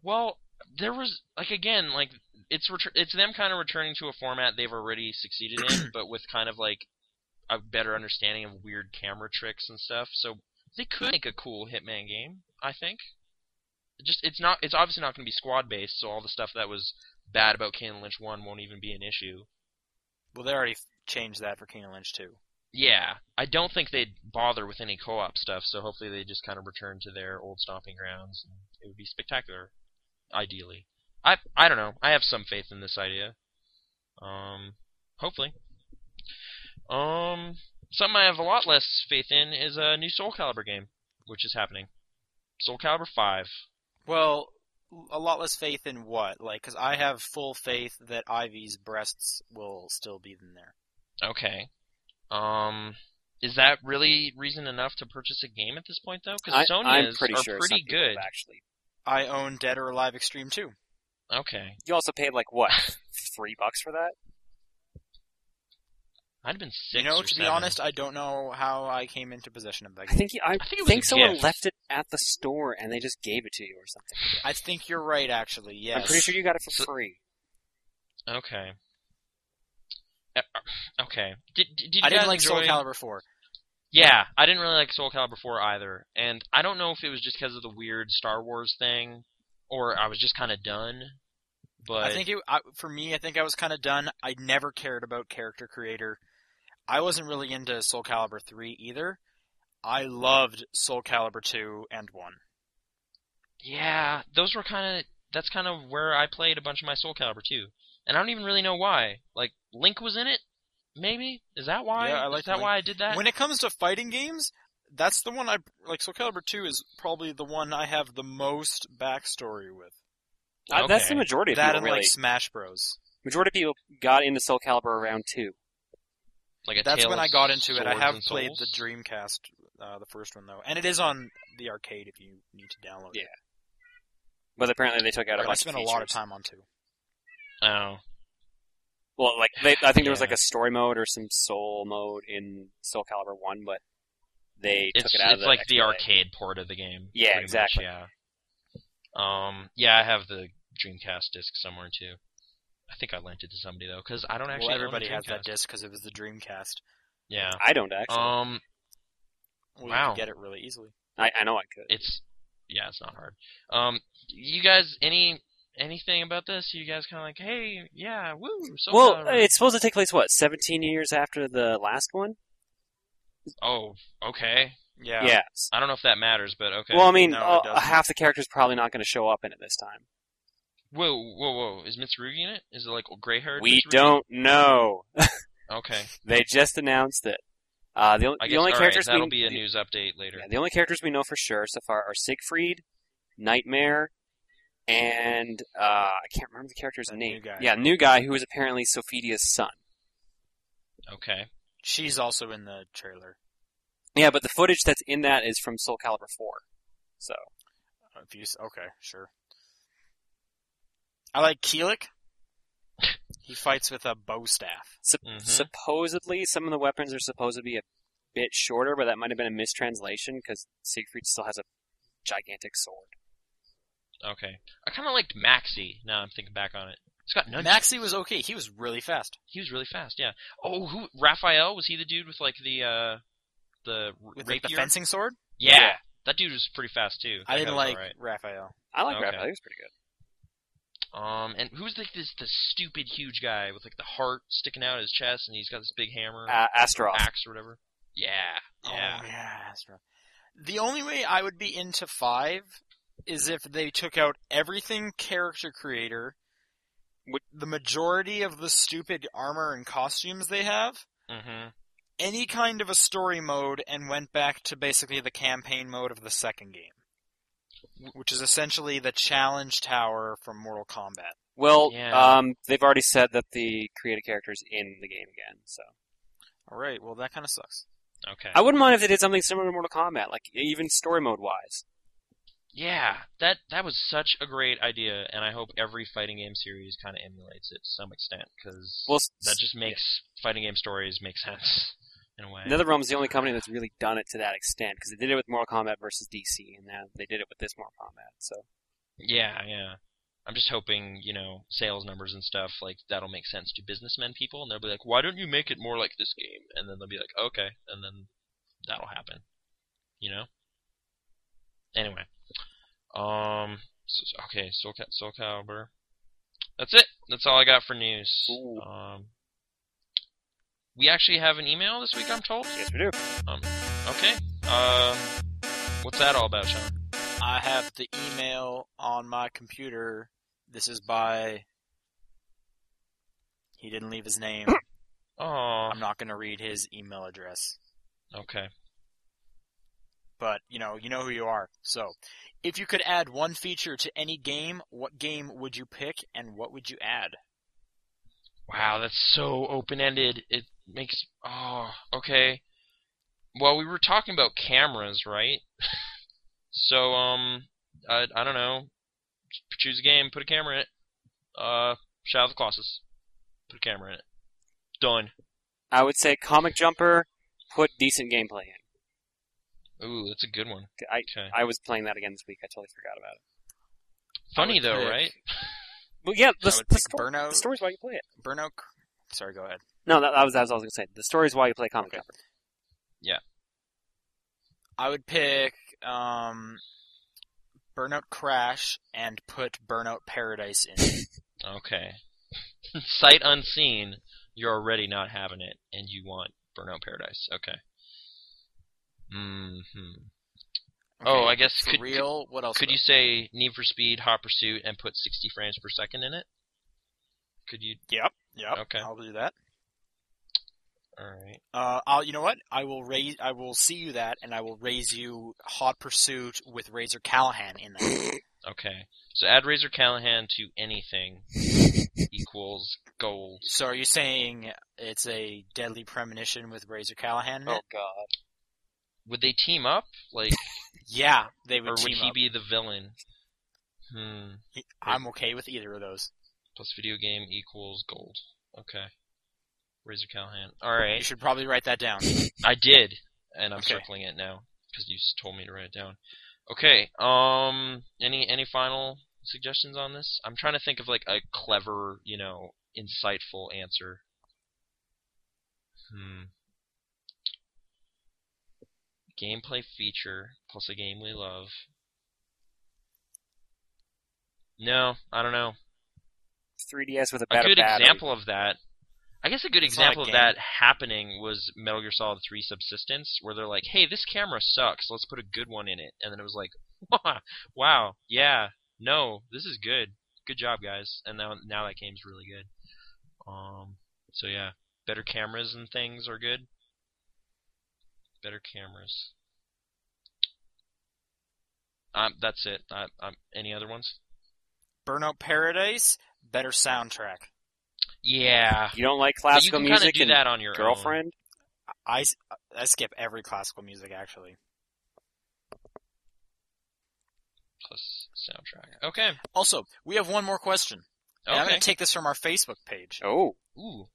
Speaker 1: Well, there was like again, like it's retur- it's them kind of returning to a format they've already succeeded in, but with kind of like a better understanding of weird camera tricks and stuff. So they could make a cool Hitman game, I think. Just it's not it's obviously not going to be squad based, so all the stuff that was bad about Kane and Lynch One won't even be an issue.
Speaker 3: Well, they already f- changed that for King and Lynch too.
Speaker 1: Yeah, I don't think they'd bother with any co-op stuff, so hopefully they just kind of return to their old stomping grounds. And it would be spectacular, ideally. I I don't know. I have some faith in this idea. Um, hopefully. Um, something I have a lot less faith in is a new Soul Calibur game, which is happening. Soul Calibur Five.
Speaker 3: Well, a lot less faith in what? Like, because I have full faith that Ivy's breasts will still be in there.
Speaker 1: Okay. Um, is that really reason enough to purchase a game at this point, though? Because
Speaker 2: I,
Speaker 1: Sonya's
Speaker 2: I'm pretty
Speaker 1: are
Speaker 2: sure some
Speaker 1: pretty
Speaker 2: people
Speaker 1: good.
Speaker 2: have actually.
Speaker 3: I own Dead or Alive Extreme too.
Speaker 1: Okay.
Speaker 2: You also paid like what three bucks for that?
Speaker 1: I'd have been six.
Speaker 3: You know,
Speaker 1: or
Speaker 3: to be
Speaker 1: seven.
Speaker 3: honest, I don't know how I came into possession of that
Speaker 2: I
Speaker 3: game.
Speaker 2: think you, I,
Speaker 1: I think it was a
Speaker 2: someone
Speaker 1: gift.
Speaker 2: left it at the store and they just gave it to you or something.
Speaker 3: I think you're right, actually. Yes.
Speaker 2: I'm pretty sure you got it for
Speaker 1: So-
Speaker 2: free.
Speaker 1: Okay. Uh, Okay. Did did you
Speaker 3: I didn't
Speaker 1: guys
Speaker 3: like Soul
Speaker 1: enjoy-
Speaker 3: Calibur 4.
Speaker 1: Yeah, I didn't really like Soul Calibur 4 either, and I don't know if it was just because of the weird Star Wars thing, or I was just kind of done. But
Speaker 3: I think it, I, for me, I think I was kind of done. I never cared about character creator. I wasn't really into Soul Calibur 3 either. I loved Soul Calibur 2 and 1.
Speaker 1: yeah, those were kind of that's kind of where I played a bunch of my Soul Calibur too, and I don't even really know why. Like Link was in it, maybe is that why?
Speaker 3: Yeah, I
Speaker 1: is
Speaker 3: liked
Speaker 1: that
Speaker 3: Link.
Speaker 1: why I did that?
Speaker 3: When it comes to fighting games, that's the one I like Soul Calibur 2 is probably the one I have the most backstory with.
Speaker 2: Uh, That's the
Speaker 1: Okay.
Speaker 2: majority of
Speaker 3: that
Speaker 2: people,
Speaker 3: and
Speaker 2: really.
Speaker 3: like Smash Bros.
Speaker 2: Majority of people got into Soul Calibur around two.
Speaker 1: like a
Speaker 3: That's
Speaker 1: Tale
Speaker 3: when
Speaker 1: of
Speaker 3: I got into it. I
Speaker 1: Swords
Speaker 3: have
Speaker 1: and
Speaker 3: played the
Speaker 1: Souls?
Speaker 3: Dreamcast, uh, the first one though, and it is on the arcade if you need to download
Speaker 2: Yeah,
Speaker 3: it.
Speaker 2: But apparently they took out a
Speaker 3: But I
Speaker 2: bunch
Speaker 3: spent
Speaker 2: of
Speaker 3: a
Speaker 2: features.
Speaker 3: lot of time on two.
Speaker 1: Oh,
Speaker 2: Well, like they, I think there was
Speaker 1: Yeah.
Speaker 2: like a story mode or some soul mode in Soul Calibur One, but they
Speaker 1: it's
Speaker 2: took it out.
Speaker 1: it's
Speaker 2: of the
Speaker 1: like the
Speaker 2: XBLA.
Speaker 1: arcade port of the game.
Speaker 2: Yeah,
Speaker 1: pretty much,
Speaker 2: exactly.
Speaker 1: yeah. Um, yeah, I have the Dreamcast disc somewhere too. I think I lent it to somebody though, because I don't actually.
Speaker 3: well,
Speaker 1: own a
Speaker 3: everybody has that
Speaker 1: Dreamcast.
Speaker 3: disc because it was the Dreamcast.
Speaker 1: Yeah.
Speaker 2: I don't actually.
Speaker 1: Um,
Speaker 3: We
Speaker 1: Wow.
Speaker 3: could get it really easily.
Speaker 2: I, I know I could.
Speaker 1: it's yeah, it's not hard. Um, you guys, any anything about this? You guys kind of like, hey, yeah, woo. So
Speaker 2: well, it's supposed to take place what 17 years after the last one.
Speaker 1: oh, okay.
Speaker 3: Yeah.
Speaker 2: Yeah.
Speaker 1: I don't know if that matters, but okay.
Speaker 2: Well, I mean,
Speaker 3: No, it
Speaker 2: uh,
Speaker 3: doesn't.
Speaker 2: half the characters probably not going to show up in it this time.
Speaker 1: whoa, whoa, whoa! Is Mitsurugi in it? Is it like gray haired?
Speaker 2: we don't know.
Speaker 1: Okay,
Speaker 2: they just announced it. Uh, the, on-
Speaker 1: I
Speaker 2: the
Speaker 1: guess
Speaker 2: only
Speaker 1: all right,
Speaker 2: characters
Speaker 1: that'll
Speaker 2: we,
Speaker 1: be a
Speaker 2: the-
Speaker 1: news update later.
Speaker 2: yeah, the only characters we know for sure so far are Siegfried, Nightmare, and uh, I can't remember the character's
Speaker 3: That
Speaker 2: name.
Speaker 3: new guy.
Speaker 2: Yeah, new guy who is apparently Sophidia's son.
Speaker 1: Okay,
Speaker 3: She's also in the trailer.
Speaker 2: Yeah, but the footage that's in that is from Soul Calibur 4. So,
Speaker 3: Uh, If you s- okay, sure. I like Keelik. he fights with a bow staff.
Speaker 2: sup-
Speaker 1: Mhm.
Speaker 2: supposedly some of the weapons are supposed to be a bit shorter, but that might have been a mistranslation because Siegfried still has a gigantic sword.
Speaker 1: okay. I kind of liked Maxi. Now I'm thinking back on it. It's got nunchucks.
Speaker 3: Maxie was okay. He was really fast
Speaker 1: He was really fast. Yeah. Oh, who? Raphael was he the dude with like the uh the r-
Speaker 3: with like,
Speaker 1: rapier?
Speaker 3: the fencing sword.
Speaker 1: Yeah.
Speaker 2: Yeah.
Speaker 1: That dude was pretty fast too.
Speaker 3: I
Speaker 1: That
Speaker 3: didn't
Speaker 1: guy was
Speaker 3: like
Speaker 1: alright.
Speaker 3: Raphael.
Speaker 2: I like
Speaker 1: Okay.
Speaker 2: Raphael; he was pretty good.
Speaker 1: Um, and who's like this the stupid huge guy with like the heart sticking out of his chest, and he's got this big hammer,
Speaker 2: Uh, Astaroth.
Speaker 1: axe, or whatever. Yeah, yeah.
Speaker 3: Oh, yeah, that's rough. The only way I would be into five is if they took out everything character creator, with the majority of the stupid armor and costumes they have,
Speaker 1: hmm
Speaker 3: any kind of a story mode, and went back to basically the campaign mode of the second game, which is essentially the challenge tower from Mortal Kombat.
Speaker 2: Well,
Speaker 1: Yeah.
Speaker 2: um, they've already said that the creative character's in the game again, so
Speaker 3: All right, well that kind of sucks.
Speaker 1: Okay.
Speaker 2: I wouldn't mind if they did something similar to Mortal Kombat, like even story mode wise.
Speaker 1: yeah, that that was such a great idea, and I hope every fighting game series kind of emulates it to some extent, because
Speaker 2: Well, s-
Speaker 1: that just makes fighting game stories make sense in a way.
Speaker 2: Another Realm's the only company that's really done it to that extent because they did it with Mortal Kombat versus DC, and now they did it with this Mortal Kombat. So
Speaker 1: Yeah, yeah. I'm just hoping, you know, sales numbers and stuff like that'll make sense to businessmen people, and they'll be like, "Why don't you make it more like this game?" And then they'll be like, "Okay," and then that'll happen, you know. Anyway, um, so, so- okay, Soul, Cal- Soul Calibur. That's it. That's all I got for news.
Speaker 2: Ooh.
Speaker 1: Um, we actually have an email this week. I'm told.
Speaker 2: yes, we do.
Speaker 1: Okay. Um, what's that all about, Sean?
Speaker 3: I have the email on my computer. This is by. He didn't leave his name.
Speaker 1: Oh,
Speaker 3: I'm not going to read his email address.
Speaker 1: okay.
Speaker 3: But, you know, you know who you are. So, if you could add one feature to any game, what game would you pick and what would you add?
Speaker 1: Wow, that's so open ended. It makes oh okay. Well, we were talking about cameras, right? so um, I I don't know. Ch- Choose a game, put a camera in it. Uh, Shadow of the Colossus, put a camera in it. Done.
Speaker 2: I would say Comic Jumper put decent gameplay in.
Speaker 1: Ooh, that's a good one.
Speaker 2: I
Speaker 1: Okay.
Speaker 2: I was playing that again this week. I totally forgot about it.
Speaker 1: Funny
Speaker 3: would
Speaker 1: though,
Speaker 3: pick-
Speaker 1: right?
Speaker 2: But yeah, the,
Speaker 3: I would
Speaker 2: the,
Speaker 3: pick
Speaker 2: sto-
Speaker 3: Burnout.
Speaker 2: the story's why you play it.
Speaker 3: Burnout. Cr- Sorry, go ahead.
Speaker 2: No, that, that was that was what I was going to say. The story's why you play Comic
Speaker 3: Okay.
Speaker 2: Jumper.
Speaker 3: I would pick um, Burnout Crash and put Burnout Paradise in.
Speaker 1: Okay. Sight unseen, you're already not having it, and you want Burnout Paradise. Okay. hmm Oh, I guess
Speaker 3: for
Speaker 1: could-
Speaker 3: real. what else?
Speaker 1: Could
Speaker 3: would-
Speaker 1: you say Need for Speed, Hot Pursuit, and put 60 frames per second in it? Could you?
Speaker 3: Yep. Yep.
Speaker 1: Okay.
Speaker 3: I'll do that.
Speaker 1: All right.
Speaker 3: Uh, I'll. You know what? I will raise. I will see you that, and I will raise you Hot Pursuit with Razor Callahan in that.
Speaker 1: Okay. So add Razor Callahan to anything equals gold.
Speaker 3: so are you saying it's a Deadly Premonition with Razor Callahan? In
Speaker 2: Oh
Speaker 3: it?
Speaker 2: god.
Speaker 1: Would they team up? Like,
Speaker 3: Yeah, they would
Speaker 1: or would
Speaker 3: team
Speaker 1: he
Speaker 3: up.
Speaker 1: be the villain? Hmm.
Speaker 3: I'm okay with either of those.
Speaker 1: Plus video game equals gold. Okay. Razor Callahan. All
Speaker 3: You
Speaker 1: right.
Speaker 3: should probably write that down.
Speaker 1: I did, and I'm
Speaker 3: Okay.
Speaker 1: circling it now because you s- told me to write it down. Okay. Um. Any any final suggestions on this? I'm trying to think of like a clever, you know, insightful answer. Hmm. Gameplay feature plus a game we love. No, I don't know.
Speaker 2: 3DS with a
Speaker 1: A
Speaker 2: better
Speaker 1: good
Speaker 2: battery.
Speaker 1: example of that. I guess a good
Speaker 3: It's not a
Speaker 1: example of
Speaker 3: game.
Speaker 1: that happening was Metal Gear Solid 3 Subsistence, where they're like, "Hey, this camera sucks. Let's put a good one in it." And then it was like, "Wow, yeah, no, this is good. Good job, guys." And now now that game's really good. Um, so yeah, better cameras and things are good. Better cameras. Um, that's it. I, i any other ones?
Speaker 3: Burnout Paradise, better soundtrack.
Speaker 1: Yeah.
Speaker 2: You don't like
Speaker 1: But
Speaker 2: classical
Speaker 1: you can kind of
Speaker 2: music
Speaker 1: do
Speaker 2: and
Speaker 1: that on your own.
Speaker 2: girlfriend?
Speaker 3: I, s- I skip every classical music actually.
Speaker 1: plus soundtrack. Okay.
Speaker 3: Also, we have one more question. And I'm
Speaker 1: Okay.
Speaker 3: going to take this from our Facebook page.
Speaker 2: Oh.
Speaker 1: Ooh.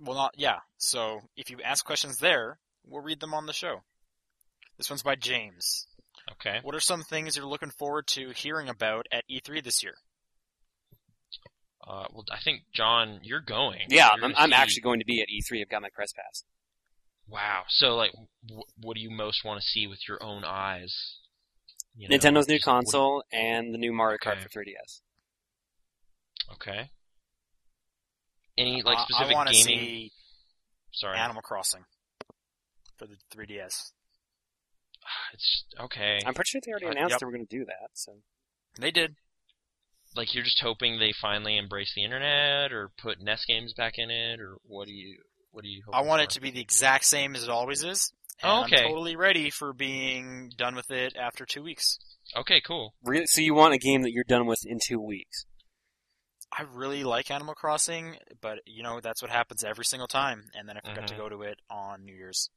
Speaker 3: Well, not yeah. So if you ask questions there, we'll read them on the show. This one's by James.
Speaker 1: Okay.
Speaker 3: What are some things you're looking forward to hearing about at E3 this year?
Speaker 1: Uh, well, I think John, you're going.
Speaker 2: Yeah,
Speaker 1: You're
Speaker 2: I'm,
Speaker 1: gonna
Speaker 2: I'm
Speaker 1: see-
Speaker 2: actually going to be at E3. I've got my press pass.
Speaker 1: Wow. So, like, w- what do you most want to see with your own eyes? You know,
Speaker 2: Nintendo's new
Speaker 1: just like, what-
Speaker 2: console and the new Mario Kart
Speaker 1: Okay.
Speaker 2: for 3DS.
Speaker 1: Okay. Any like
Speaker 3: I- I,
Speaker 1: specific
Speaker 3: want to
Speaker 1: gaming?
Speaker 3: see
Speaker 1: Sorry,
Speaker 3: Animal Crossing for the 3DS.
Speaker 1: it's okay.
Speaker 2: I'm pretty sure they already
Speaker 1: Uh,
Speaker 2: announced
Speaker 3: yep.
Speaker 2: they were going to do that. So
Speaker 3: They did.
Speaker 1: Like, you're just hoping they finally embrace the internet, or put NES games back in it, or what do you? What do you?
Speaker 3: I want it
Speaker 1: for?
Speaker 3: to be the exact same as it always is. And
Speaker 1: Oh, okay.
Speaker 3: I'm totally ready for being done with it after two weeks.
Speaker 1: Okay, cool.
Speaker 2: Really, so you want a game that you're done with in two weeks?
Speaker 3: I really like Animal Crossing, but you know that's what happens every single time, and then I forget to
Speaker 1: Mhm.
Speaker 3: go to it on New Year's.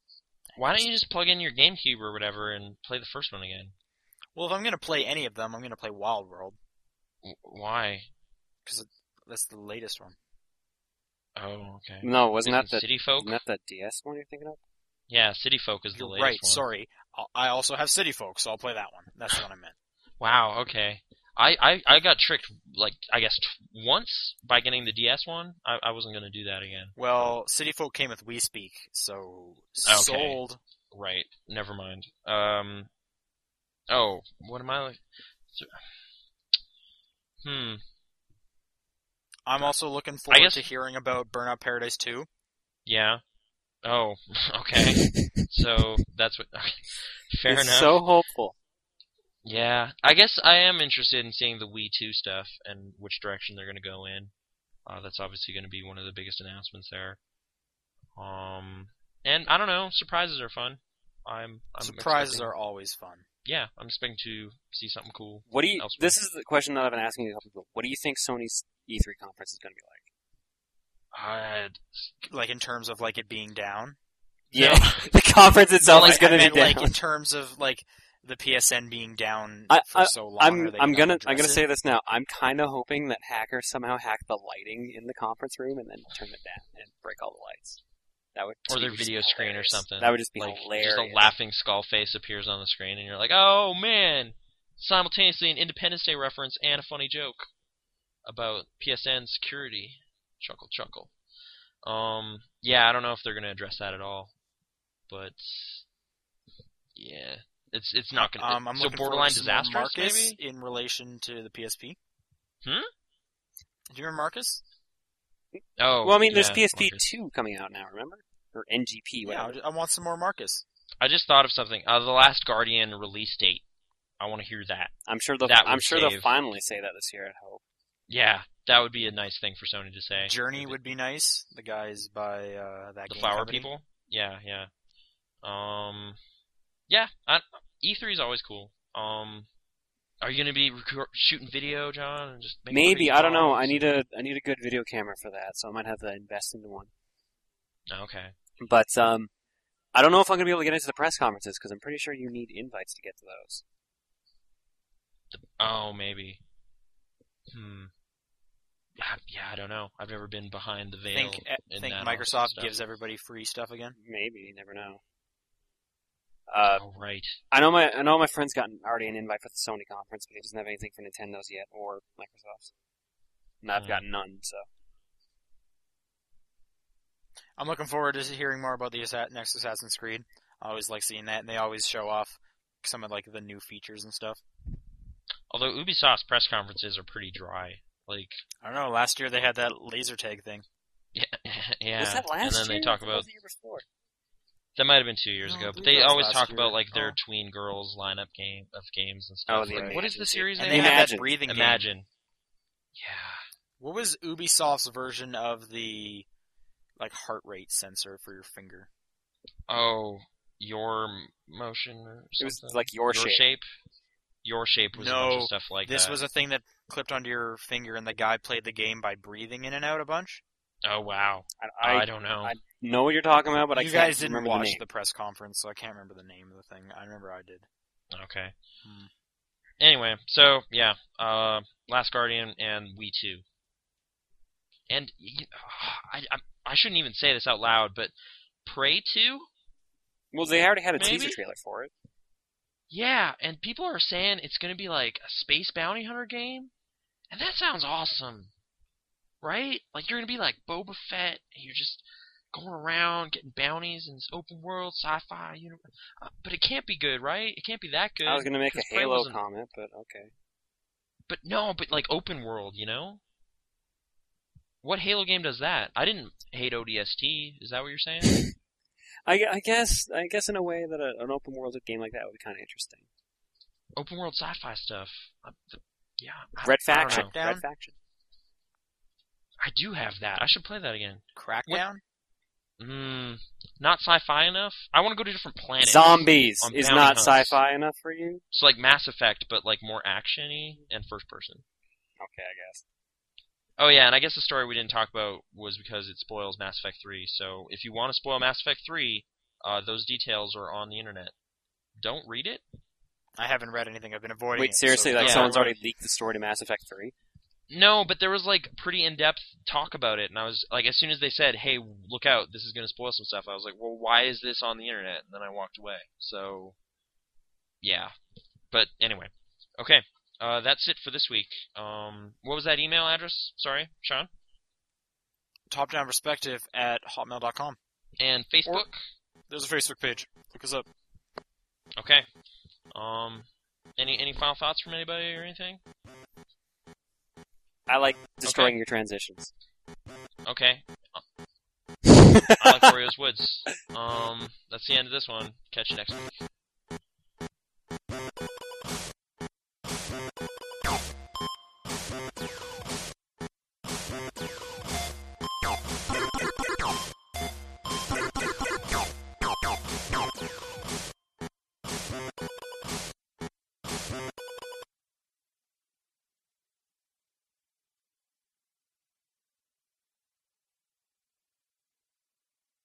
Speaker 1: Why don't you just plug in your GameCube or whatever and play the first one again?
Speaker 3: Well, if I'm gonna play any of them, I'm gonna play Wild World
Speaker 1: W- why?
Speaker 3: that's the latest one.
Speaker 1: Oh, okay.
Speaker 2: No, wasn't Mm, that Mm.
Speaker 1: Isn't
Speaker 2: the
Speaker 1: City Folk?
Speaker 2: wasn't that the DS one you're thinking of?
Speaker 1: Yeah, City Folk is the
Speaker 3: You're
Speaker 1: latest
Speaker 3: right.
Speaker 1: one.
Speaker 3: Sorry, I'll- I also have City Folk, so I'll play that one. That's the one I meant.
Speaker 1: Wow. Okay. I, I, I got tricked like I guess t- once by getting the DS one. I, I wasn't gonna do that again.
Speaker 3: Well, City Folk came with We Speak, so
Speaker 1: Okay.
Speaker 3: sold.
Speaker 1: Right. Never mind. Um. Oh, what am I? Like? Hmm.
Speaker 3: I'm also looking forward
Speaker 1: guess-
Speaker 3: to hearing about Burnout Paradise 2.
Speaker 1: Yeah. Oh. Okay. so that's what. Fair
Speaker 2: it's
Speaker 1: enough.
Speaker 2: So hopeful.
Speaker 1: Yeah, I guess I am interested in seeing the Wii 2 stuff and which direction they're going to go in. Uh, that's obviously going to be one of the biggest announcements there. Um, and I don't know, surprises are fun. I'm, I'm
Speaker 3: Surprises
Speaker 1: expecting-
Speaker 3: are always fun.
Speaker 1: yeah. I'm expecting to see something cool.
Speaker 2: What do you?
Speaker 1: Elsewhere.
Speaker 2: This is the question that I've been asking a couple people. What do you think Sony's E3 conference is going to be like?
Speaker 1: Uh,
Speaker 3: Like in terms of like it being down.
Speaker 1: Yeah.
Speaker 2: the conference itself
Speaker 3: Well,
Speaker 2: is
Speaker 3: I-
Speaker 2: going
Speaker 3: I
Speaker 2: to be
Speaker 3: meant,
Speaker 2: down.
Speaker 3: like in terms of like the PSN being down
Speaker 2: I-
Speaker 3: for
Speaker 2: I-
Speaker 3: so long.
Speaker 2: I'm
Speaker 3: are they
Speaker 2: I'm
Speaker 3: gonna
Speaker 2: gonna I'm gonna
Speaker 3: address
Speaker 2: say
Speaker 3: it?
Speaker 2: this now. I'm kind of hoping that hackers somehow hack the lighting in the conference room and then turn it down and break all the lights. That would
Speaker 1: or their
Speaker 2: just be
Speaker 1: video screen or
Speaker 2: hilarious.
Speaker 1: something.
Speaker 2: That would just be
Speaker 1: like
Speaker 2: hilarious.
Speaker 1: just a laughing skull face appears on the screen, and you're like, oh man! Simultaneously, an Independence Day reference and a funny joke about PSN security. Chuckle, chuckle. Um, yeah, I don't know if they're gonna address that at all, but Yeah, it's it's not gonna.
Speaker 3: Um, I'm
Speaker 1: so
Speaker 3: looking forward to
Speaker 1: borderline
Speaker 3: some more
Speaker 1: disastrous,
Speaker 3: Marcus
Speaker 1: maybe.
Speaker 3: in relation to the PSP.
Speaker 1: Hmm?
Speaker 3: Do you remember Marcus?
Speaker 1: Oh,
Speaker 2: Well, I mean, there's
Speaker 1: yeah,
Speaker 2: PSP
Speaker 1: Marcus.
Speaker 2: two coming out now. Remember or NGP?
Speaker 3: Yeah,
Speaker 2: Whatever.
Speaker 3: I- I want some more Marcus.
Speaker 1: I just thought of something. Uh, the Last Guardian release date. I want to hear that.
Speaker 2: I'm sure they'll.
Speaker 1: That would
Speaker 2: I'm sure they'll
Speaker 1: save.
Speaker 2: finally say that this year. I hope.
Speaker 1: Yeah, that would be a nice thing for Sony to say.
Speaker 3: Journey would be nice. The guys by uh, that
Speaker 1: the
Speaker 3: game
Speaker 1: flower
Speaker 3: company.
Speaker 1: people. Yeah, yeah. Um, yeah. I, E3 is always cool. Um, are you gonna be rec- shooting video, John? and just making
Speaker 2: Maybe
Speaker 1: crazy
Speaker 2: I don't know.
Speaker 1: calls?
Speaker 2: I need a I need a good video camera for that, so I might have to invest into one.
Speaker 1: Okay.
Speaker 2: But um, I don't know if I'm gonna be able to get into the press conferences because I'm pretty sure you need invites to get to those.
Speaker 1: Oh, maybe. Hmm. Yeah, yeah, I don't know. I've never been behind the
Speaker 3: I
Speaker 1: veil.
Speaker 3: think E, I
Speaker 1: in
Speaker 3: think
Speaker 1: that
Speaker 3: Microsoft
Speaker 1: stuff.
Speaker 3: gives everybody free stuff again.
Speaker 2: Maybe you never know. Uh,
Speaker 1: oh, right.
Speaker 2: I know my I know my friend's gotten already an invite for the Sony conference, but he doesn't have anything for Nintendo's yet or Microsoft's. And I've
Speaker 1: Hmm.
Speaker 2: got none, so
Speaker 3: I'm looking forward to hearing more about the Assa- next Assassin's Creed. I always like seeing that, and they always show off some of like the new features and stuff.
Speaker 1: Although Ubisoft's press conferences are pretty dry. Like,
Speaker 3: I don't know. Last year they had that laser tag thing.
Speaker 1: yeah, yeah.
Speaker 2: was that
Speaker 1: and
Speaker 2: last
Speaker 1: then
Speaker 2: year?
Speaker 1: they talk
Speaker 2: Or was
Speaker 1: about
Speaker 2: it the year before.
Speaker 1: that might have been two years
Speaker 3: No, I
Speaker 1: ago, but
Speaker 3: believe
Speaker 1: they
Speaker 3: that was
Speaker 1: always
Speaker 3: last
Speaker 1: talk
Speaker 3: year.
Speaker 1: about like their
Speaker 3: Oh.
Speaker 1: tween girls lineup game of games and
Speaker 2: Oh,
Speaker 1: stuff.
Speaker 2: the
Speaker 1: Like, what is the
Speaker 2: Imagine
Speaker 1: series?
Speaker 2: series.
Speaker 3: And
Speaker 1: name?
Speaker 3: they had that
Speaker 2: Imagine.
Speaker 3: breathing game.
Speaker 1: Imagine. Yeah.
Speaker 3: What was Ubisoft's version of the like heart rate sensor for your finger?
Speaker 1: Oh, your m- motion or
Speaker 2: It
Speaker 1: something.
Speaker 2: was like your,
Speaker 1: your
Speaker 2: shape.
Speaker 1: shape. Your shape was a bunch
Speaker 3: No,
Speaker 1: of stuff like
Speaker 3: this
Speaker 1: that.
Speaker 3: was a thing that clipped onto your finger, and the guy played the game by breathing in and out a bunch.
Speaker 1: Oh wow.
Speaker 2: I,
Speaker 1: I,
Speaker 2: I
Speaker 1: don't know.
Speaker 2: I- know what you're talking about, but I
Speaker 3: you
Speaker 2: can't
Speaker 3: guys didn't
Speaker 2: remember the
Speaker 3: watch
Speaker 2: name.
Speaker 3: the, press conference, so I can't remember the name of the thing. I remember I did.
Speaker 1: Okay.
Speaker 3: Hmm.
Speaker 1: Anyway, so yeah, uh, Last Guardian and We Too. And y- I, I I shouldn't even say this out loud, but Prey Two.
Speaker 2: Well, they already had a
Speaker 1: Maybe?
Speaker 2: teaser trailer for it.
Speaker 1: Yeah, and people are saying it's gonna be like a space bounty hunter game, and that sounds awesome, right? Like you're gonna be like Boba Fett, and you're just going around getting bounties in this open world sci-fi universe. Uh, but it can't be good, right? It can't be that good.
Speaker 2: I was going to make a
Speaker 1: Because Prey
Speaker 2: Halo
Speaker 1: wasn't-
Speaker 2: comment, but okay.
Speaker 1: But no, but like open world, you know? What Halo game does that? I didn't hate ODST. Is that what you're saying?
Speaker 2: I, gu- I guess I guess in a way that a, an open world game like that would be kind of interesting.
Speaker 1: open world sci-fi stuff. Uh, th- Yeah. I-
Speaker 2: Red
Speaker 1: I don't
Speaker 2: Faction,
Speaker 1: know.
Speaker 3: Down.
Speaker 2: Red Faction.
Speaker 1: I do have that. I should play that again.
Speaker 3: Crackdown.
Speaker 1: Mm, not sci-fi enough. I want to go to different planets.
Speaker 2: Zombies
Speaker 1: on
Speaker 2: is
Speaker 1: bounty
Speaker 2: not
Speaker 1: hunts.
Speaker 2: sci-fi enough for you.
Speaker 1: It's like Mass Effect, but like more actiony and first person.
Speaker 2: Okay, I guess.
Speaker 1: Oh yeah, and I guess the story we didn't talk about was because it spoils Mass Effect 3. So if you want to spoil Mass Effect 3, uh, those details are on the internet. Don't read it.
Speaker 3: I haven't read anything. I've been avoiding.
Speaker 2: Wait,
Speaker 3: it,
Speaker 2: seriously?
Speaker 3: so
Speaker 2: Like
Speaker 1: Yeah.
Speaker 2: someone's already leaked the story to Mass Effect Three.
Speaker 1: No, but there was like pretty in depth talk about it, and I was like, as soon as they said, "Hey, look out, this is gonna spoil some stuff," I was like, "Well, why is this on the internet?" And then I walked away. So, yeah. But anyway, okay, uh, that's it for this week. Um, what was that email address? Sorry, Sean.
Speaker 3: Top down perspective at hotmail.com.
Speaker 1: And Facebook.
Speaker 3: There's a Facebook page. Look us up.
Speaker 1: Okay. Um, any any final thoughts from anybody or anything?
Speaker 2: I like destroying your transitions.
Speaker 1: Okay. I like Oreos Woods. Um, that's the end of this one. Catch you next week.